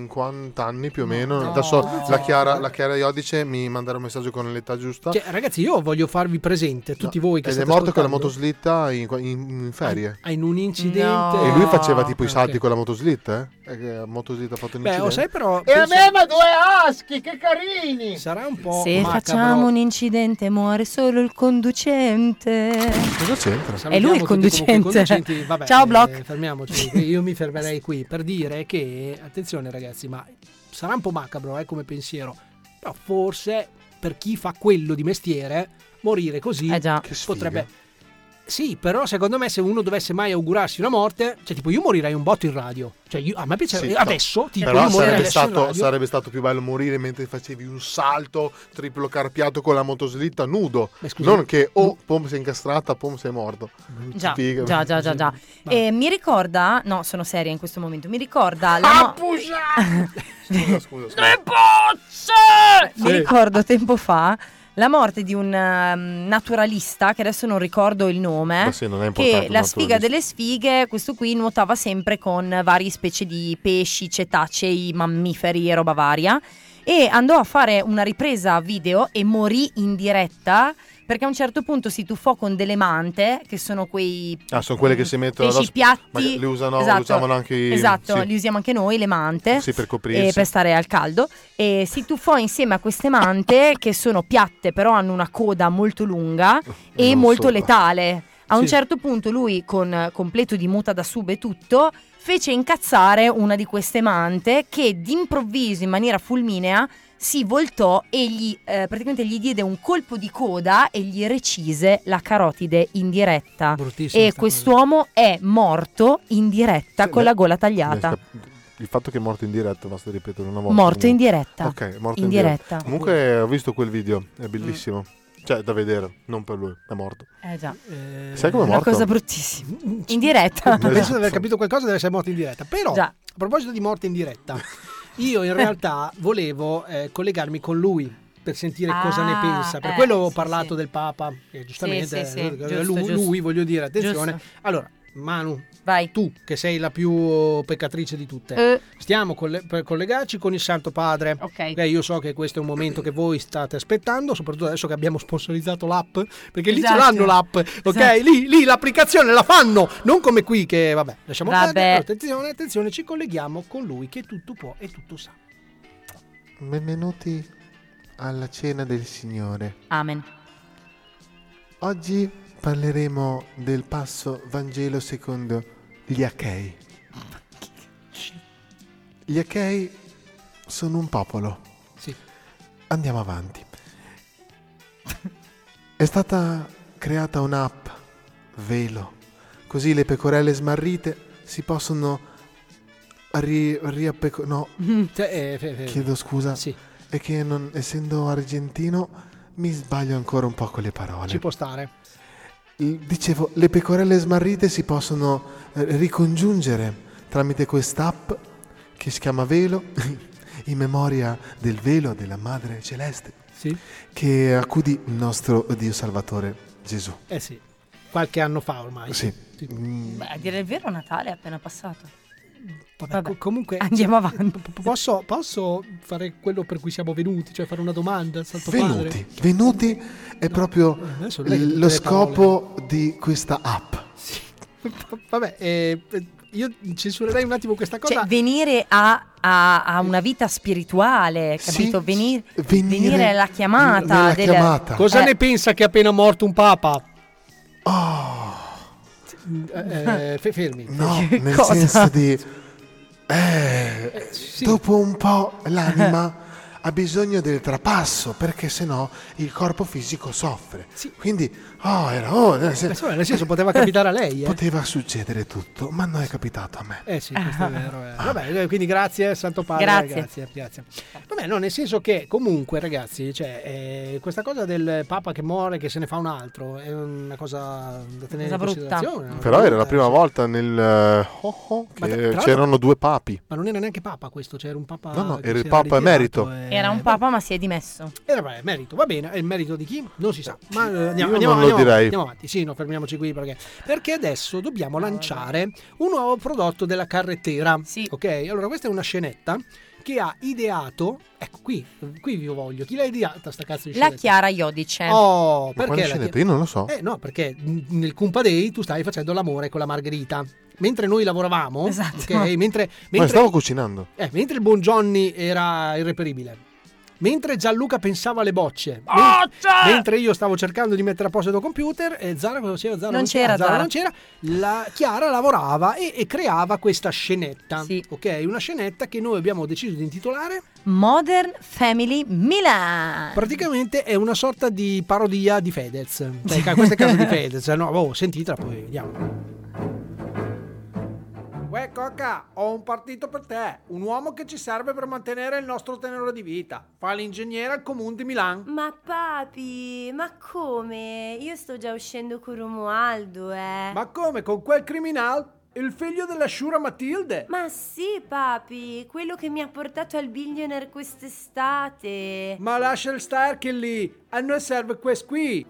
[SPEAKER 11] 50 anni più o meno.
[SPEAKER 13] No.
[SPEAKER 11] Adesso
[SPEAKER 13] No.
[SPEAKER 11] la Chiara, la Chiara Iodice mi manderà un messaggio con l'età giusta.
[SPEAKER 13] Cioè, ragazzi, io voglio farvi presente, tutti voi che
[SPEAKER 11] Ed è
[SPEAKER 13] state
[SPEAKER 11] morto con la
[SPEAKER 13] ascoltando,
[SPEAKER 11] motoslitta in, in- in ferie.
[SPEAKER 13] ah, in un incidente.
[SPEAKER 11] E lui faceva tipo i
[SPEAKER 13] Ah,
[SPEAKER 11] salti
[SPEAKER 13] ok.
[SPEAKER 11] con la motoslitta, eh? Eh, che La motoslitta ha fatto un
[SPEAKER 13] Beh,
[SPEAKER 11] incidente.
[SPEAKER 13] lo sai però...
[SPEAKER 2] E
[SPEAKER 13] penso-
[SPEAKER 2] aveva due aschi, che carini!
[SPEAKER 13] Sarà un po'...
[SPEAKER 4] Se
[SPEAKER 13] macabro.
[SPEAKER 4] facciamo un incidente muore solo il conducente.
[SPEAKER 11] Cosa c'entra?
[SPEAKER 4] È lui il
[SPEAKER 13] Salutiamo tutti comunque i
[SPEAKER 4] conducente.
[SPEAKER 13] conducenti. Vabbè,
[SPEAKER 4] Ciao
[SPEAKER 13] eh,
[SPEAKER 4] Block.
[SPEAKER 13] fermiamoci. Io mi fermerei qui per dire che, attenzione ragazzi, ma sarà un po' macabro eh, come pensiero, però forse per chi fa quello di mestiere, morire così
[SPEAKER 4] Eh,
[SPEAKER 13] potrebbe... Sì, però secondo me se uno dovesse mai augurarsi una morte, cioè tipo io morirei un botto in radio. Cioè io- a me piacerebbe...
[SPEAKER 11] Sì,
[SPEAKER 13] adesso,
[SPEAKER 11] no.
[SPEAKER 13] tipo,
[SPEAKER 11] Però
[SPEAKER 13] io morirei
[SPEAKER 11] sarebbe
[SPEAKER 13] adesso in
[SPEAKER 11] stato,
[SPEAKER 13] radio.
[SPEAKER 11] sarebbe stato più bello morire mentre facevi un salto triplo carpiato con la motoslitta nudo.
[SPEAKER 4] scusa.
[SPEAKER 11] Non che oh, pom sei incastrata, pom sei morto.
[SPEAKER 4] Già,
[SPEAKER 11] Figa.
[SPEAKER 4] già, già, già, già. E mi ricorda, no, sono seria in questo momento, mi ricorda la no-
[SPEAKER 11] Scusa, scusa, scusa.
[SPEAKER 4] Mi ricordo tempo fa la morte di un ehm, naturalista, che adesso non ricordo il nome,
[SPEAKER 11] Ma sì, non è importante
[SPEAKER 4] che
[SPEAKER 11] un
[SPEAKER 4] la sfiga
[SPEAKER 11] naturalista.
[SPEAKER 4] delle sfighe, questo qui nuotava sempre con varie specie di pesci, cetacei, mammiferi e roba varia. E andò a fare una ripresa video e morì in diretta perché a un certo punto si tuffò con delle mante, che sono quei
[SPEAKER 11] Ah, sono quelle che si mettono
[SPEAKER 4] pesci
[SPEAKER 11] addosso. Ma
[SPEAKER 4] piatti.
[SPEAKER 11] li usano,
[SPEAKER 4] Esatto.
[SPEAKER 11] usavano anche i-
[SPEAKER 4] Esatto,
[SPEAKER 11] sì.
[SPEAKER 4] li usiamo anche noi, le mante.
[SPEAKER 11] Sì, per coprirsi.
[SPEAKER 4] eh, per stare al caldo. E si tuffò insieme a queste mante che sono piatte, però hanno una coda molto lunga e
[SPEAKER 11] non
[SPEAKER 4] molto
[SPEAKER 11] so.
[SPEAKER 4] letale. A un
[SPEAKER 13] Sì.
[SPEAKER 4] certo punto lui, con eh, completo di muta da sub e tutto, fece incazzare una di queste mante che d'improvviso, in maniera fulminea, si voltò e gli, eh, praticamente gli diede un colpo di coda e gli recise la carotide in diretta.
[SPEAKER 11] Bruttissimo
[SPEAKER 4] E
[SPEAKER 11] sta
[SPEAKER 4] quest'uomo è morto in diretta con
[SPEAKER 11] beh,
[SPEAKER 4] la gola tagliata.
[SPEAKER 11] Il fatto che è morto in diretta, basta ripetere una volta.
[SPEAKER 4] Morto in diretta.
[SPEAKER 11] Ok, morto
[SPEAKER 4] In
[SPEAKER 11] in,
[SPEAKER 4] diretta. Mm.
[SPEAKER 11] Comunque ho visto quel video, è bellissimo. Cioè, da vedere, non per lui, è morto.
[SPEAKER 4] Eh già.
[SPEAKER 11] Sai com'è
[SPEAKER 4] Una
[SPEAKER 11] morto?
[SPEAKER 4] cosa bruttissima. In diretta.
[SPEAKER 13] Mm, Penso di aver
[SPEAKER 11] Esatto.
[SPEAKER 13] capito qualcosa deve essere morto in diretta. Però,
[SPEAKER 4] Già.
[SPEAKER 13] a proposito di morte in diretta, io in realtà volevo eh, collegarmi con lui per sentire cosa ne
[SPEAKER 4] Ah,
[SPEAKER 13] pensa. Per
[SPEAKER 4] eh,
[SPEAKER 13] quello ho
[SPEAKER 4] sì,
[SPEAKER 13] parlato del Papa, che giustamente
[SPEAKER 4] Sì, sì, sì,
[SPEAKER 13] eh,
[SPEAKER 4] giusto,
[SPEAKER 13] lui,
[SPEAKER 4] giusto.
[SPEAKER 13] lui, voglio dire, attenzione.
[SPEAKER 4] Giusto.
[SPEAKER 13] Allora, Manu,
[SPEAKER 4] Vai.
[SPEAKER 13] tu che sei la più peccatrice di tutte,
[SPEAKER 4] Eh.
[SPEAKER 13] stiamo colle- per collegarci con il Santo Padre.
[SPEAKER 4] Ok.
[SPEAKER 13] Eh, io so che questo è un momento che voi state aspettando, soprattutto adesso che abbiamo sponsorizzato l'app, perché lì
[SPEAKER 4] Esatto.
[SPEAKER 13] ce l'hanno l'app, ok?
[SPEAKER 4] Esatto.
[SPEAKER 13] Lì, lì l'applicazione la fanno, non come qui che vabbè, lasciamo
[SPEAKER 4] Vabbè.
[SPEAKER 13] perdere. Però Attenzione, attenzione, ci colleghiamo con lui che tutto può e tutto sa.
[SPEAKER 11] Benvenuti alla cena del Signore.
[SPEAKER 4] Amen.
[SPEAKER 11] Oggi parleremo del passo Vangelo secondo gli Achei. Gli Achei sono un popolo.
[SPEAKER 13] Sì.
[SPEAKER 11] Andiamo avanti. È stata creata un'app, Velo, così le pecorelle smarrite si possono ri- riappeco- no,
[SPEAKER 13] Eh,
[SPEAKER 11] Chiedo scusa. È che non- essendo argentino mi sbaglio ancora un po' con le parole.
[SPEAKER 13] Ci può stare.
[SPEAKER 11] L- Dicevo, le pecorelle smarrite si possono eh, ricongiungere tramite quest'app che si chiama Velo, in memoria del velo della Madre Celeste, che accudì il nostro Dio Salvatore Gesù.
[SPEAKER 13] Eh sì, qualche anno fa ormai.
[SPEAKER 11] Sì. Mm.
[SPEAKER 4] Beh, a dire il vero Natale è appena passato.
[SPEAKER 13] Vabbè, co- comunque cioè,
[SPEAKER 4] Andiamo avanti.
[SPEAKER 13] Posso, posso fare quello per cui siamo venuti, cioè fare una domanda al Santo
[SPEAKER 11] Venuti,
[SPEAKER 13] Padre?
[SPEAKER 11] venuti è proprio
[SPEAKER 13] adesso lei tutte
[SPEAKER 11] l-
[SPEAKER 13] le
[SPEAKER 11] lo scopo di questa app.
[SPEAKER 13] Vabbè, eh, eh, io censurerei un attimo questa cosa.
[SPEAKER 4] Cioè, venire a, a- a una vita spirituale, capito? venire, venire, alla chiamata. del-
[SPEAKER 13] Cosa
[SPEAKER 4] Eh,
[SPEAKER 13] ne pensa che è appena morto un papa? Eh, fe- fermi.
[SPEAKER 11] No, nel
[SPEAKER 13] Cosa?
[SPEAKER 11] senso di... eh, Dopo un po' l'anima ha bisogno del trapasso perché sennò il corpo fisico soffre. Quindi, oh, era... Oh, nel sen-
[SPEAKER 13] Insomma, nel senso, poteva capitare a lei, eh.
[SPEAKER 11] Poteva succedere tutto, ma non è capitato a me.
[SPEAKER 13] Eh sì, questo è vero. eh.
[SPEAKER 4] Ah.
[SPEAKER 13] Vabbè, eh, quindi grazie Santo Padre.
[SPEAKER 11] Grazie.
[SPEAKER 13] Grazie, grazie. Vabbè, no, nel senso che comunque ragazzi, cioè, eh, questa cosa del Papa che muore, che se ne fa un altro, è una cosa da tenere
[SPEAKER 4] Cosa
[SPEAKER 13] in
[SPEAKER 4] brutta.
[SPEAKER 13] considerazione. no?
[SPEAKER 11] Però era la prima volta nel... eh, oh, oh,
[SPEAKER 13] Ma tra-
[SPEAKER 11] che
[SPEAKER 13] tra l'altro-
[SPEAKER 11] c'erano due papi.
[SPEAKER 13] Ma non era neanche Papa questo, cioè era un Papa...
[SPEAKER 11] No, no,
[SPEAKER 13] che
[SPEAKER 11] era il
[SPEAKER 13] si
[SPEAKER 11] Papa
[SPEAKER 13] ritirato,
[SPEAKER 11] emerito.
[SPEAKER 13] eh.
[SPEAKER 4] Era un papa, ma si è dimesso.
[SPEAKER 13] Era Eh, vabbè, merito, va bene, è il merito di chi? Non si sa. Ma eh, andiamo,
[SPEAKER 11] non
[SPEAKER 13] andiamo,
[SPEAKER 11] lo
[SPEAKER 13] andiamo-
[SPEAKER 11] direi.
[SPEAKER 13] andiamo avanti. Sì, no, fermiamoci qui perché. Perché adesso dobbiamo lanciare un nuovo prodotto della carrettera. Sì. Ok, allora questa è una scenetta che ha ideato. Ecco qui, qui vi voglio. Chi l'ha ideata sta cazzo di
[SPEAKER 4] La
[SPEAKER 13] scenetta?
[SPEAKER 4] Chiara Iodice.
[SPEAKER 13] Oh, perché
[SPEAKER 11] quale
[SPEAKER 13] la
[SPEAKER 11] scenetta?
[SPEAKER 13] Chiara-
[SPEAKER 11] Io non lo so.
[SPEAKER 13] Eh no, perché n- nel Cumpa Day tu stavi facendo l'amore con la Margherita. Mentre noi lavoravamo,
[SPEAKER 4] Esatto.
[SPEAKER 13] ok, mentre,
[SPEAKER 11] Ma
[SPEAKER 13] mentre-
[SPEAKER 11] stavo cucinando.
[SPEAKER 13] eh, mentre il buon Johnny era irreperibile. Mentre Gianluca pensava alle bocce, men- mentre io stavo cercando di mettere a posto il tuo computer, e Zara cosa faceva? Zara
[SPEAKER 4] Non c'era, Zara.
[SPEAKER 13] non c'era. La Chiara lavorava e, e creava questa scenetta. Ok, una scenetta che noi abbiamo deciso di intitolare.
[SPEAKER 4] Modern Family Milan.
[SPEAKER 13] Praticamente è una sorta di parodia di Fedez. Cioè, ca- questo è il caso di Fedez. No, oh, sentitela poi, vediamo. Uè Coca, ho un partito per te, un uomo che ci serve per mantenere il nostro tenore di vita. Fa l'ingegnere al comune di Milano.
[SPEAKER 25] Ma papi, ma come? Io sto già uscendo con Romualdo, eh.
[SPEAKER 13] Ma come con quel criminale? Il figlio della Shura Matilde?
[SPEAKER 25] Ma sì, papi, quello che mi ha portato al billionaire quest'estate.
[SPEAKER 13] Ma lascia star che lì, a noi serve questo qui.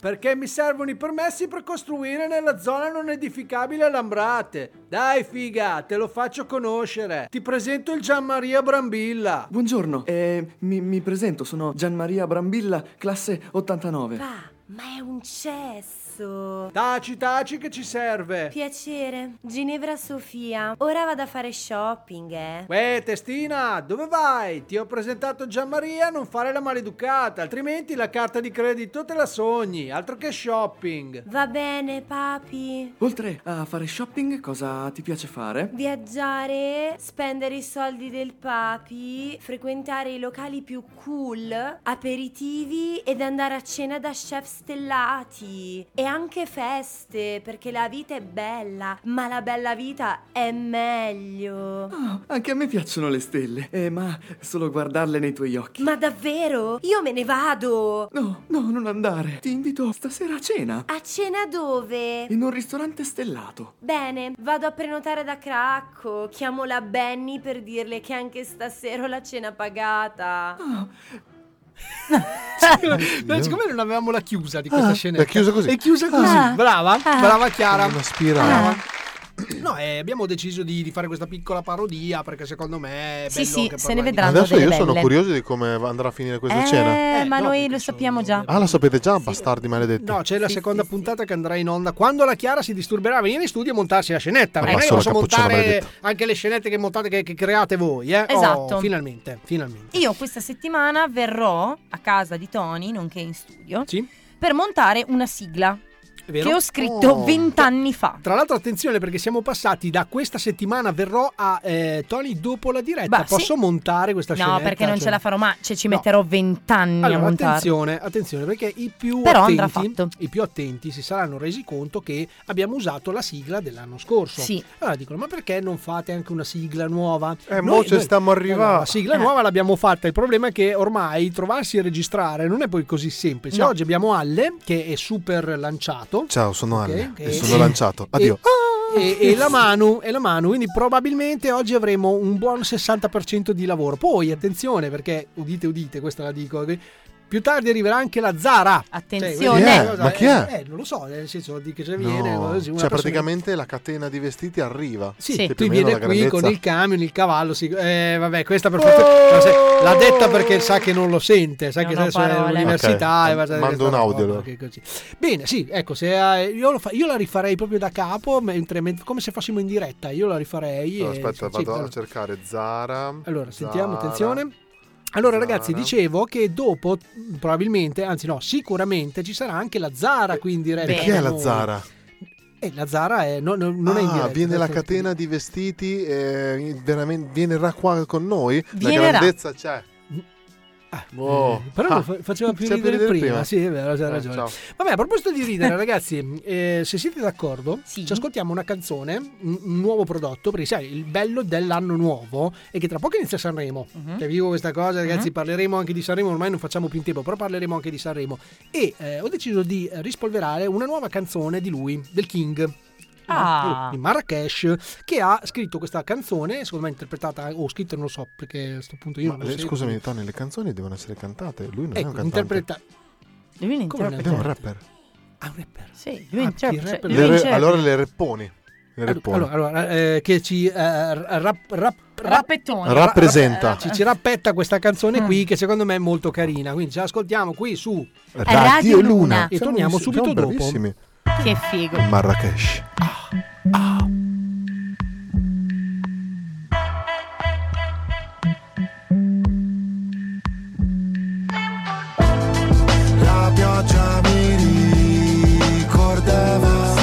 [SPEAKER 13] Perché mi servono i permessi per costruire nella zona non edificabile Lambrate. Dai figa, te lo faccio conoscere. Ti presento il Gianmaria Brambilla.
[SPEAKER 26] Buongiorno, eh, mi, mi presento, sono Gianmaria Brambilla, classe 89.
[SPEAKER 25] Pa, Ma è un cesso.
[SPEAKER 26] Taci, taci che ci serve.
[SPEAKER 25] Piacere. Ginevra Sofia. Ora vado a fare shopping, eh.
[SPEAKER 26] Uè, testina, dove vai? Ti ho presentato Gianmaria, non fare la maleducata, altrimenti la carta di credito te la sogni, altro che shopping.
[SPEAKER 25] Va bene, papi.
[SPEAKER 27] Oltre a fare shopping, cosa ti piace fare?
[SPEAKER 25] Viaggiare, spendere i soldi del papi, frequentare i locali più cool, aperitivi ed andare a cena da chef stellati e anche feste, perché la vita è bella, ma la bella vita è meglio.
[SPEAKER 27] Oh, anche a me piacciono le stelle, eh, ma solo guardarle nei tuoi occhi.
[SPEAKER 25] Ma davvero? Io me ne vado.
[SPEAKER 27] No, no, non andare. Ti invito stasera a cena.
[SPEAKER 25] A cena dove?
[SPEAKER 27] In un ristorante stellato.
[SPEAKER 25] Bene, vado a prenotare da Cracco. Chiamo la Benny per dirle che anche stasera ho la cena pagata.
[SPEAKER 4] Oh.
[SPEAKER 13] Siccome- no, siccome non avevamo la chiusa di questa
[SPEAKER 11] Ah,
[SPEAKER 13] scena.
[SPEAKER 11] è chiusa così.
[SPEAKER 13] È chiusa così.
[SPEAKER 11] Ah.
[SPEAKER 13] Brava,
[SPEAKER 11] Ah.
[SPEAKER 13] brava Chiara.
[SPEAKER 11] Una spirale.
[SPEAKER 4] Ah.
[SPEAKER 13] Brava. No, eh, abbiamo deciso di, di fare questa piccola parodia perché secondo me è bello
[SPEAKER 4] Sì, sì,
[SPEAKER 13] che
[SPEAKER 4] se
[SPEAKER 13] parla
[SPEAKER 4] ne
[SPEAKER 13] di-
[SPEAKER 4] vedranno
[SPEAKER 11] Adesso io
[SPEAKER 4] delle
[SPEAKER 11] sono
[SPEAKER 4] belle.
[SPEAKER 11] curioso di come andrà a finire questa
[SPEAKER 4] eh,
[SPEAKER 11] cena.
[SPEAKER 4] ma noi lo sappiamo già.
[SPEAKER 11] Ah, la sapete già, bastardi maledetti.
[SPEAKER 13] No, c'è la seconda puntata che andrà in onda quando la Chiara si disturberà a venire in studio e montarsi la scenetta.
[SPEAKER 11] Ma
[SPEAKER 13] Perché io
[SPEAKER 11] solo
[SPEAKER 13] posso
[SPEAKER 11] cappuccino
[SPEAKER 13] montare
[SPEAKER 11] maledetto.
[SPEAKER 13] anche le scenette che montate, che, che create voi. Eh? Oh,
[SPEAKER 4] Esatto.
[SPEAKER 13] finalmente, finalmente.
[SPEAKER 4] Io questa settimana verrò a casa di Tony, nonché in studio,
[SPEAKER 13] Sì.
[SPEAKER 4] per montare una sigla
[SPEAKER 13] vero?
[SPEAKER 4] che ho scritto
[SPEAKER 13] Oh.
[SPEAKER 4] vent'anni fa.
[SPEAKER 13] Tra l'altro, attenzione perché siamo passati da questa settimana verrò a eh, Tony dopo la diretta.
[SPEAKER 4] Bah, sì.
[SPEAKER 13] Posso montare questa
[SPEAKER 4] No,
[SPEAKER 13] scenetta?
[SPEAKER 4] perché non
[SPEAKER 13] Cioè-
[SPEAKER 4] ce la farò mai, cioè ci metterò vent'anni a
[SPEAKER 13] Allora,
[SPEAKER 4] montarla.
[SPEAKER 13] attenzione, attenzione, perché i più,
[SPEAKER 4] Però andrà
[SPEAKER 13] attenti, i più attenti si saranno resi conto che abbiamo usato la sigla dell'anno scorso.
[SPEAKER 4] Sì.
[SPEAKER 13] Allora dicono, ma perché non fate anche una sigla nuova?
[SPEAKER 11] Eh, mo ci stiamo arrivando.
[SPEAKER 13] Allora, la sigla
[SPEAKER 11] Eh.
[SPEAKER 13] nuova l'abbiamo fatta, il problema è che ormai trovarsi e registrare non è poi così semplice.
[SPEAKER 11] No.
[SPEAKER 13] Oggi abbiamo Alle, che è super lanciato.
[SPEAKER 11] Ciao, sono
[SPEAKER 13] Ok,
[SPEAKER 11] Ale
[SPEAKER 13] ok. oh,
[SPEAKER 11] e sono lanciato. Addio.
[SPEAKER 13] E, e la mano, e la mano, quindi probabilmente oggi avremo un buon 60% di lavoro. Poi attenzione perché udite, udite, questa la dico. che Più tardi arriverà anche la Zara.
[SPEAKER 4] Attenzione.
[SPEAKER 13] Cioè,
[SPEAKER 11] Chi è? Ma chi è?
[SPEAKER 13] Eh, eh, non lo so, nel senso di che
[SPEAKER 11] No.
[SPEAKER 13] se viene. così, una
[SPEAKER 11] Cioè,
[SPEAKER 13] persona-
[SPEAKER 11] praticamente la catena di vestiti arriva.
[SPEAKER 13] Sì,
[SPEAKER 11] Che più
[SPEAKER 13] tu
[SPEAKER 11] o meno
[SPEAKER 13] viene
[SPEAKER 11] la
[SPEAKER 13] qui con
[SPEAKER 11] grandezza- Oh!
[SPEAKER 13] il camion, il cavallo. si- eh, vabbè, questa per forza. se- L'ha detta perché sa che non lo sente, sa che
[SPEAKER 4] ho
[SPEAKER 13] adesso è
[SPEAKER 4] parole.
[SPEAKER 13] all'università.
[SPEAKER 11] Ok,
[SPEAKER 13] e va-
[SPEAKER 11] Mando un
[SPEAKER 13] questa roba,
[SPEAKER 11] audio. allora.
[SPEAKER 13] ok, così. Bene, sì, ecco, se, eh, io, lo fa- io la rifarei proprio da capo, mentre, men- come se fossimo in diretta, io la rifarei.
[SPEAKER 11] Allora,
[SPEAKER 13] e-
[SPEAKER 11] aspetta,
[SPEAKER 13] sì,
[SPEAKER 11] vado a
[SPEAKER 13] allora.
[SPEAKER 11] cercare Zara.
[SPEAKER 13] Allora, sentiamo,
[SPEAKER 11] Zara.
[SPEAKER 13] attenzione. Allora,
[SPEAKER 11] Zara.
[SPEAKER 13] ragazzi, dicevo che dopo, mh, probabilmente, anzi, no, sicuramente ci sarà anche la Zara qui in diretta.
[SPEAKER 11] E chi è
[SPEAKER 13] con
[SPEAKER 11] la
[SPEAKER 13] noi.
[SPEAKER 11] Zara?
[SPEAKER 13] Eh, la Zara è, no, no, non è in
[SPEAKER 11] Ah,
[SPEAKER 13] diretta.
[SPEAKER 11] viene la
[SPEAKER 13] adesso-
[SPEAKER 11] catena di vestiti, eh, veramente, vienerà qua con noi.
[SPEAKER 13] Vienerà.
[SPEAKER 11] La grandezza c'è. Boh.
[SPEAKER 13] Eh, Però
[SPEAKER 11] Ah.
[SPEAKER 13] fa- faceva più
[SPEAKER 11] Faceva
[SPEAKER 13] ridere, prima. sì, è vero, c'ha
[SPEAKER 11] Eh,
[SPEAKER 13] ragione.
[SPEAKER 11] ciao.
[SPEAKER 13] Vabbè, a proposito di ridere, ragazzi, eh, se siete d'accordo, ci ascoltiamo una canzone, un, un nuovo prodotto, perché sai, il bello dell'anno nuovo è che tra poco inizia Sanremo. Cioè, vi dico questa cosa, ragazzi, parleremo anche di Sanremo, ormai non facciamo più in tempo, però parleremo anche di Sanremo. E eh, ho deciso di eh, rispolverare una nuova canzone di lui, del King oh,
[SPEAKER 4] Ah.
[SPEAKER 13] di Marrakesh che ha scritto questa canzone secondo me interpretata o scritta non lo so perché a sto punto io
[SPEAKER 11] Ma
[SPEAKER 13] non lo
[SPEAKER 11] le-
[SPEAKER 13] seguo.
[SPEAKER 11] scusami, Tony, le canzoni devono essere cantate. Lui non è un
[SPEAKER 13] ecco
[SPEAKER 11] cantante.
[SPEAKER 13] interpreta
[SPEAKER 4] Lui ne
[SPEAKER 13] Come
[SPEAKER 11] Ed è
[SPEAKER 4] interpreta.
[SPEAKER 11] un rapper.
[SPEAKER 4] Sì, lui interpreta. cioè,
[SPEAKER 13] rapper- Le
[SPEAKER 4] lui
[SPEAKER 13] re-
[SPEAKER 4] interpreta.
[SPEAKER 11] Allora le repponi. Le repponi.
[SPEAKER 13] allora, allora, eh, che ci eh, rap- rap-
[SPEAKER 4] Rappettone.
[SPEAKER 11] Rappresenta.
[SPEAKER 13] eh, ci, ci rappetta questa canzone
[SPEAKER 4] Ah.
[SPEAKER 13] qui che secondo me è molto carina quindi ce l'ascoltiamo qui su
[SPEAKER 11] Radio Radio Luna. Luna.
[SPEAKER 13] e
[SPEAKER 11] Siamo-
[SPEAKER 13] torniamo subito
[SPEAKER 11] siamo
[SPEAKER 13] dopo
[SPEAKER 11] bravissimi.
[SPEAKER 4] Che figo.
[SPEAKER 11] Marrakesh.
[SPEAKER 28] La pioggia mi ricordava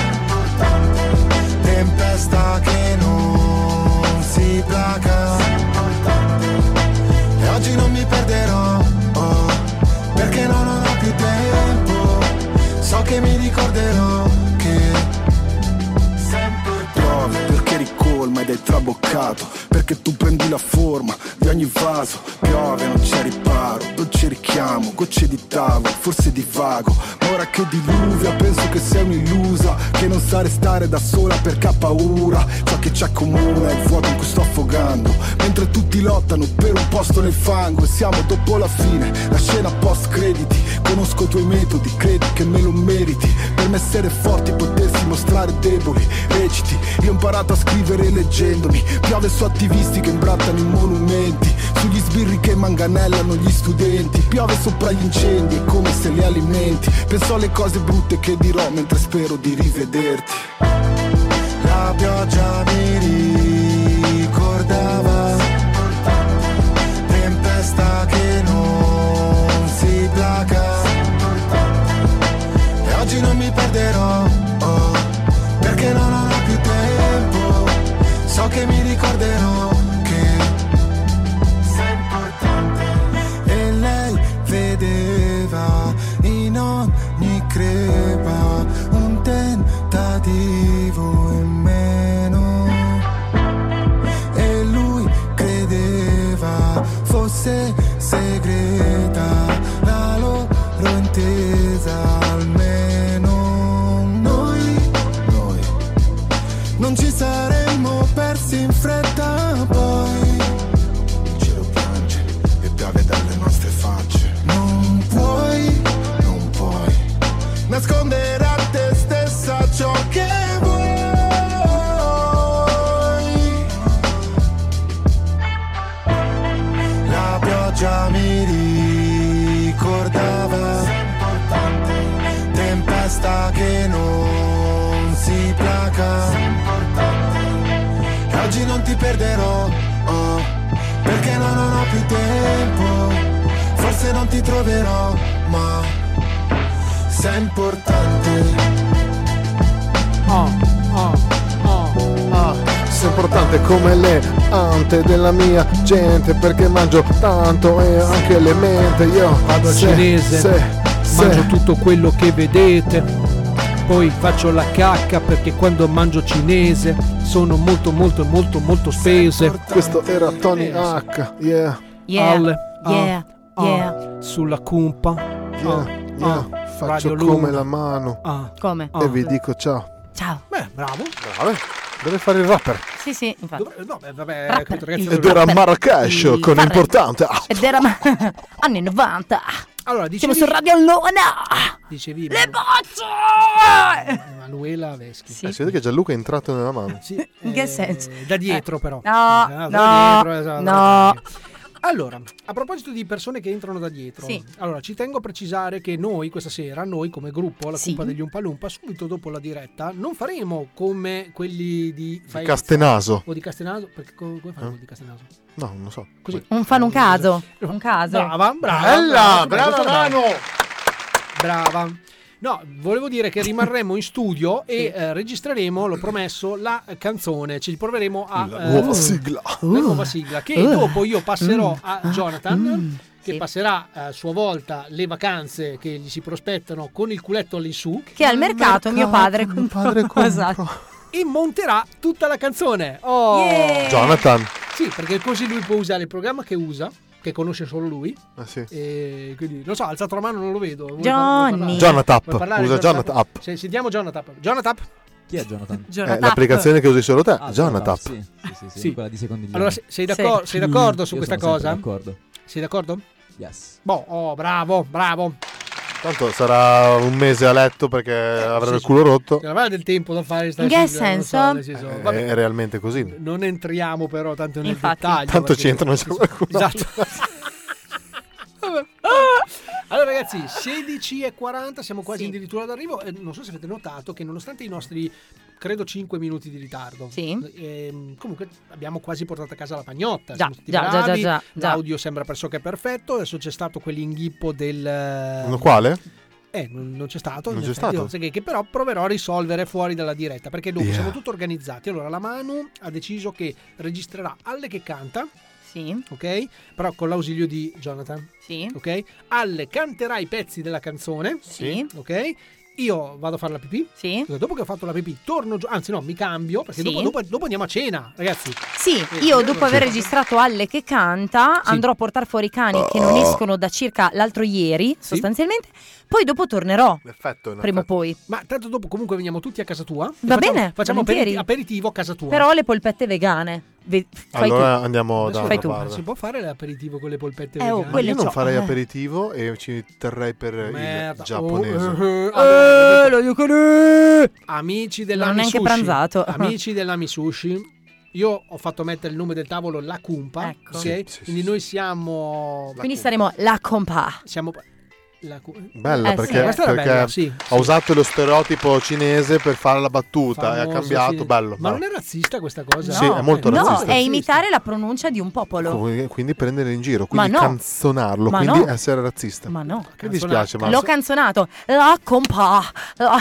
[SPEAKER 28] Tempesta che non si placa E oggi non mi perderò oh, Perché non ho più tempo So che mi ricorderò che
[SPEAKER 29] sempre trovi perché ricolma ed è traboccato perché tu prendi la forma di ogni vaso piove non c'è riparo dolce richiamo gocce di tavolo forse divago ma ora che diluvia penso che sei un'illusa che non sa restare da sola perché ha paura ciò che c'è comune è il vuoto in cui sto affogando mentre tutti lottano per un posto nel fango e siamo dopo la fine la scena post crediti conosco i tuoi metodi credi che me lo meriti per ma essere forti potessi mostrare deboli Reciti, io ho imparato a scrivere leggendomi Piove su attivisti che imbrattano i monumenti Sugli sbirri che manganellano gli studenti Piove sopra gli incendi, è come se li alimenti Penso alle cose brutte che dirò mentre spero di rivederti
[SPEAKER 28] La pioggia mi ricordava Tempesta che non si placa E oggi non mi perderò oh, Perché non ho più tempo So che mi ricorderò che Sei importante E lei vedeva in ogni crepa Un tentativo in meno e lui credeva fosse segreta la loro intesa almeno noi, noi non ci saremmo persi in fretta poi il cielo piange e piove dalle nostre facce non puoi non puoi nascondere a te stessa ciò che vuoi La pioggia mi ricordava Tempesta che non si placa E oggi non ti perderò oh, Perché no, non ho più tempo Forse non ti troverò ma Sei importante
[SPEAKER 11] Ah, sei importante come le ante della mia gente perché mangio tanto e anche le mente io
[SPEAKER 13] Vado al
[SPEAKER 11] se-
[SPEAKER 13] cinese,
[SPEAKER 11] se-
[SPEAKER 13] mangio
[SPEAKER 11] se-
[SPEAKER 13] tutto quello che vedete, poi faccio la cacca perché quando mangio cinese sono molto molto molto molto spese.
[SPEAKER 11] Questo era Tony H. Yeah.
[SPEAKER 13] Yeah, Al-
[SPEAKER 11] yeah,
[SPEAKER 13] ah,
[SPEAKER 11] yeah.
[SPEAKER 13] Sulla cumpa.
[SPEAKER 11] Yeah,
[SPEAKER 13] ah,
[SPEAKER 11] yeah.
[SPEAKER 13] ah,
[SPEAKER 11] Faccio
[SPEAKER 13] Radio Ah.
[SPEAKER 11] come
[SPEAKER 13] Luna.
[SPEAKER 11] la mano.
[SPEAKER 4] Come?
[SPEAKER 11] E vi dico ciao.
[SPEAKER 4] Ciao.
[SPEAKER 13] Beh, bravo.
[SPEAKER 11] Vabbè, deve fare il rapper.
[SPEAKER 4] Sì, sì, infatti.
[SPEAKER 13] Rapper,
[SPEAKER 4] il
[SPEAKER 11] Ed era a
[SPEAKER 4] rapper,
[SPEAKER 11] Marrakesh
[SPEAKER 4] il
[SPEAKER 11] con
[SPEAKER 4] rapper.
[SPEAKER 11] importante. Ah,
[SPEAKER 4] Ed era ma- anni 90.
[SPEAKER 13] Allora,
[SPEAKER 4] Siamo
[SPEAKER 13] dicevi-
[SPEAKER 4] su Radio Luna.
[SPEAKER 13] Dicevi
[SPEAKER 4] Le bocce!
[SPEAKER 13] Manuela Veschi.
[SPEAKER 11] eh, si vede che Gianluca è entrato nella mano.
[SPEAKER 4] In che senso?
[SPEAKER 13] Da dietro, però.
[SPEAKER 4] No,
[SPEAKER 13] Eh, da
[SPEAKER 4] no,
[SPEAKER 13] dietro, esatto,
[SPEAKER 4] no.
[SPEAKER 13] da dietro. Allora, a proposito di persone che entrano da dietro,
[SPEAKER 4] Sì.
[SPEAKER 13] allora ci tengo a precisare che noi questa sera, noi come gruppo, la Cumpa degli Umpalumpa, subito dopo la diretta, non faremo come quelli di Faenza.
[SPEAKER 11] Castenaso. Eh?
[SPEAKER 13] O di Castenaso, perché co- come fanno quelli di Castenaso?
[SPEAKER 11] No, non lo so.
[SPEAKER 13] Così.
[SPEAKER 4] Un fan un caso. Un caso.
[SPEAKER 13] Brava, brava.
[SPEAKER 4] Bella, brava
[SPEAKER 13] questa
[SPEAKER 4] Manu.
[SPEAKER 13] Brava. No, volevo dire che rimarremo in studio e eh, registreremo, l'ho promesso, la eh, canzone. Ci proveremo a...
[SPEAKER 11] La
[SPEAKER 13] eh,
[SPEAKER 11] nuova sigla.
[SPEAKER 13] La nuova sigla che
[SPEAKER 4] Eh.
[SPEAKER 11] Uh.
[SPEAKER 13] dopo io passerò
[SPEAKER 11] Mm.
[SPEAKER 13] a
[SPEAKER 4] Ah, mm.
[SPEAKER 13] Jonathan che passerà eh, a sua volta le vacanze che gli si prospettano con il culetto all'insù
[SPEAKER 4] Che al mercato mio padre comprò. Esatto.
[SPEAKER 13] e monterà tutta la canzone. Oh!
[SPEAKER 4] Yeah.
[SPEAKER 11] Jonathan.
[SPEAKER 13] Sì, perché così lui può usare il programma che usa, che conosce solo lui.
[SPEAKER 11] Ah, sì.
[SPEAKER 13] E quindi, non so, ha alzato la mano, non lo vedo. Vuoi
[SPEAKER 4] Johnny.
[SPEAKER 13] par- vuoi parlare?
[SPEAKER 11] Jonathan App.
[SPEAKER 13] Vuoi parlare di
[SPEAKER 11] Usa Jonathan App.
[SPEAKER 13] Sì, sentiamo Jonathan. App. Jonathan.
[SPEAKER 16] Chi è Jonathan? Ah,
[SPEAKER 11] Eh, l'applicazione che usi solo te, Jonathan.
[SPEAKER 16] Sì, sì, sì, sì,
[SPEAKER 13] Sì.
[SPEAKER 16] quella di secondigliano.
[SPEAKER 13] Allora, se- sei, d'accor- sei d'accordo su
[SPEAKER 16] Io
[SPEAKER 13] questa
[SPEAKER 16] sono
[SPEAKER 13] cosa?
[SPEAKER 16] sempre d'accordo.
[SPEAKER 13] Sei d'accordo?
[SPEAKER 16] Yes.
[SPEAKER 13] Boh, oh, bravo, bravo.
[SPEAKER 11] Tanto sarà un mese a letto perché avrà
[SPEAKER 13] Eh, sì,
[SPEAKER 11] il culo rotto.
[SPEAKER 13] Che Non avrà del tempo da fare sta
[SPEAKER 4] In che
[SPEAKER 13] sigla, non so,
[SPEAKER 4] senso?
[SPEAKER 13] nel senso,
[SPEAKER 11] Eh,
[SPEAKER 13] vabbè,
[SPEAKER 11] È realmente così.
[SPEAKER 13] non entriamo però tanto nel
[SPEAKER 4] Infatti.
[SPEAKER 13] dettaglio.
[SPEAKER 11] Tanto
[SPEAKER 13] perché-
[SPEAKER 11] ci entrano già qualcuno.
[SPEAKER 13] Esatto. Vabbè. Allora ragazzi, 16 e 40, siamo quasi addirittura d'arrivo. Eh, non so se avete notato che nonostante i nostri, credo, 5 minuti di ritardo, ehm, comunque abbiamo quasi portato a casa la pagnotta.
[SPEAKER 4] Già,
[SPEAKER 13] Siamo stati
[SPEAKER 4] già, già,
[SPEAKER 13] bravi,
[SPEAKER 4] già, già.
[SPEAKER 13] L'audio sembra pressoché perfetto. Adesso c'è stato quell'inghippo del... eh,
[SPEAKER 11] Quale?
[SPEAKER 13] eh, non, non c'è stato.
[SPEAKER 11] Non
[SPEAKER 13] in
[SPEAKER 11] c'è
[SPEAKER 13] effetti,
[SPEAKER 11] stato.
[SPEAKER 13] no, sai Che, che però proverò a risolvere fuori dalla diretta perché dopo
[SPEAKER 11] Yeah.
[SPEAKER 13] siamo tutto organizzati. Allora, la Manu ha deciso che registrerà Alle che canta.
[SPEAKER 4] Sì.
[SPEAKER 13] Ok? Però con l'ausilio di Jonathan.
[SPEAKER 4] Sì.
[SPEAKER 13] Ok? Alle canterà i pezzi della canzone.
[SPEAKER 4] Sì.
[SPEAKER 13] Ok? Io vado a fare la pipì.
[SPEAKER 4] Sì.
[SPEAKER 13] Dopo che ho fatto la pipì, torno giù. Anzi, no, mi cambio perché
[SPEAKER 4] Sì.
[SPEAKER 13] dopo, dopo- dopo andiamo a cena, ragazzi.
[SPEAKER 4] Sì,
[SPEAKER 13] Eh,
[SPEAKER 4] io
[SPEAKER 13] sì,
[SPEAKER 4] dopo
[SPEAKER 13] sì.
[SPEAKER 4] aver registrato Alle che canta
[SPEAKER 13] Sì.
[SPEAKER 4] andrò a portare fuori i cani che non escono da circa l'altro ieri sostanzialmente, poi dopo tornerò.
[SPEAKER 11] Perfetto.
[SPEAKER 4] Prima o poi.
[SPEAKER 13] Ma tanto dopo comunque veniamo tutti a casa tua. Va
[SPEAKER 4] bene,
[SPEAKER 13] Facciamo
[SPEAKER 4] volentieri.
[SPEAKER 13] aperiti- aperitivo a casa tua.
[SPEAKER 4] Però le polpette vegane. Ve- fai
[SPEAKER 11] Allora
[SPEAKER 4] tu.
[SPEAKER 11] andiamo da
[SPEAKER 4] Fai
[SPEAKER 11] un'altra
[SPEAKER 4] tu.
[SPEAKER 11] parte.
[SPEAKER 13] Si può fare l'aperitivo con le polpette
[SPEAKER 4] Eh, oh,
[SPEAKER 13] vegane?
[SPEAKER 4] quelle
[SPEAKER 11] Io non
[SPEAKER 4] ciò.
[SPEAKER 11] farei
[SPEAKER 4] Eh.
[SPEAKER 11] aperitivo e ci terrei per il
[SPEAKER 13] Merda.
[SPEAKER 11] giapponese.
[SPEAKER 13] Oh, eh, eh,
[SPEAKER 4] Eh, lo yucone!
[SPEAKER 13] Amici
[SPEAKER 4] Non ho
[SPEAKER 13] dell'Ami
[SPEAKER 4] neanche
[SPEAKER 13] Sushi.
[SPEAKER 4] pranzato.
[SPEAKER 13] Amici dell'Ami Sushi. Io ho fatto mettere il nome del tavolo La Cumpa,
[SPEAKER 4] Ecco.
[SPEAKER 13] ok?
[SPEAKER 4] Sì,
[SPEAKER 13] Quindi noi siamo
[SPEAKER 4] Quindi saremo la compa.
[SPEAKER 13] Siamo la cu-
[SPEAKER 11] Bella
[SPEAKER 13] Eh, sì,
[SPEAKER 11] perché,
[SPEAKER 13] questa era
[SPEAKER 11] perché
[SPEAKER 13] bella, sì,
[SPEAKER 11] ha usato lo stereotipo cinese per fare la battuta e Ah, ha
[SPEAKER 13] Famoso,
[SPEAKER 11] cambiato.
[SPEAKER 13] sì.
[SPEAKER 11] Bello.
[SPEAKER 13] Ma
[SPEAKER 11] bello.
[SPEAKER 13] non è razzista questa cosa?
[SPEAKER 11] Sì, è molto
[SPEAKER 4] No,
[SPEAKER 11] razzista.
[SPEAKER 4] è imitare la pronuncia di un popolo.
[SPEAKER 11] Quindi- Quindi prendere in giro, quindi
[SPEAKER 4] no.
[SPEAKER 11] canzonarlo,
[SPEAKER 4] Ma
[SPEAKER 11] quindi
[SPEAKER 4] no.
[SPEAKER 11] essere razzista.
[SPEAKER 4] Ma no.
[SPEAKER 11] Mi dispiace, ma
[SPEAKER 4] L'ho canzonato. La compa. La...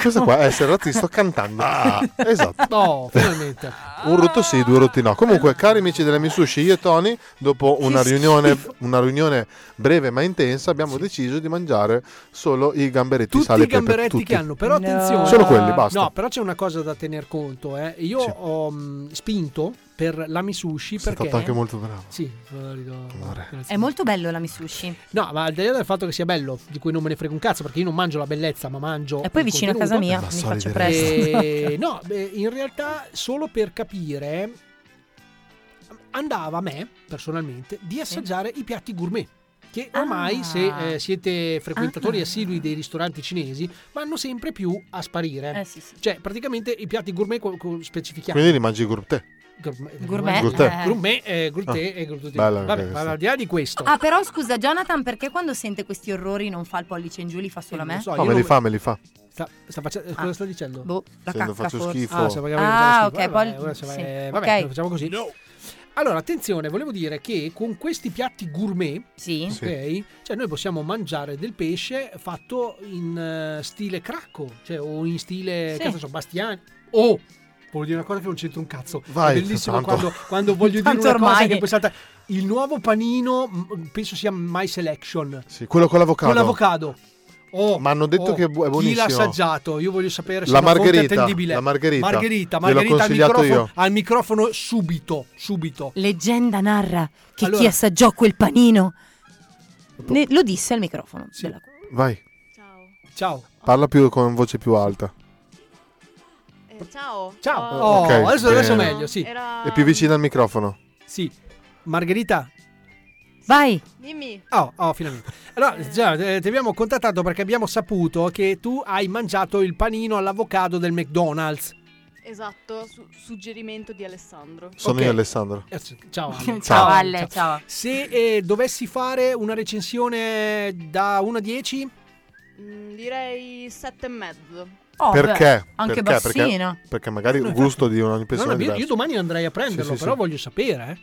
[SPEAKER 11] questa qua è essere razzista cantando. Ah, esatto.
[SPEAKER 13] No, finalmente.
[SPEAKER 11] Un rotto sì, due rotti no. Comunque, cari amici della Misushi, io e Tony, dopo una riunione, una riunione breve ma intensa, abbiamo deciso di mangiare solo i gamberetti
[SPEAKER 13] Tutti
[SPEAKER 11] sale
[SPEAKER 13] i
[SPEAKER 11] e pepe,
[SPEAKER 13] gamberetti
[SPEAKER 11] tutti.
[SPEAKER 13] che hanno, però attenzione.
[SPEAKER 11] Solo quelli, basta.
[SPEAKER 13] No, però c'è una cosa da tener conto. Eh. Io ho mh, spinto per l'ami sushi
[SPEAKER 11] Sei
[SPEAKER 13] perché...
[SPEAKER 11] stato anche molto bravo.
[SPEAKER 13] Sì, valido.
[SPEAKER 4] È molto bello la misushi.
[SPEAKER 13] No, ma al di là del fatto che sia bello, di cui non me ne frega un cazzo, perché io non mangio la bellezza, ma mangio.
[SPEAKER 4] E poi
[SPEAKER 13] il
[SPEAKER 4] vicino a
[SPEAKER 13] contenuto.
[SPEAKER 4] casa mia, Ma mi solide faccio presto.
[SPEAKER 13] E- no, beh, in realtà, solo per capire, andava a me, personalmente, di assaggiare i piatti gourmet. Che
[SPEAKER 4] Ah.
[SPEAKER 13] ormai, se eh, siete frequentatori
[SPEAKER 27] Ah.
[SPEAKER 13] assidui dei ristoranti cinesi, vanno sempre più a sparire.
[SPEAKER 4] Eh, sì, sì.
[SPEAKER 13] Cioè, praticamente i piatti gourmet co- co- specifichiamo.
[SPEAKER 11] Quindi li mangi groupé.
[SPEAKER 13] Gourmet,
[SPEAKER 11] Gourmet.
[SPEAKER 13] gourmet,
[SPEAKER 11] Eh.
[SPEAKER 13] gourmet, eh, gourmet
[SPEAKER 11] Ah.
[SPEAKER 13] e gourmet.
[SPEAKER 11] Bella anche
[SPEAKER 13] Vabbè,
[SPEAKER 11] questa.
[SPEAKER 13] ma al di là di questo,
[SPEAKER 4] Ah, però scusa, Jonathan, perché quando sente questi orrori non fa il pollice in giù, li fa solo a me?
[SPEAKER 13] non so,
[SPEAKER 11] No, me li fa, me li fa.
[SPEAKER 13] Sta, sta facendo, cosa sta dicendo?
[SPEAKER 4] Boh, la
[SPEAKER 11] Se
[SPEAKER 4] cacca
[SPEAKER 11] lo faccio
[SPEAKER 4] forse.
[SPEAKER 11] schifo.
[SPEAKER 13] Ah, se vogliamo
[SPEAKER 4] Ah,
[SPEAKER 13] dire
[SPEAKER 4] ok,
[SPEAKER 13] facciamo schifo.
[SPEAKER 4] poi-
[SPEAKER 13] Vabbè, adesso,
[SPEAKER 4] sì,
[SPEAKER 13] eh,
[SPEAKER 4] ok.
[SPEAKER 13] vabbè, lo facciamo così. Allora, attenzione, volevo dire che con questi piatti gourmet,
[SPEAKER 4] sì.
[SPEAKER 13] ok, cioè noi possiamo mangiare del pesce fatto in eh, stile cracco, cioè o in stile,
[SPEAKER 27] Sì.
[SPEAKER 13] che ne so, Bastiani, o... Volevo dire una cosa che non c'entra un cazzo.
[SPEAKER 27] Vai,
[SPEAKER 13] È bellissimo
[SPEAKER 27] tanto.
[SPEAKER 13] quando, quando voglio dire
[SPEAKER 27] Tanto
[SPEAKER 13] una cosa
[SPEAKER 27] ormai.
[SPEAKER 13] che è pensata. Il nuovo panino, m, penso sia My Selection.
[SPEAKER 11] Sì, quello con l'avocado.
[SPEAKER 13] Con l'avocado. Oh,
[SPEAKER 11] Ma hanno detto
[SPEAKER 13] oh,
[SPEAKER 11] che è bu- è
[SPEAKER 13] Chi l'ha
[SPEAKER 11] buonissimo.
[SPEAKER 13] assaggiato? Io voglio sapere se
[SPEAKER 11] La
[SPEAKER 13] è una fonte
[SPEAKER 11] margherita,
[SPEAKER 13] attendibile.
[SPEAKER 11] la margherita.
[SPEAKER 13] Margherita,
[SPEAKER 11] Gliel'ho
[SPEAKER 13] margherita al,
[SPEAKER 11] consigliato
[SPEAKER 13] microfono,
[SPEAKER 11] io.
[SPEAKER 13] al microfono subito, subito.
[SPEAKER 4] Leggenda narra che chi
[SPEAKER 13] Allora-
[SPEAKER 4] assaggiò quel panino ne- lo disse al microfono. della-
[SPEAKER 11] Vai,
[SPEAKER 13] Ciao.
[SPEAKER 11] parla più con voce più alta.
[SPEAKER 30] Ciao.
[SPEAKER 13] Ciao.
[SPEAKER 30] Oh,
[SPEAKER 11] Ok,
[SPEAKER 13] adesso- adesso
[SPEAKER 11] bene.
[SPEAKER 13] è meglio, sì.
[SPEAKER 30] Era-
[SPEAKER 11] È più vicino al microfono.
[SPEAKER 13] Sì. Margherita?
[SPEAKER 4] Vai.
[SPEAKER 30] Dimmi.
[SPEAKER 13] Oh, oh, finalmente. Allora, già, eh, ti abbiamo contattato perché abbiamo saputo che tu hai mangiato il panino all'avocado del McDonald's.
[SPEAKER 30] Esatto, su- suggerimento di Alessandro.
[SPEAKER 11] Sono io Alessandro.
[SPEAKER 13] Eh, sì, Ciao Ale.
[SPEAKER 11] Ciao,
[SPEAKER 4] Ale, ciao.
[SPEAKER 13] Se eh, dovessi fare una recensione da 1 a 10,
[SPEAKER 30] Mm, direi sette e mezzo.
[SPEAKER 11] Perché?
[SPEAKER 13] Oh, anche
[SPEAKER 11] perché?
[SPEAKER 13] bassino.
[SPEAKER 11] Perché, perché magari il gusto di una
[SPEAKER 13] No,
[SPEAKER 11] persona
[SPEAKER 13] no,
[SPEAKER 11] è
[SPEAKER 13] io,
[SPEAKER 11] diverso.
[SPEAKER 13] io domani andrei a prenderlo,
[SPEAKER 11] Sì, sì,
[SPEAKER 13] però
[SPEAKER 11] sì.
[SPEAKER 13] voglio sapere.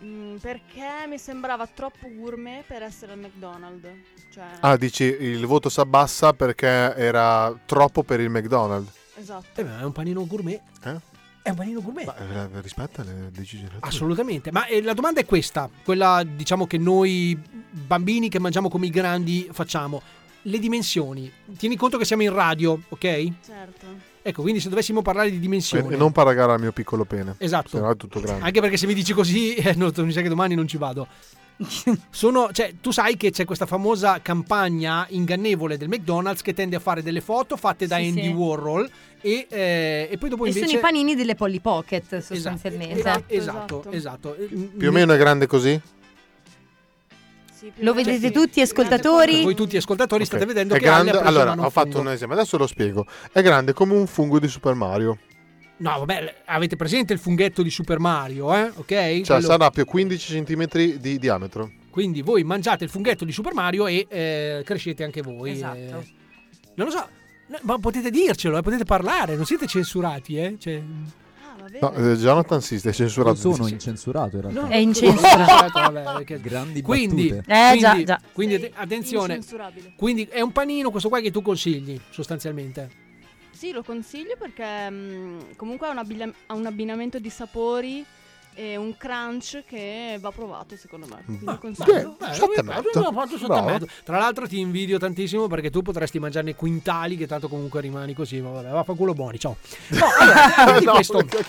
[SPEAKER 13] eh.
[SPEAKER 30] Mm, perché mi sembrava troppo gourmet per essere al McDonald's. Cioè,
[SPEAKER 11] Ah, dici il voto si abbassa perché era troppo per il McDonald's.
[SPEAKER 30] esatto.
[SPEAKER 13] Eh, ma è un panino gourmet.
[SPEAKER 11] Eh?
[SPEAKER 13] È un panino gourmet.
[SPEAKER 11] Ma, eh, rispetta le decisioni.
[SPEAKER 13] Assolutamente, ma eh, la domanda è questa, quella diciamo che noi bambini che mangiamo come i grandi facciamo. Le dimensioni, tieni conto che siamo in radio, ok?
[SPEAKER 30] Certo.
[SPEAKER 13] Ecco, quindi se dovessimo parlare di dimensioni...
[SPEAKER 11] E Eh, non paragare al mio piccolo pene.
[SPEAKER 13] Esatto.
[SPEAKER 11] Se no è tutto grande.
[SPEAKER 13] Anche perché se mi dici così, eh, no, mi sa che domani non ci vado. Sono, cioè, tu sai che c'è questa famosa campagna ingannevole del McDonald's che tende a fare delle foto fatte da
[SPEAKER 4] Sì,
[SPEAKER 13] Andy
[SPEAKER 4] sì.
[SPEAKER 13] Warhol e, eh, e poi dopo
[SPEAKER 4] E
[SPEAKER 13] invece...
[SPEAKER 4] sono i panini delle Polly Pocket sostanzialmente.
[SPEAKER 13] Esatto, esatto, esatto.
[SPEAKER 11] Più o meno è grande così?
[SPEAKER 4] Lo vedete tutti, ascoltatori?
[SPEAKER 13] Voi tutti ascoltatori state
[SPEAKER 11] Ok.
[SPEAKER 13] vedendo
[SPEAKER 11] È
[SPEAKER 13] che Ale ha
[SPEAKER 11] grande-
[SPEAKER 13] preso in
[SPEAKER 11] allora,
[SPEAKER 13] mano
[SPEAKER 11] ho
[SPEAKER 13] un
[SPEAKER 11] fatto
[SPEAKER 13] fungo.
[SPEAKER 11] un esempio, adesso lo spiego. È grande come un fungo di Super Mario.
[SPEAKER 13] No, vabbè, avete presente il funghetto di Super Mario, eh? Ok?
[SPEAKER 11] Cioè,
[SPEAKER 13] Quello-
[SPEAKER 11] sarà più 15 cm di diametro.
[SPEAKER 13] Quindi voi mangiate il funghetto di Super Mario e eh, crescete anche voi.
[SPEAKER 4] Esatto.
[SPEAKER 13] eh. Non lo so, no, ma potete dircelo, eh, potete parlare, non siete censurati, eh? Cioè...
[SPEAKER 11] No, eh, Jonathan si è censurato.
[SPEAKER 16] Non sono incensurato in realtà.
[SPEAKER 13] No,
[SPEAKER 4] È incensurato.
[SPEAKER 13] vabbè, che-
[SPEAKER 16] Grandi
[SPEAKER 13] Quindi,
[SPEAKER 16] battute.
[SPEAKER 4] Eh,
[SPEAKER 13] quindi-
[SPEAKER 4] già, già.
[SPEAKER 13] quindi att- attenzione.
[SPEAKER 30] incensurabile.
[SPEAKER 13] Quindi è un panino questo qua che tu consigli, sostanzialmente.
[SPEAKER 30] Sì, lo consiglio perché mm, comunque ha un, abbina- ha un abbinamento di sapori e un crunch che va provato secondo me. Quindi consiglio.
[SPEAKER 13] Beh,
[SPEAKER 11] sotto e
[SPEAKER 13] beh,
[SPEAKER 11] mezzo.
[SPEAKER 13] abbiamo fatto sotto e
[SPEAKER 11] Bravo.
[SPEAKER 13] mezzo. Tra l'altro ti invidio tantissimo perché tu potresti mangiarne quintali che tanto comunque rimani così, ma vabbè, vaffanculo buoni, ciao. No, allora, al di là di
[SPEAKER 11] No,
[SPEAKER 13] questo...
[SPEAKER 11] perché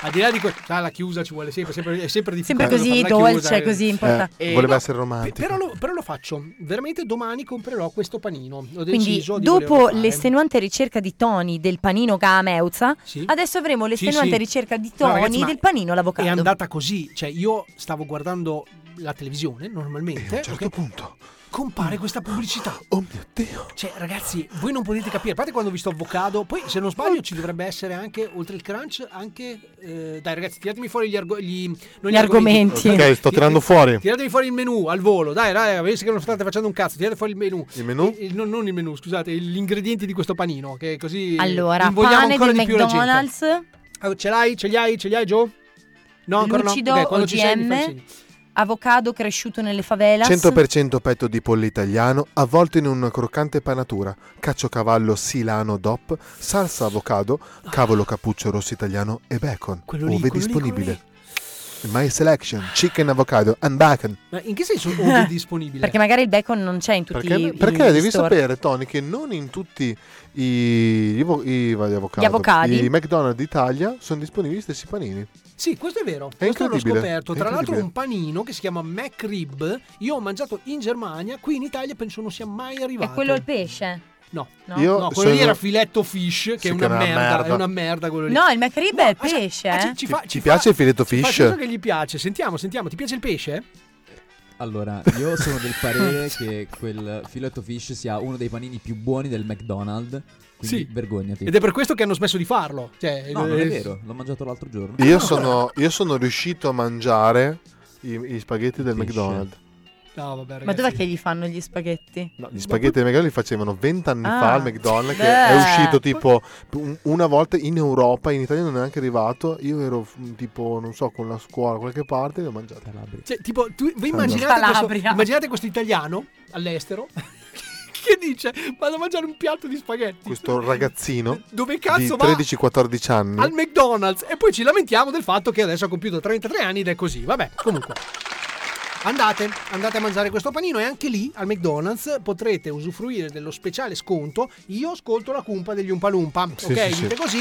[SPEAKER 13] Al di là di questo... Ah, la chiusa ci vuole sempre, sempre, è sempre difficile.
[SPEAKER 4] Sempre così
[SPEAKER 13] farla chiusa,
[SPEAKER 4] dolce,
[SPEAKER 13] eh.
[SPEAKER 4] così importante.
[SPEAKER 11] Eh,
[SPEAKER 13] Eh,
[SPEAKER 11] voleva
[SPEAKER 13] no,
[SPEAKER 11] essere romantico.
[SPEAKER 13] Però lo, però lo faccio, veramente domani comprerò questo panino. Ho
[SPEAKER 4] Quindi,
[SPEAKER 13] deciso di volerlo
[SPEAKER 4] dopo
[SPEAKER 13] fare.
[SPEAKER 4] l'estenuante ricerca di Tony del panino Gaameuzza,
[SPEAKER 13] Sì.
[SPEAKER 4] adesso avremo
[SPEAKER 13] Sì,
[SPEAKER 4] l'estenuante
[SPEAKER 13] sì.
[SPEAKER 4] ricerca di
[SPEAKER 13] No,
[SPEAKER 4] Tony
[SPEAKER 13] ragazzi, ma
[SPEAKER 4] del panino all'avocado.
[SPEAKER 13] È andata così, cioè io stavo guardando la televisione normalmente.
[SPEAKER 11] E a un certo
[SPEAKER 13] ok?
[SPEAKER 11] punto.
[SPEAKER 13] Compare questa pubblicità.
[SPEAKER 11] Oh mio Dio.
[SPEAKER 13] Cioè, ragazzi, voi non potete capire. A parte quando ho visto avocado, poi se non sbaglio ci dovrebbe essere anche, oltre il crunch, anche... eh, dai ragazzi, tiratemi fuori gli, argo- gli- non
[SPEAKER 4] Gli argomenti.
[SPEAKER 11] Ok, sto
[SPEAKER 13] Tirate-
[SPEAKER 11] tirando fuori.
[SPEAKER 13] Tiratemi fuori il menù al volo, dai, dai, vedete che non state facendo un cazzo. Tirate fuori il menù.
[SPEAKER 11] Il menù?
[SPEAKER 13] Il- non, non il menù, scusate, gli ingredienti di questo panino, che così
[SPEAKER 4] Allora,
[SPEAKER 13] invogliamo
[SPEAKER 4] pane
[SPEAKER 13] ancora
[SPEAKER 4] del
[SPEAKER 13] di più la gente.
[SPEAKER 4] McDonald's,
[SPEAKER 13] Ah, Ce l'hai? Ce li hai? Ce li hai, Joe? No, ancora
[SPEAKER 4] lucido
[SPEAKER 13] no. Ok, quando ci sei mi fai il
[SPEAKER 4] OGM, avocado cresciuto nelle favelas.
[SPEAKER 11] 100% petto di pollo italiano avvolto in una croccante panatura, caciocavallo silano DOP, salsa avocado, cavolo cappuccio rosso italiano e bacon.
[SPEAKER 13] Quello lì,
[SPEAKER 11] Ove
[SPEAKER 13] quello lì,
[SPEAKER 11] disponibile. My selection, chicken avocado and bacon.
[SPEAKER 13] Ma in che senso ove disponibile?
[SPEAKER 4] Perché magari il bacon non c'è in tutti
[SPEAKER 11] Perché,
[SPEAKER 4] i
[SPEAKER 11] perché
[SPEAKER 4] i
[SPEAKER 11] devi
[SPEAKER 4] store.
[SPEAKER 11] sapere, Tony, che non in tutti i, gli avo- i vari avocado,
[SPEAKER 4] Gli avocadi.
[SPEAKER 11] i McDonald's d'Italia sono disponibili gli stessi panini.
[SPEAKER 13] Sì, questo è vero. questo l'ho
[SPEAKER 11] incredibile,
[SPEAKER 13] scoperto.
[SPEAKER 11] è
[SPEAKER 13] Tra l'altro,
[SPEAKER 11] incredibile.
[SPEAKER 13] un panino che si chiama McRib. Io ho mangiato in Germania, qui in Italia penso non sia mai arrivato.
[SPEAKER 4] È quello il pesce?
[SPEAKER 13] No,
[SPEAKER 4] No?
[SPEAKER 13] Io
[SPEAKER 11] No,
[SPEAKER 13] quello lì
[SPEAKER 11] sono-
[SPEAKER 13] era filetto fish, che
[SPEAKER 11] Sì, che
[SPEAKER 13] è una
[SPEAKER 11] era una
[SPEAKER 13] merda, È
[SPEAKER 11] merda.
[SPEAKER 13] una merda quello lì. ah,
[SPEAKER 4] No, il McRib è il pesce. eh.
[SPEAKER 13] Ci fa,
[SPEAKER 11] Ti piace il filetto
[SPEAKER 13] ci fa
[SPEAKER 11] fish?
[SPEAKER 13] capire che gli piace. Sentiamo, sentiamo. Ti piace il pesce?
[SPEAKER 16] Allora, io sono del parere che quel filetto fish sia uno dei panini più buoni del McDonald's. Quindi
[SPEAKER 13] Sì.
[SPEAKER 16] vergognati.
[SPEAKER 13] Ed è per questo che hanno smesso di farlo. Cioè,
[SPEAKER 16] No, non è
[SPEAKER 13] eh,
[SPEAKER 16] vero, l'ho mangiato l'altro giorno.
[SPEAKER 11] Io sono, io sono riuscito a mangiare i, gli spaghetti del McDonald's.
[SPEAKER 13] No, vabbè, ragazzi.
[SPEAKER 4] Ma dov'è che gli fanno gli spaghetti?
[SPEAKER 11] Gli spaghetti del McDonald's li facevano vent'anni
[SPEAKER 4] Ah.
[SPEAKER 11] fa al McDonald's, che
[SPEAKER 4] Beh.
[SPEAKER 11] è uscito tipo un- una volta in Europa, in Italia non è neanche arrivato. Io ero mm, tipo, non so, con la scuola, qualche parte, li ho mangiati.
[SPEAKER 13] Cioè, tipo, tu, voi
[SPEAKER 11] Allora.
[SPEAKER 13] immaginate questo,
[SPEAKER 4] Calabria.
[SPEAKER 13] immaginate questo italiano all'estero che dice: Vado a mangiare un piatto di spaghetti.
[SPEAKER 11] Questo ragazzino
[SPEAKER 13] Dove cazzo
[SPEAKER 11] di
[SPEAKER 13] va?
[SPEAKER 11] 13-14 anni.
[SPEAKER 13] al McDonald's e poi ci lamentiamo del fatto che adesso ha compiuto 33 anni ed è così. Vabbè, comunque. Andate, andate a mangiare questo panino e anche lì al McDonald's potrete usufruire dello speciale sconto. Io ascolto la cumpa degli Umpalumpa,
[SPEAKER 11] Sì,
[SPEAKER 13] ok?
[SPEAKER 11] sì, sì.
[SPEAKER 13] Dite così.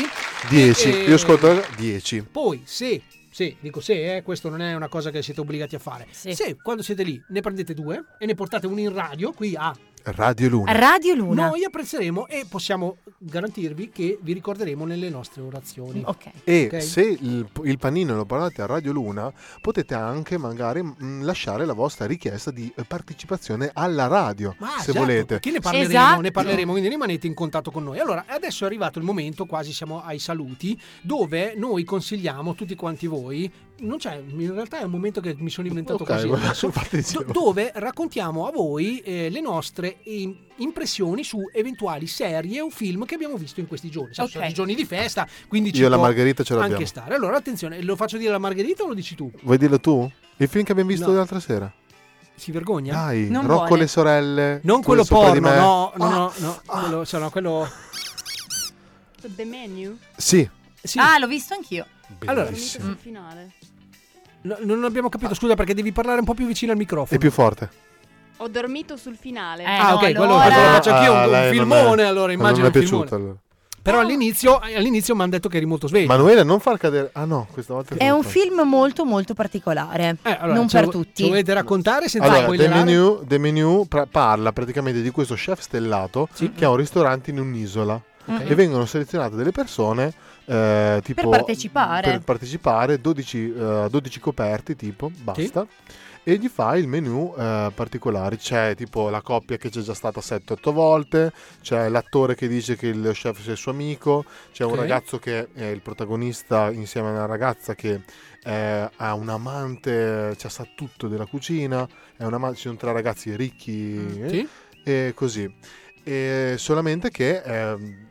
[SPEAKER 11] 10.
[SPEAKER 13] E-
[SPEAKER 11] Io ascolto 10.
[SPEAKER 13] Poi se, se, dico se, eh, questo non è una cosa che siete obbligati a fare. Se quando siete lì ne prendete due e ne portate uno in radio qui a
[SPEAKER 11] Radio Luna.
[SPEAKER 4] Radio Luna.
[SPEAKER 13] Noi apprezzeremo e possiamo garantirvi che vi ricorderemo nelle nostre orazioni.
[SPEAKER 4] Ok.
[SPEAKER 11] E
[SPEAKER 13] Ok?
[SPEAKER 11] se il, il panino lo parlate a Radio Luna, potete anche magari mh, lasciare la vostra richiesta di eh, partecipazione alla radio,
[SPEAKER 13] Ma
[SPEAKER 11] se
[SPEAKER 13] esatto,
[SPEAKER 11] volete.
[SPEAKER 13] perché ne parleremo,
[SPEAKER 4] Esatto.
[SPEAKER 13] ne parleremo, quindi rimanete in contatto con noi. Allora, adesso è arrivato il momento, quasi siamo ai saluti, dove noi consigliamo tutti quanti voi. Non c'è, in realtà è un momento che mi sono inventato
[SPEAKER 11] Ok,
[SPEAKER 13] così.
[SPEAKER 11] guarda,
[SPEAKER 13] adesso,
[SPEAKER 11] infatti dicevo.
[SPEAKER 13] do- dove raccontiamo a voi eh, le nostre im- impressioni su eventuali serie o film che abbiamo visto in questi giorni. Sai,
[SPEAKER 4] Ok.
[SPEAKER 13] Sono i giorni di festa, quindi ci
[SPEAKER 11] Io e la
[SPEAKER 13] può
[SPEAKER 11] Margherita ce l'abbiamo.
[SPEAKER 13] anche stare. Allora, attenzione, lo faccio dire alla Margherita o lo dici tu?
[SPEAKER 11] Vuoi dirlo tu? Il film che abbiamo visto
[SPEAKER 13] No.
[SPEAKER 11] l'altra sera?
[SPEAKER 13] Si vergogna?
[SPEAKER 11] Dai,
[SPEAKER 4] Non
[SPEAKER 11] Rocco
[SPEAKER 4] vuole.
[SPEAKER 11] le sorelle.
[SPEAKER 13] Non
[SPEAKER 11] tu
[SPEAKER 13] quello
[SPEAKER 11] sopra di
[SPEAKER 13] porno,
[SPEAKER 11] me. Ah,
[SPEAKER 13] no, no, no, no, quello, cioè, no, quello...
[SPEAKER 30] The menu?
[SPEAKER 11] Sì.
[SPEAKER 13] Sì.
[SPEAKER 4] Ah, l'ho visto anch'io.
[SPEAKER 13] Allora, mm.
[SPEAKER 30] Finito sul finale.
[SPEAKER 13] No, non abbiamo capito, scusa, perché devi parlare un po' più vicino al microfono.
[SPEAKER 11] È più forte.
[SPEAKER 30] Ho dormito sul finale.
[SPEAKER 4] Eh,
[SPEAKER 13] ah,
[SPEAKER 4] no,
[SPEAKER 13] ok,
[SPEAKER 4] allora-
[SPEAKER 13] quello allora faccio anch'io un-
[SPEAKER 11] Ah,
[SPEAKER 13] un,
[SPEAKER 11] lei non
[SPEAKER 13] filmone,
[SPEAKER 11] è- Non
[SPEAKER 13] allora
[SPEAKER 11] mi
[SPEAKER 13] immagino
[SPEAKER 11] è
[SPEAKER 13] un filmone.
[SPEAKER 11] piaciuto. allora.
[SPEAKER 13] Però all'inizio, all'inizio mi hanno detto che eri molto sveglio.
[SPEAKER 11] Manuela, non far cadere. Ah, no, questa volta
[SPEAKER 4] È un
[SPEAKER 11] film
[SPEAKER 4] film molto molto particolare.
[SPEAKER 13] Eh, allora,
[SPEAKER 4] non
[SPEAKER 13] ce
[SPEAKER 4] per
[SPEAKER 13] lo-
[SPEAKER 4] tutti.
[SPEAKER 13] Ce lo volete raccontare senza
[SPEAKER 11] Allora, The
[SPEAKER 13] spoilerare?
[SPEAKER 11] Menu, The Menu pra- parla praticamente di questo chef stellato che ha un ristorante in un'isola
[SPEAKER 4] Ok.
[SPEAKER 11] e vengono selezionate delle persone eh, tipo,
[SPEAKER 4] partecipare.
[SPEAKER 11] per partecipare, 12, eh, 12 coperti tipo, basta. E gli fa il menu eh, particolare, c'è tipo la coppia che c'è già stata 7-8 volte, c'è l'attore che dice che il chef sia il suo amico, c'è un
[SPEAKER 13] Ok.
[SPEAKER 11] ragazzo che è il protagonista insieme a una ragazza che eh, ha un amante, cioè, sa tutto della cucina, è un amante, ci sono tre ragazzi ricchi eh,
[SPEAKER 13] Mm, sì.
[SPEAKER 11] e così. E solamente che ehm,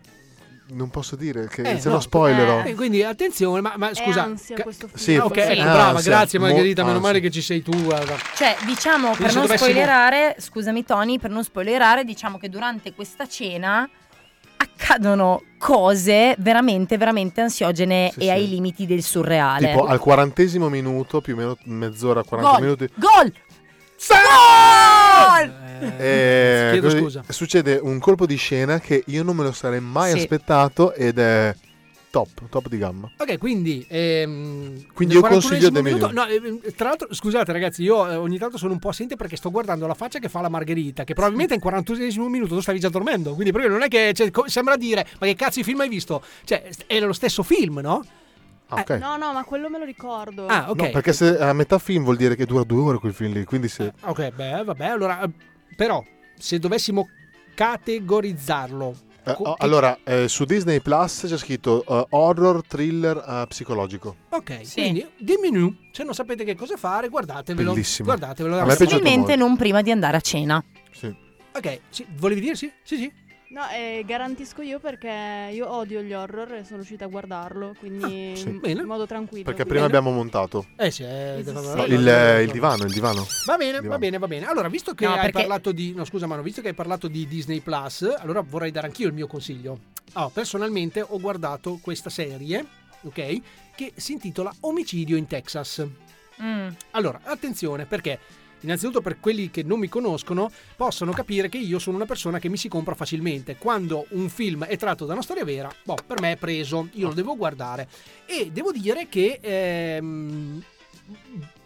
[SPEAKER 11] non posso dire che
[SPEAKER 13] Eh,
[SPEAKER 11] se
[SPEAKER 13] no,
[SPEAKER 11] no spoilerò.
[SPEAKER 13] Eh, quindi attenzione, ma, ma scusa.
[SPEAKER 30] ansia
[SPEAKER 13] ca-
[SPEAKER 30] questo film.
[SPEAKER 11] Sì,
[SPEAKER 13] Ah, ok,
[SPEAKER 11] sì,
[SPEAKER 13] ecco,
[SPEAKER 11] ansia,
[SPEAKER 13] brava, grazie
[SPEAKER 11] mo-
[SPEAKER 13] Margherita, meno
[SPEAKER 11] ansia.
[SPEAKER 13] male che ci sei tu. guarda.
[SPEAKER 4] Cioè, diciamo,
[SPEAKER 13] Quindi
[SPEAKER 4] per
[SPEAKER 13] se
[SPEAKER 4] non
[SPEAKER 13] dovessimo-
[SPEAKER 4] spoilerare, scusami Tony, per non spoilerare, diciamo che durante questa cena accadono cose veramente, veramente ansiogene
[SPEAKER 11] Sì,
[SPEAKER 4] e
[SPEAKER 11] sì.
[SPEAKER 4] ai limiti del surreale.
[SPEAKER 11] Tipo al quarantesimo minuto, più o meno mezz'ora, 40
[SPEAKER 4] Gol!
[SPEAKER 11] minuti.
[SPEAKER 4] Gol!
[SPEAKER 11] eh,
[SPEAKER 13] Mm. Chiedo
[SPEAKER 11] così
[SPEAKER 13] scusa.
[SPEAKER 11] Succede un colpo di scena che io non me lo sarei mai
[SPEAKER 4] Sì.
[SPEAKER 11] aspettato ed è top, top di gamma.
[SPEAKER 13] Ok, quindi... ehm,
[SPEAKER 11] Quindi
[SPEAKER 13] nel
[SPEAKER 11] io consiglio
[SPEAKER 13] 41esimo
[SPEAKER 11] The Menu.
[SPEAKER 13] minuto- no, ehm, tra l'altro, scusate ragazzi, io eh, ogni tanto sono un po' assente perché sto guardando la faccia che fa la Margherita, che probabilmente in 41 minuto tu stavi già dormendo, quindi proprio non è che cioè, co- sembra dire, ma che cazzo di film hai visto? Cioè, è lo stesso film, no?
[SPEAKER 11] Ah, ok.
[SPEAKER 30] Eh, No, no, ma quello me lo ricordo.
[SPEAKER 13] Ah, ok.
[SPEAKER 11] No, perché se a metà film vuol dire che dura due ore quel film lì, quindi se...
[SPEAKER 13] Ok, beh, vabbè, allora... eh, Però, se dovessimo categorizzarlo...
[SPEAKER 11] Eh,
[SPEAKER 13] co-
[SPEAKER 11] oh,
[SPEAKER 13] che-
[SPEAKER 11] allora, eh, su Disney Plus c'è scritto eh, horror, thriller, eh, psicologico.
[SPEAKER 13] Ok, quindi dimmi nu, se non sapete che cosa fare, guardatevelo.
[SPEAKER 11] Bellissimo. A
[SPEAKER 13] Guardatevelo.
[SPEAKER 11] me è piaciuto
[SPEAKER 4] Possibilmente
[SPEAKER 11] molto.
[SPEAKER 4] non prima di andare a cena.
[SPEAKER 13] Ok, sì, volevi dire sì? Sì, sì.
[SPEAKER 30] No, eh, garantisco io perché io odio gli horror e sono riuscita a guardarlo, quindi
[SPEAKER 11] sì.
[SPEAKER 30] in-
[SPEAKER 11] Bene.
[SPEAKER 30] in modo tranquillo.
[SPEAKER 11] Perché
[SPEAKER 30] quindi-
[SPEAKER 11] prima abbiamo montato.
[SPEAKER 13] Eh sì, eh,
[SPEAKER 30] Sì, sì,
[SPEAKER 13] deve-
[SPEAKER 30] sì.
[SPEAKER 11] No, il, il divano, il divano.
[SPEAKER 13] Va bene,
[SPEAKER 11] Andiamo.
[SPEAKER 13] va bene, va bene. Allora, visto che
[SPEAKER 11] No,
[SPEAKER 13] hai
[SPEAKER 11] perché-
[SPEAKER 13] parlato di. No, scusa, Manu, visto che hai parlato di Disney Plus, allora vorrei dare anch'io il mio consiglio. Allora, personalmente ho guardato questa serie, ok? Che si intitola Omicidio in Texas. Allora, attenzione perché. Innanzitutto per quelli che non mi conoscono possono capire che io sono una persona che mi si compra facilmente. Quando un film è tratto da una storia vera, boh, per me è preso, io lo devo guardare. E devo dire che ehm,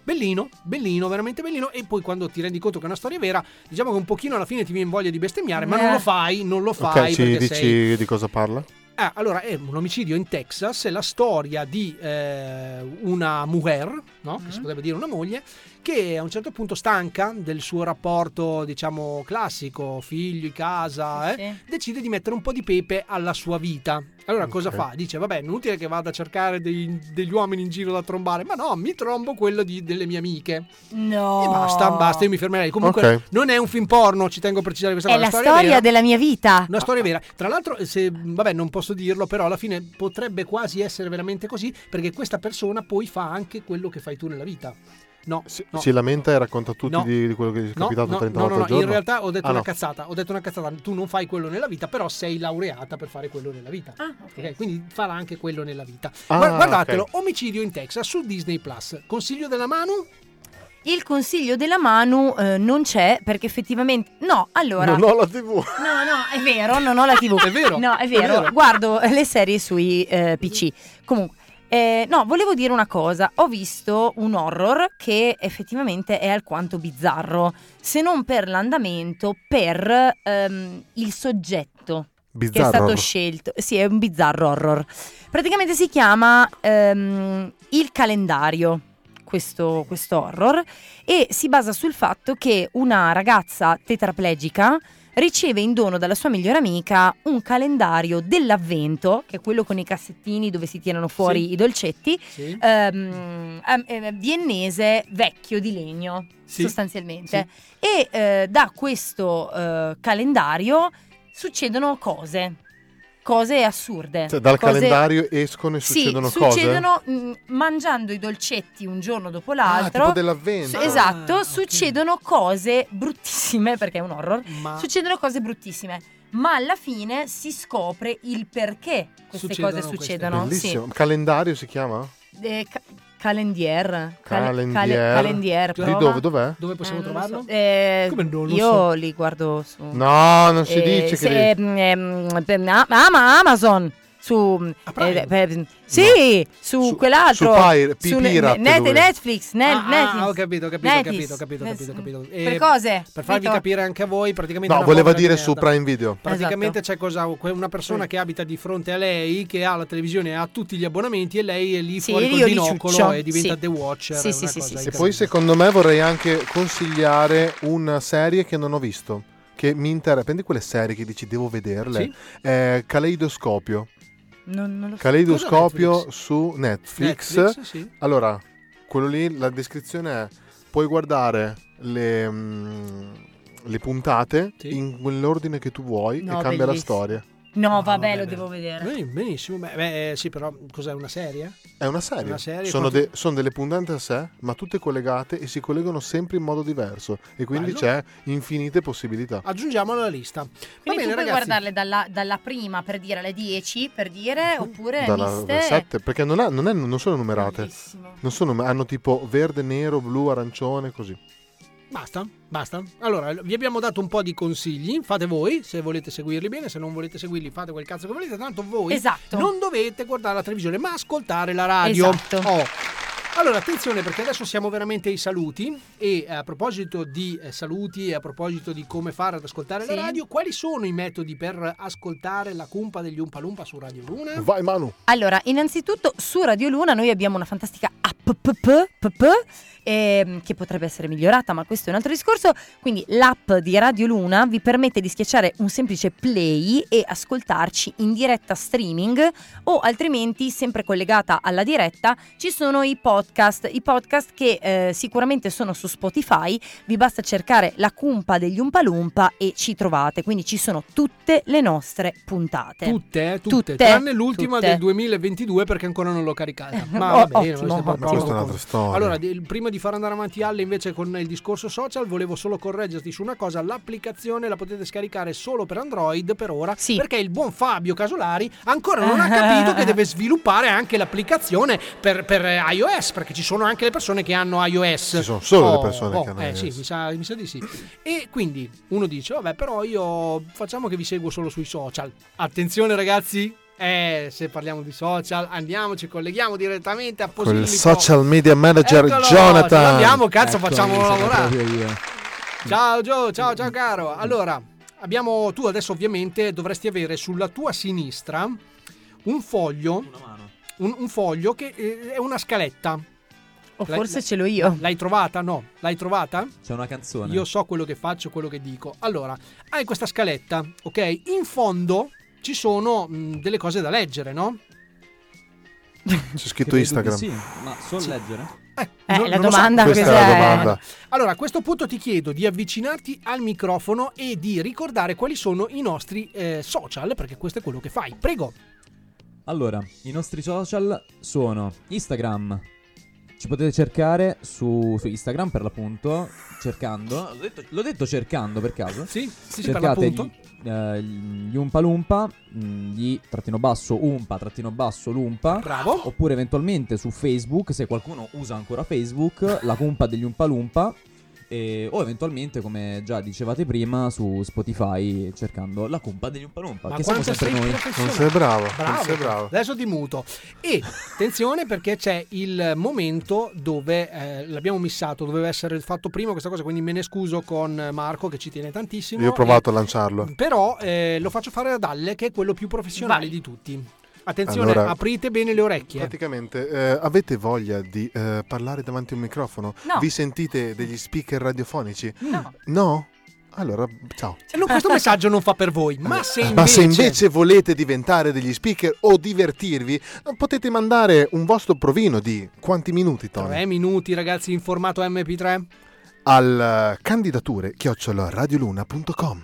[SPEAKER 13] bellino, bellino, veramente bellino. E poi quando ti rendi conto che è una storia vera, diciamo che un pochino alla fine ti viene voglia di bestemmiare, ma non
[SPEAKER 11] Eh.
[SPEAKER 13] lo fai, non lo
[SPEAKER 11] Ok,
[SPEAKER 13] fai.
[SPEAKER 11] ci
[SPEAKER 13] perché
[SPEAKER 11] dici
[SPEAKER 13] sei...
[SPEAKER 11] di cosa parla?
[SPEAKER 13] Ah, allora è un omicidio in Texas, è la storia di eh, una mujer, no?
[SPEAKER 4] Mm-hmm.
[SPEAKER 13] che si potrebbe dire una moglie, che a un certo punto stanca del suo rapporto, diciamo, classico, figli, casa, eh, decide di mettere un po' di pepe alla sua vita. Allora cosa
[SPEAKER 29] Ok.
[SPEAKER 13] fa? Dice, vabbè, inutile che vada a cercare dei- degli uomini in giro da trombare, ma no, mi trombo quello di- delle mie amiche.
[SPEAKER 4] No.
[SPEAKER 13] E basta, basta, io mi fermerei. Comunque
[SPEAKER 11] Ok.
[SPEAKER 13] non è un film porno, ci tengo a precisare questa
[SPEAKER 4] È
[SPEAKER 13] cosa,
[SPEAKER 4] la storia
[SPEAKER 13] vera.
[SPEAKER 4] della mia vita.
[SPEAKER 13] Una storia vera. Tra l'altro, se, vabbè, non posso dirlo, però alla fine potrebbe quasi essere veramente così, perché questa persona poi fa anche quello che fai tu nella vita. No, no.
[SPEAKER 11] Si lamenta e racconta tutti
[SPEAKER 13] No.
[SPEAKER 11] di, di quello che gli è
[SPEAKER 13] No,
[SPEAKER 11] capitato
[SPEAKER 13] no,
[SPEAKER 11] 30
[SPEAKER 13] no,
[SPEAKER 11] volte
[SPEAKER 13] no,
[SPEAKER 11] al
[SPEAKER 13] no,
[SPEAKER 11] giorno?
[SPEAKER 13] in realtà ho detto
[SPEAKER 11] Ah,
[SPEAKER 13] una
[SPEAKER 11] no.
[SPEAKER 13] cazzata, ho detto una cazzata, tu non fai quello nella vita, però sei laureata per fare quello nella vita. Ok, Quindi farà anche quello nella vita.
[SPEAKER 11] Ah,
[SPEAKER 13] Guar- guardatelo,
[SPEAKER 11] ok.
[SPEAKER 13] omicidio in Texas su Disney Plus. Consiglio della mano?
[SPEAKER 4] Il consiglio della Manu eh, non c'è perché effettivamente... No, allora...
[SPEAKER 11] Non ho la tv.
[SPEAKER 4] No, no, è vero, non ho la TV.
[SPEAKER 11] È vero,
[SPEAKER 4] No,
[SPEAKER 11] è
[SPEAKER 4] è vero.
[SPEAKER 11] vero.
[SPEAKER 4] Guardo le serie sui eh, PC. Comunque, eh, no, volevo dire una cosa. Ho visto un horror che effettivamente è alquanto bizzarro, se non per l'andamento, per ehm, il soggetto che è
[SPEAKER 11] Bizzarro
[SPEAKER 4] stato
[SPEAKER 11] horror.
[SPEAKER 4] scelto. Sì, è un bizzarro horror. Praticamente si chiama ehm, Il calendario. Questo, questo horror e si basa sul fatto che una ragazza tetraplegica riceve in dono dalla sua migliore amica un calendario dell'avvento, che è quello con i cassettini dove si tirano fuori
[SPEAKER 25] Sì.
[SPEAKER 4] i dolcetti,
[SPEAKER 25] Sì.
[SPEAKER 4] ehm, ehm, ehm, viennese vecchio di legno,
[SPEAKER 25] Sì.
[SPEAKER 4] sostanzialmente. E eh, da questo eh, calendario succedono cose, cose assurde.
[SPEAKER 11] Cioè, dal
[SPEAKER 4] cose-
[SPEAKER 11] calendario escono e
[SPEAKER 4] Sì,
[SPEAKER 11] succedono cose?
[SPEAKER 4] succedono mh, mangiando i dolcetti un giorno dopo l'altro.
[SPEAKER 11] Ah, tipo dell'avvento.
[SPEAKER 4] Su- esatto,
[SPEAKER 13] Ah,
[SPEAKER 4] succedono cose bruttissime, perché è un horror.
[SPEAKER 13] Ma-
[SPEAKER 4] Succedono cose bruttissime, ma alla fine si scopre il perché queste
[SPEAKER 11] Succedono
[SPEAKER 4] cose
[SPEAKER 11] queste.
[SPEAKER 4] succedono.
[SPEAKER 11] Bellissimo.
[SPEAKER 4] Sì.
[SPEAKER 11] Calendario si chiama?
[SPEAKER 4] Eh, ca- calendier. Cal- cale-
[SPEAKER 11] Calendier.
[SPEAKER 4] calendier,
[SPEAKER 11] Di
[SPEAKER 4] prova.
[SPEAKER 11] dove? Dov'è?
[SPEAKER 13] Dove possiamo
[SPEAKER 4] Eh, non lo
[SPEAKER 13] trovarlo?
[SPEAKER 4] so. Eh,
[SPEAKER 13] Come non lo
[SPEAKER 4] io
[SPEAKER 13] so?
[SPEAKER 4] li guardo su.
[SPEAKER 11] No, non si dice
[SPEAKER 4] Eh,
[SPEAKER 11] che
[SPEAKER 4] se-
[SPEAKER 11] devi-
[SPEAKER 4] mm, ehm, per- ah, ah, ma Amazon. Su,
[SPEAKER 13] Ah,
[SPEAKER 4] eh, per- sì, su, quell'altro.
[SPEAKER 11] su Pyre- Pi-
[SPEAKER 4] ne-
[SPEAKER 11] Pirate
[SPEAKER 4] net-
[SPEAKER 11] lui.
[SPEAKER 4] Netflix. net-
[SPEAKER 13] Ah,
[SPEAKER 4] Netflix.
[SPEAKER 13] ah, ho capito, ho capito, ho capito, ho capito, ho
[SPEAKER 4] Netflix.
[SPEAKER 13] capito, ho capito.
[SPEAKER 4] Per
[SPEAKER 13] Eh,
[SPEAKER 4] cose,
[SPEAKER 13] Per farvi
[SPEAKER 4] capito?
[SPEAKER 13] capire anche a voi, praticamente...
[SPEAKER 11] No,
[SPEAKER 13] una
[SPEAKER 11] voleva
[SPEAKER 13] povera
[SPEAKER 11] dire
[SPEAKER 13] di
[SPEAKER 11] su
[SPEAKER 13] merda.
[SPEAKER 11] Prime Video.
[SPEAKER 13] Praticamente
[SPEAKER 4] Esatto.
[SPEAKER 13] c'è cosa, una persona che abita di fronte a lei, che ha la televisione, ha tutti gli abbonamenti e lei è lì
[SPEAKER 4] Sì,
[SPEAKER 13] fuori
[SPEAKER 4] io
[SPEAKER 13] col
[SPEAKER 4] li ciuccio.
[SPEAKER 13] binocolo e diventa
[SPEAKER 4] Sì.
[SPEAKER 13] The Watcher.
[SPEAKER 4] Sì,
[SPEAKER 13] una
[SPEAKER 4] sì, sì,
[SPEAKER 13] cosa
[SPEAKER 4] sì,
[SPEAKER 11] E
[SPEAKER 13] incredibile.
[SPEAKER 11] poi secondo me vorrei anche consigliare una serie che non ho visto, che mi interessa. Prendi quelle serie che dici devo vederle.
[SPEAKER 4] Sì.
[SPEAKER 11] Eh, Caleidoscopio.
[SPEAKER 4] Non, non lo so.
[SPEAKER 11] Caleidoscopio su Netflix.
[SPEAKER 4] Netflix, sì.
[SPEAKER 11] Allora, quello lì, la descrizione è, puoi guardare le, mm, le puntate in quell'ordine che tu vuoi
[SPEAKER 4] No,
[SPEAKER 11] e cambia la
[SPEAKER 4] bellissimo.
[SPEAKER 11] storia.
[SPEAKER 4] No, vabbè,
[SPEAKER 13] vabbè,
[SPEAKER 4] lo
[SPEAKER 13] beh.
[SPEAKER 4] devo vedere.
[SPEAKER 13] Beh, benissimo, beh, beh, eh, sì, però cos'è una serie?
[SPEAKER 11] È una serie.
[SPEAKER 13] Una serie,
[SPEAKER 11] sono,
[SPEAKER 13] quanto-
[SPEAKER 11] de- sono delle puntate a sé, ma tutte collegate e si collegano sempre in modo diverso. E quindi
[SPEAKER 13] Bello.
[SPEAKER 11] c'è infinite possibilità.
[SPEAKER 13] Aggiungiamola alla lista. Va
[SPEAKER 4] Quindi
[SPEAKER 13] bene,
[SPEAKER 4] tu puoi
[SPEAKER 13] ragazzi.
[SPEAKER 4] guardarle dalla, dalla prima per dire alle 10, per dire, oppure
[SPEAKER 11] Dalla
[SPEAKER 4] miste.
[SPEAKER 11] 7, perché non, ha- non è- non sono numerate. Non sono- hanno tipo verde, nero, blu, arancione, così.
[SPEAKER 13] Basta, basta. Allora, vi abbiamo dato un po' di consigli, fate voi, se volete seguirli bene, se non volete seguirli fate quel cazzo che volete, tanto voi
[SPEAKER 4] Esatto.
[SPEAKER 13] non dovete guardare la televisione ma ascoltare la radio.
[SPEAKER 4] Esatto.
[SPEAKER 13] Oh. Allora, attenzione perché adesso siamo veramente ai saluti e eh, a proposito di eh, saluti e a proposito di come fare ad ascoltare
[SPEAKER 4] Sì.
[SPEAKER 13] la radio, quali sono i metodi per ascoltare la cumpa degli Umpa Lumpa su Radio Luna?
[SPEAKER 11] Vai Manu.
[SPEAKER 4] Allora, innanzitutto su Radio Luna noi abbiamo una fantastica app pp, pp, ehm, che potrebbe essere migliorata, ma questo è un altro discorso. Quindi l'app di Radio Luna vi permette di schiacciare un semplice play e ascoltarci in diretta streaming o altrimenti sempre collegata alla diretta ci sono i podcast, i podcast che eh, sicuramente sono su Spotify, vi basta cercare la cumpa degli Umpalumpa e ci trovate, quindi ci sono tutte le nostre puntate.
[SPEAKER 13] Tutte, eh, tutte,
[SPEAKER 4] Tutte,
[SPEAKER 13] tranne l'ultima
[SPEAKER 4] tutte.
[SPEAKER 13] del 2022 perché ancora non l'ho caricata. Ma
[SPEAKER 4] Oh,
[SPEAKER 13] va bene,
[SPEAKER 4] ottimo,
[SPEAKER 13] questo è
[SPEAKER 4] ottimo.
[SPEAKER 13] proprio-
[SPEAKER 11] Questa è un'altra storia.
[SPEAKER 13] Allora, del- prima di far andare avanti Alle invece con il discorso social, volevo solo correggerti su una cosa, l'applicazione la potete scaricare solo per Android per ora, perché il buon Fabio Casolari ancora non ha capito che deve sviluppare anche l'applicazione per, per iOS, perché ci sono anche le persone che hanno iOS. Ci sono
[SPEAKER 11] solo le persone che hanno
[SPEAKER 13] eh,
[SPEAKER 11] iOS.
[SPEAKER 13] Sì, mi sa, mi sa di sì. E quindi uno dice, vabbè, però io facciamo che vi seguo solo sui social. Attenzione ragazzi, eh, se parliamo di social, andiamoci, colleghiamo direttamente a
[SPEAKER 11] Col
[SPEAKER 13] Posillipo.
[SPEAKER 11] social media manager
[SPEAKER 13] Eccolo, ce
[SPEAKER 11] Jonathan. Ecco.
[SPEAKER 13] l'abbiamo, cazzo, facciamolo
[SPEAKER 11] sono
[SPEAKER 13] lavorare.
[SPEAKER 11] proprio io.
[SPEAKER 13] Ciao Gio, ciao ciao caro. Allora, abbiamo tu adesso ovviamente dovresti avere sulla tua sinistra un foglio un, un foglio che eh, è una scaletta.
[SPEAKER 4] O
[SPEAKER 13] L'hai-
[SPEAKER 4] forse ce l'ho io.
[SPEAKER 13] L'hai trovata? No, l'hai trovata?
[SPEAKER 16] C'è una canzone.
[SPEAKER 13] Io so quello che faccio, quello che dico. Allora, hai questa scaletta, ok? In fondo ci sono mh, delle cose da leggere, no?
[SPEAKER 11] C'è scritto
[SPEAKER 16] Credo
[SPEAKER 11] Instagram.
[SPEAKER 16] di Sì, ma so leggere?
[SPEAKER 4] Eh,
[SPEAKER 13] No-
[SPEAKER 4] la
[SPEAKER 13] non lo so.
[SPEAKER 4] domanda
[SPEAKER 11] Questa è la cos'è? Eh. domanda.
[SPEAKER 13] Allora, a questo punto ti chiedo di avvicinarti al microfono e di ricordare quali sono i nostri eh, social, perché questo è quello che fai. Prego.
[SPEAKER 16] Allora, i nostri social sono Instagram. Ci potete cercare su, su Instagram per l'appunto, cercando. L'ho detto, l'ho detto cercando per caso.
[SPEAKER 13] Sì, sì, sì, per
[SPEAKER 16] cercate
[SPEAKER 13] l'appunto.
[SPEAKER 16] gli, eh, gli Umpa Lumpa, mh, gli trattino basso Umpa, trattino basso Lumpa.
[SPEAKER 13] Bravo.
[SPEAKER 16] Oppure eventualmente su Facebook, se qualcuno usa ancora Facebook, la cumpa degli Umpa Lumpa. E, o eventualmente, come già dicevate prima, su Spotify cercando la cumpa degli Umpa Lumpa.
[SPEAKER 13] Ma
[SPEAKER 16] Che siamo
[SPEAKER 13] quanto
[SPEAKER 16] sempre
[SPEAKER 13] sei
[SPEAKER 16] noi.
[SPEAKER 13] professionale. Bravo. Adesso ti muto. E attenzione perché c'è il momento dove eh, l'abbiamo missato, doveva essere fatto prima questa cosa, quindi me ne scuso con Marco che ci tiene tantissimo.
[SPEAKER 11] Io ho provato
[SPEAKER 13] E-
[SPEAKER 11] a lanciarlo.
[SPEAKER 13] Però eh, lo faccio fare ad Alle che è quello più professionale di tutti. Attenzione,
[SPEAKER 11] Allora-
[SPEAKER 13] aprite bene le orecchie.
[SPEAKER 11] Praticamente, eh, avete voglia di eh, parlare davanti a un microfono?
[SPEAKER 13] No.
[SPEAKER 11] Vi sentite degli speaker radiofonici?
[SPEAKER 13] No.
[SPEAKER 11] No? Allora, ciao.
[SPEAKER 13] No, questo messaggio non fa per voi, ma se invece...
[SPEAKER 11] Ma se invece volete diventare degli speaker o divertirvi, potete mandare un vostro provino di quanti minuti, Tony?
[SPEAKER 13] Tre Eh, minuti ragazzi in formato MP3.
[SPEAKER 11] al eh, candidature radioluna.com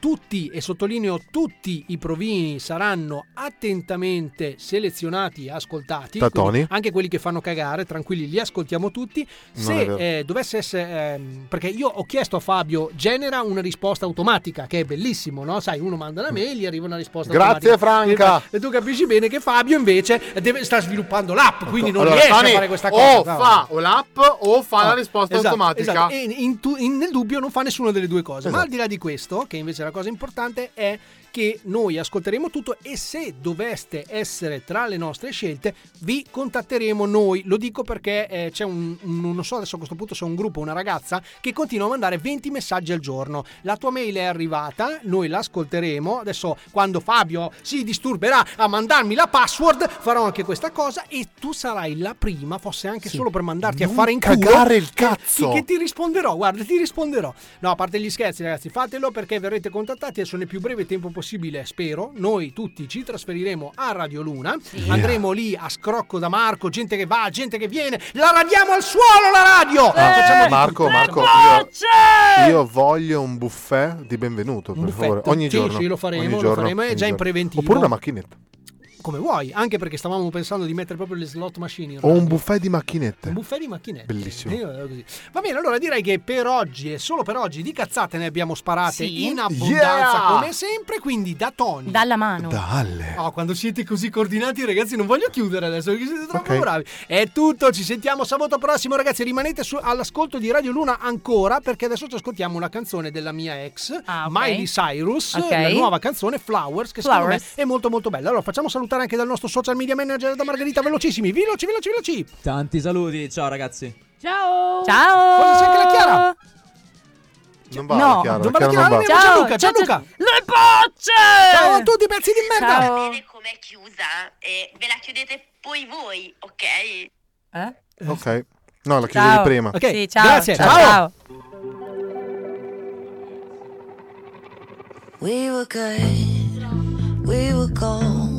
[SPEAKER 13] Tutti, e sottolineo tutti i provini saranno attentamente selezionati e ascoltati.
[SPEAKER 11] Da
[SPEAKER 13] quindi
[SPEAKER 11] Tony.
[SPEAKER 13] Anche quelli che fanno cagare, tranquilli, li ascoltiamo tutti.
[SPEAKER 11] Non
[SPEAKER 13] Se
[SPEAKER 11] è vero.
[SPEAKER 13] eh, dovesse essere. ehm, perché io ho chiesto a Fabio, genera una risposta automatica, che è bellissimo, no? Sai, uno manda una mail, gli arriva una risposta
[SPEAKER 11] Mm. Grazie,
[SPEAKER 13] automatica.
[SPEAKER 11] Franca.
[SPEAKER 13] E tu capisci bene che Fabio invece deve- sta sviluppando l'app, quindi non
[SPEAKER 11] Ecco, Allora,
[SPEAKER 13] riesce
[SPEAKER 11] Tony,
[SPEAKER 13] a fare questa
[SPEAKER 11] o fa
[SPEAKER 13] cosa. bravo.
[SPEAKER 11] o l'app o fa la
[SPEAKER 13] Ah,
[SPEAKER 11] risposta
[SPEAKER 13] esatto,
[SPEAKER 11] automatica.
[SPEAKER 13] esatto. E in tu- in- nel dubbio non fa nessuna delle due cose. Ma
[SPEAKER 11] Esatto.
[SPEAKER 13] al di là di questo, che invece è la cosa importante è che noi ascolteremo tutto e se doveste essere tra le nostre scelte, vi contatteremo noi. Lo dico perché eh, c'è un, un- non so adesso a questo punto se è un gruppo, o una ragazza che continua a mandare 20 messaggi al giorno. La tua mail è arrivata, noi l'ascolteremo. Adesso quando Fabio si disturberà a mandarmi la password, farò anche questa cosa e tu sarai la prima, fosse anche solo per mandarti a
[SPEAKER 11] Non
[SPEAKER 13] fare in
[SPEAKER 11] cagare
[SPEAKER 13] culo,
[SPEAKER 11] il cazzo.
[SPEAKER 13] Che, che ti risponderò, guarda, ti risponderò. No, a parte gli scherzi, ragazzi, fatelo perché verrete contattati adesso nel più breve tempo possibile, spero. Noi tutti ci trasferiremo a Radio Luna,
[SPEAKER 11] Yeah.
[SPEAKER 13] andremo lì a scrocco da Marco, gente che va, gente che viene, la radiamo al suolo la radio!
[SPEAKER 4] Eh,
[SPEAKER 13] Eh! Facciamo di
[SPEAKER 11] Ah, Marco,
[SPEAKER 13] tutto,
[SPEAKER 11] Marco,
[SPEAKER 13] insomma.
[SPEAKER 11] io, io voglio un buffet di benvenuto, per favore,
[SPEAKER 13] buffetto.
[SPEAKER 11] ogni
[SPEAKER 13] Sì,
[SPEAKER 11] giorno.
[SPEAKER 13] sì, lo faremo,
[SPEAKER 11] ogni
[SPEAKER 13] lo
[SPEAKER 11] giorno,
[SPEAKER 13] faremo, è
[SPEAKER 11] ogni
[SPEAKER 13] già in
[SPEAKER 11] giorno.
[SPEAKER 13] preventivo.
[SPEAKER 11] Oppure una macchinetta.
[SPEAKER 13] Come vuoi, anche perché stavamo pensando di mettere proprio le slot machine. in
[SPEAKER 11] O un
[SPEAKER 13] radio.
[SPEAKER 11] buffet di macchinette.
[SPEAKER 13] Un buffet di macchinette.
[SPEAKER 11] Oh. Bellissimo.
[SPEAKER 13] Io vado così. Va bene, allora direi che per oggi e solo per oggi di cazzate ne abbiamo sparate
[SPEAKER 4] Sì.
[SPEAKER 13] in abbondanza
[SPEAKER 4] Yeah!
[SPEAKER 13] come sempre, quindi da Tony.
[SPEAKER 4] Dalla mano.
[SPEAKER 13] Oh, quando siete così coordinati ragazzi non voglio chiudere adesso perché siete troppo bravi. È tutto, ci sentiamo sabato prossimo ragazzi, rimanete su- all'ascolto di Radio Luna ancora perché adesso ci ascoltiamo una canzone della mia ex, Miley Cyrus,
[SPEAKER 4] Ah, Ok.
[SPEAKER 13] la nuova canzone Flowers che secondo
[SPEAKER 4] Flowers.
[SPEAKER 13] me è molto molto bella. Allora facciamo salutare
[SPEAKER 1] salutare anche dal nostro social media manager da Margherita, velocissimi, veloci, veloci, veloci.
[SPEAKER 16] Tanti saluti, ciao ragazzi.
[SPEAKER 30] Ciao.
[SPEAKER 4] Ciao.
[SPEAKER 1] Forse c'è anche la Chiara.
[SPEAKER 11] Non va vale,
[SPEAKER 1] no,
[SPEAKER 11] Chiara,
[SPEAKER 1] non vale
[SPEAKER 11] Chiara non
[SPEAKER 1] Chiara,
[SPEAKER 11] va.
[SPEAKER 1] Ciao, ciao Luca, ciao, Luca.
[SPEAKER 4] Le bocce!
[SPEAKER 1] Ciao a tutti, pezzi di merda.
[SPEAKER 4] Ciao.
[SPEAKER 18] Vedete com'è chiusa e ve la chiudete poi voi, ok?
[SPEAKER 4] Eh?
[SPEAKER 11] Ok. No, la chiudevi
[SPEAKER 4] Ciao.
[SPEAKER 11] prima.
[SPEAKER 1] Ok,
[SPEAKER 4] Sì, ciao.
[SPEAKER 1] grazie,
[SPEAKER 4] Ciao. ciao.
[SPEAKER 1] ciao.
[SPEAKER 31] We were good, we were gold.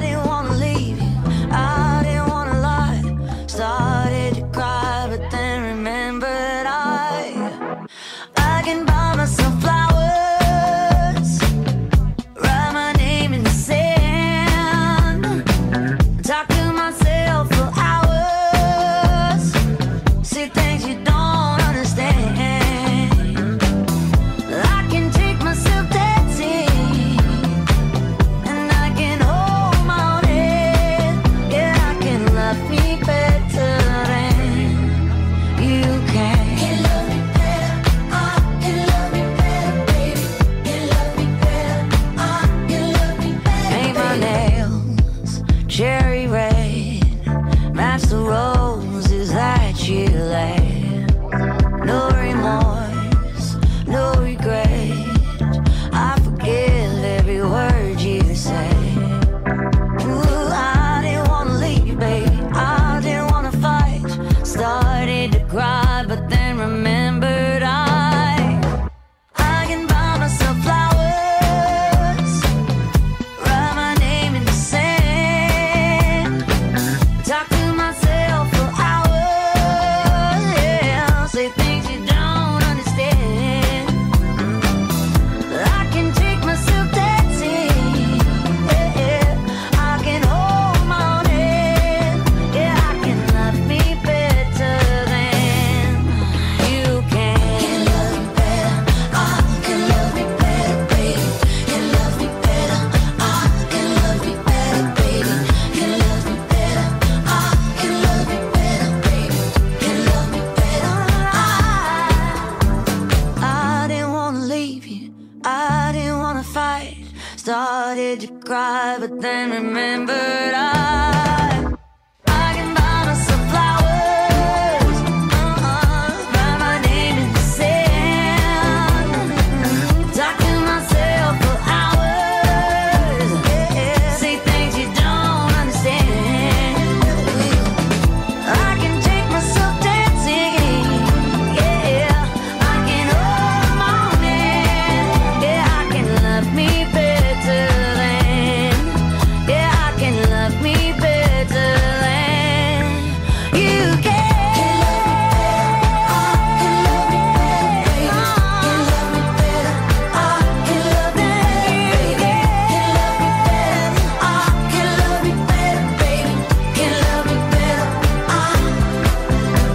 [SPEAKER 31] didn't wanna leave you, I didn't wanna lie. Started to cry, but then remembered I. I can buy myself flowers. Write my name in the sand. Talk to myself for hours. See things you don't understand. I can take myself dancing. And I can hold my own head. Yeah, I can love me better than you can. Can love me better. I can love me better, baby. Can love me better. I can love me better. Paint my nails cherry red. Match the roses that you laid. No remorse, no regret. I forgive every word you say. Ooh, I didn't wanna leave, babe. I didn't wanna fight. Started to cry, but then remembered I. I can buy myself flowers. Write my name in the sand. Talk to myself for hours. Yeah, say things you don't understand. I can take myself dancing. Yeah, yeah. I can hold my own head. Yeah, I can love me better than you can. Can love me better. I can love me better, baby. Can love me better. I can love me better, baby. Can love me better. I can love me better, baby. Can love me better. I didn't wanna leave you. I didn't wanna fight. Started to cry, but then remembered I. I can buy myself flowers. Uh-uh. Write my name in the sand. Talk to myself for hours. Yeah. Say things you don't understand. I can take myself dancing. Yeah, I can hold my own hand. Yeah, I can love me better than. Yeah, I can love me better than you can. Can love me better. Can love me better. Can love me better. Can love me better. Can love me better, baby. Can love me better.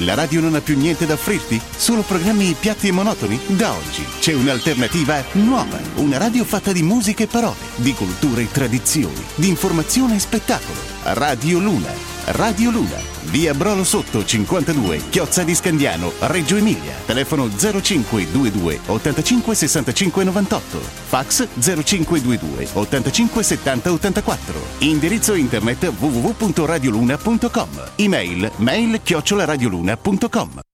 [SPEAKER 12] La radio non ha più niente da offrirti? Solo programmi piatti e monotoni? Da oggi c'è un'alternativa nuova. Una radio fatta di musica e parole, di cultura e tradizioni, di informazione e spettacolo. Radio Luna. Radio Luna. Via Brolo Sotto 52, Chiozza di Scandiano, Reggio Emilia. Telefono 0522 85 65 98. Fax 0522 85 70 84. Indirizzo internet www.radioluna.com. Email mail chiocciolaradioluna.com.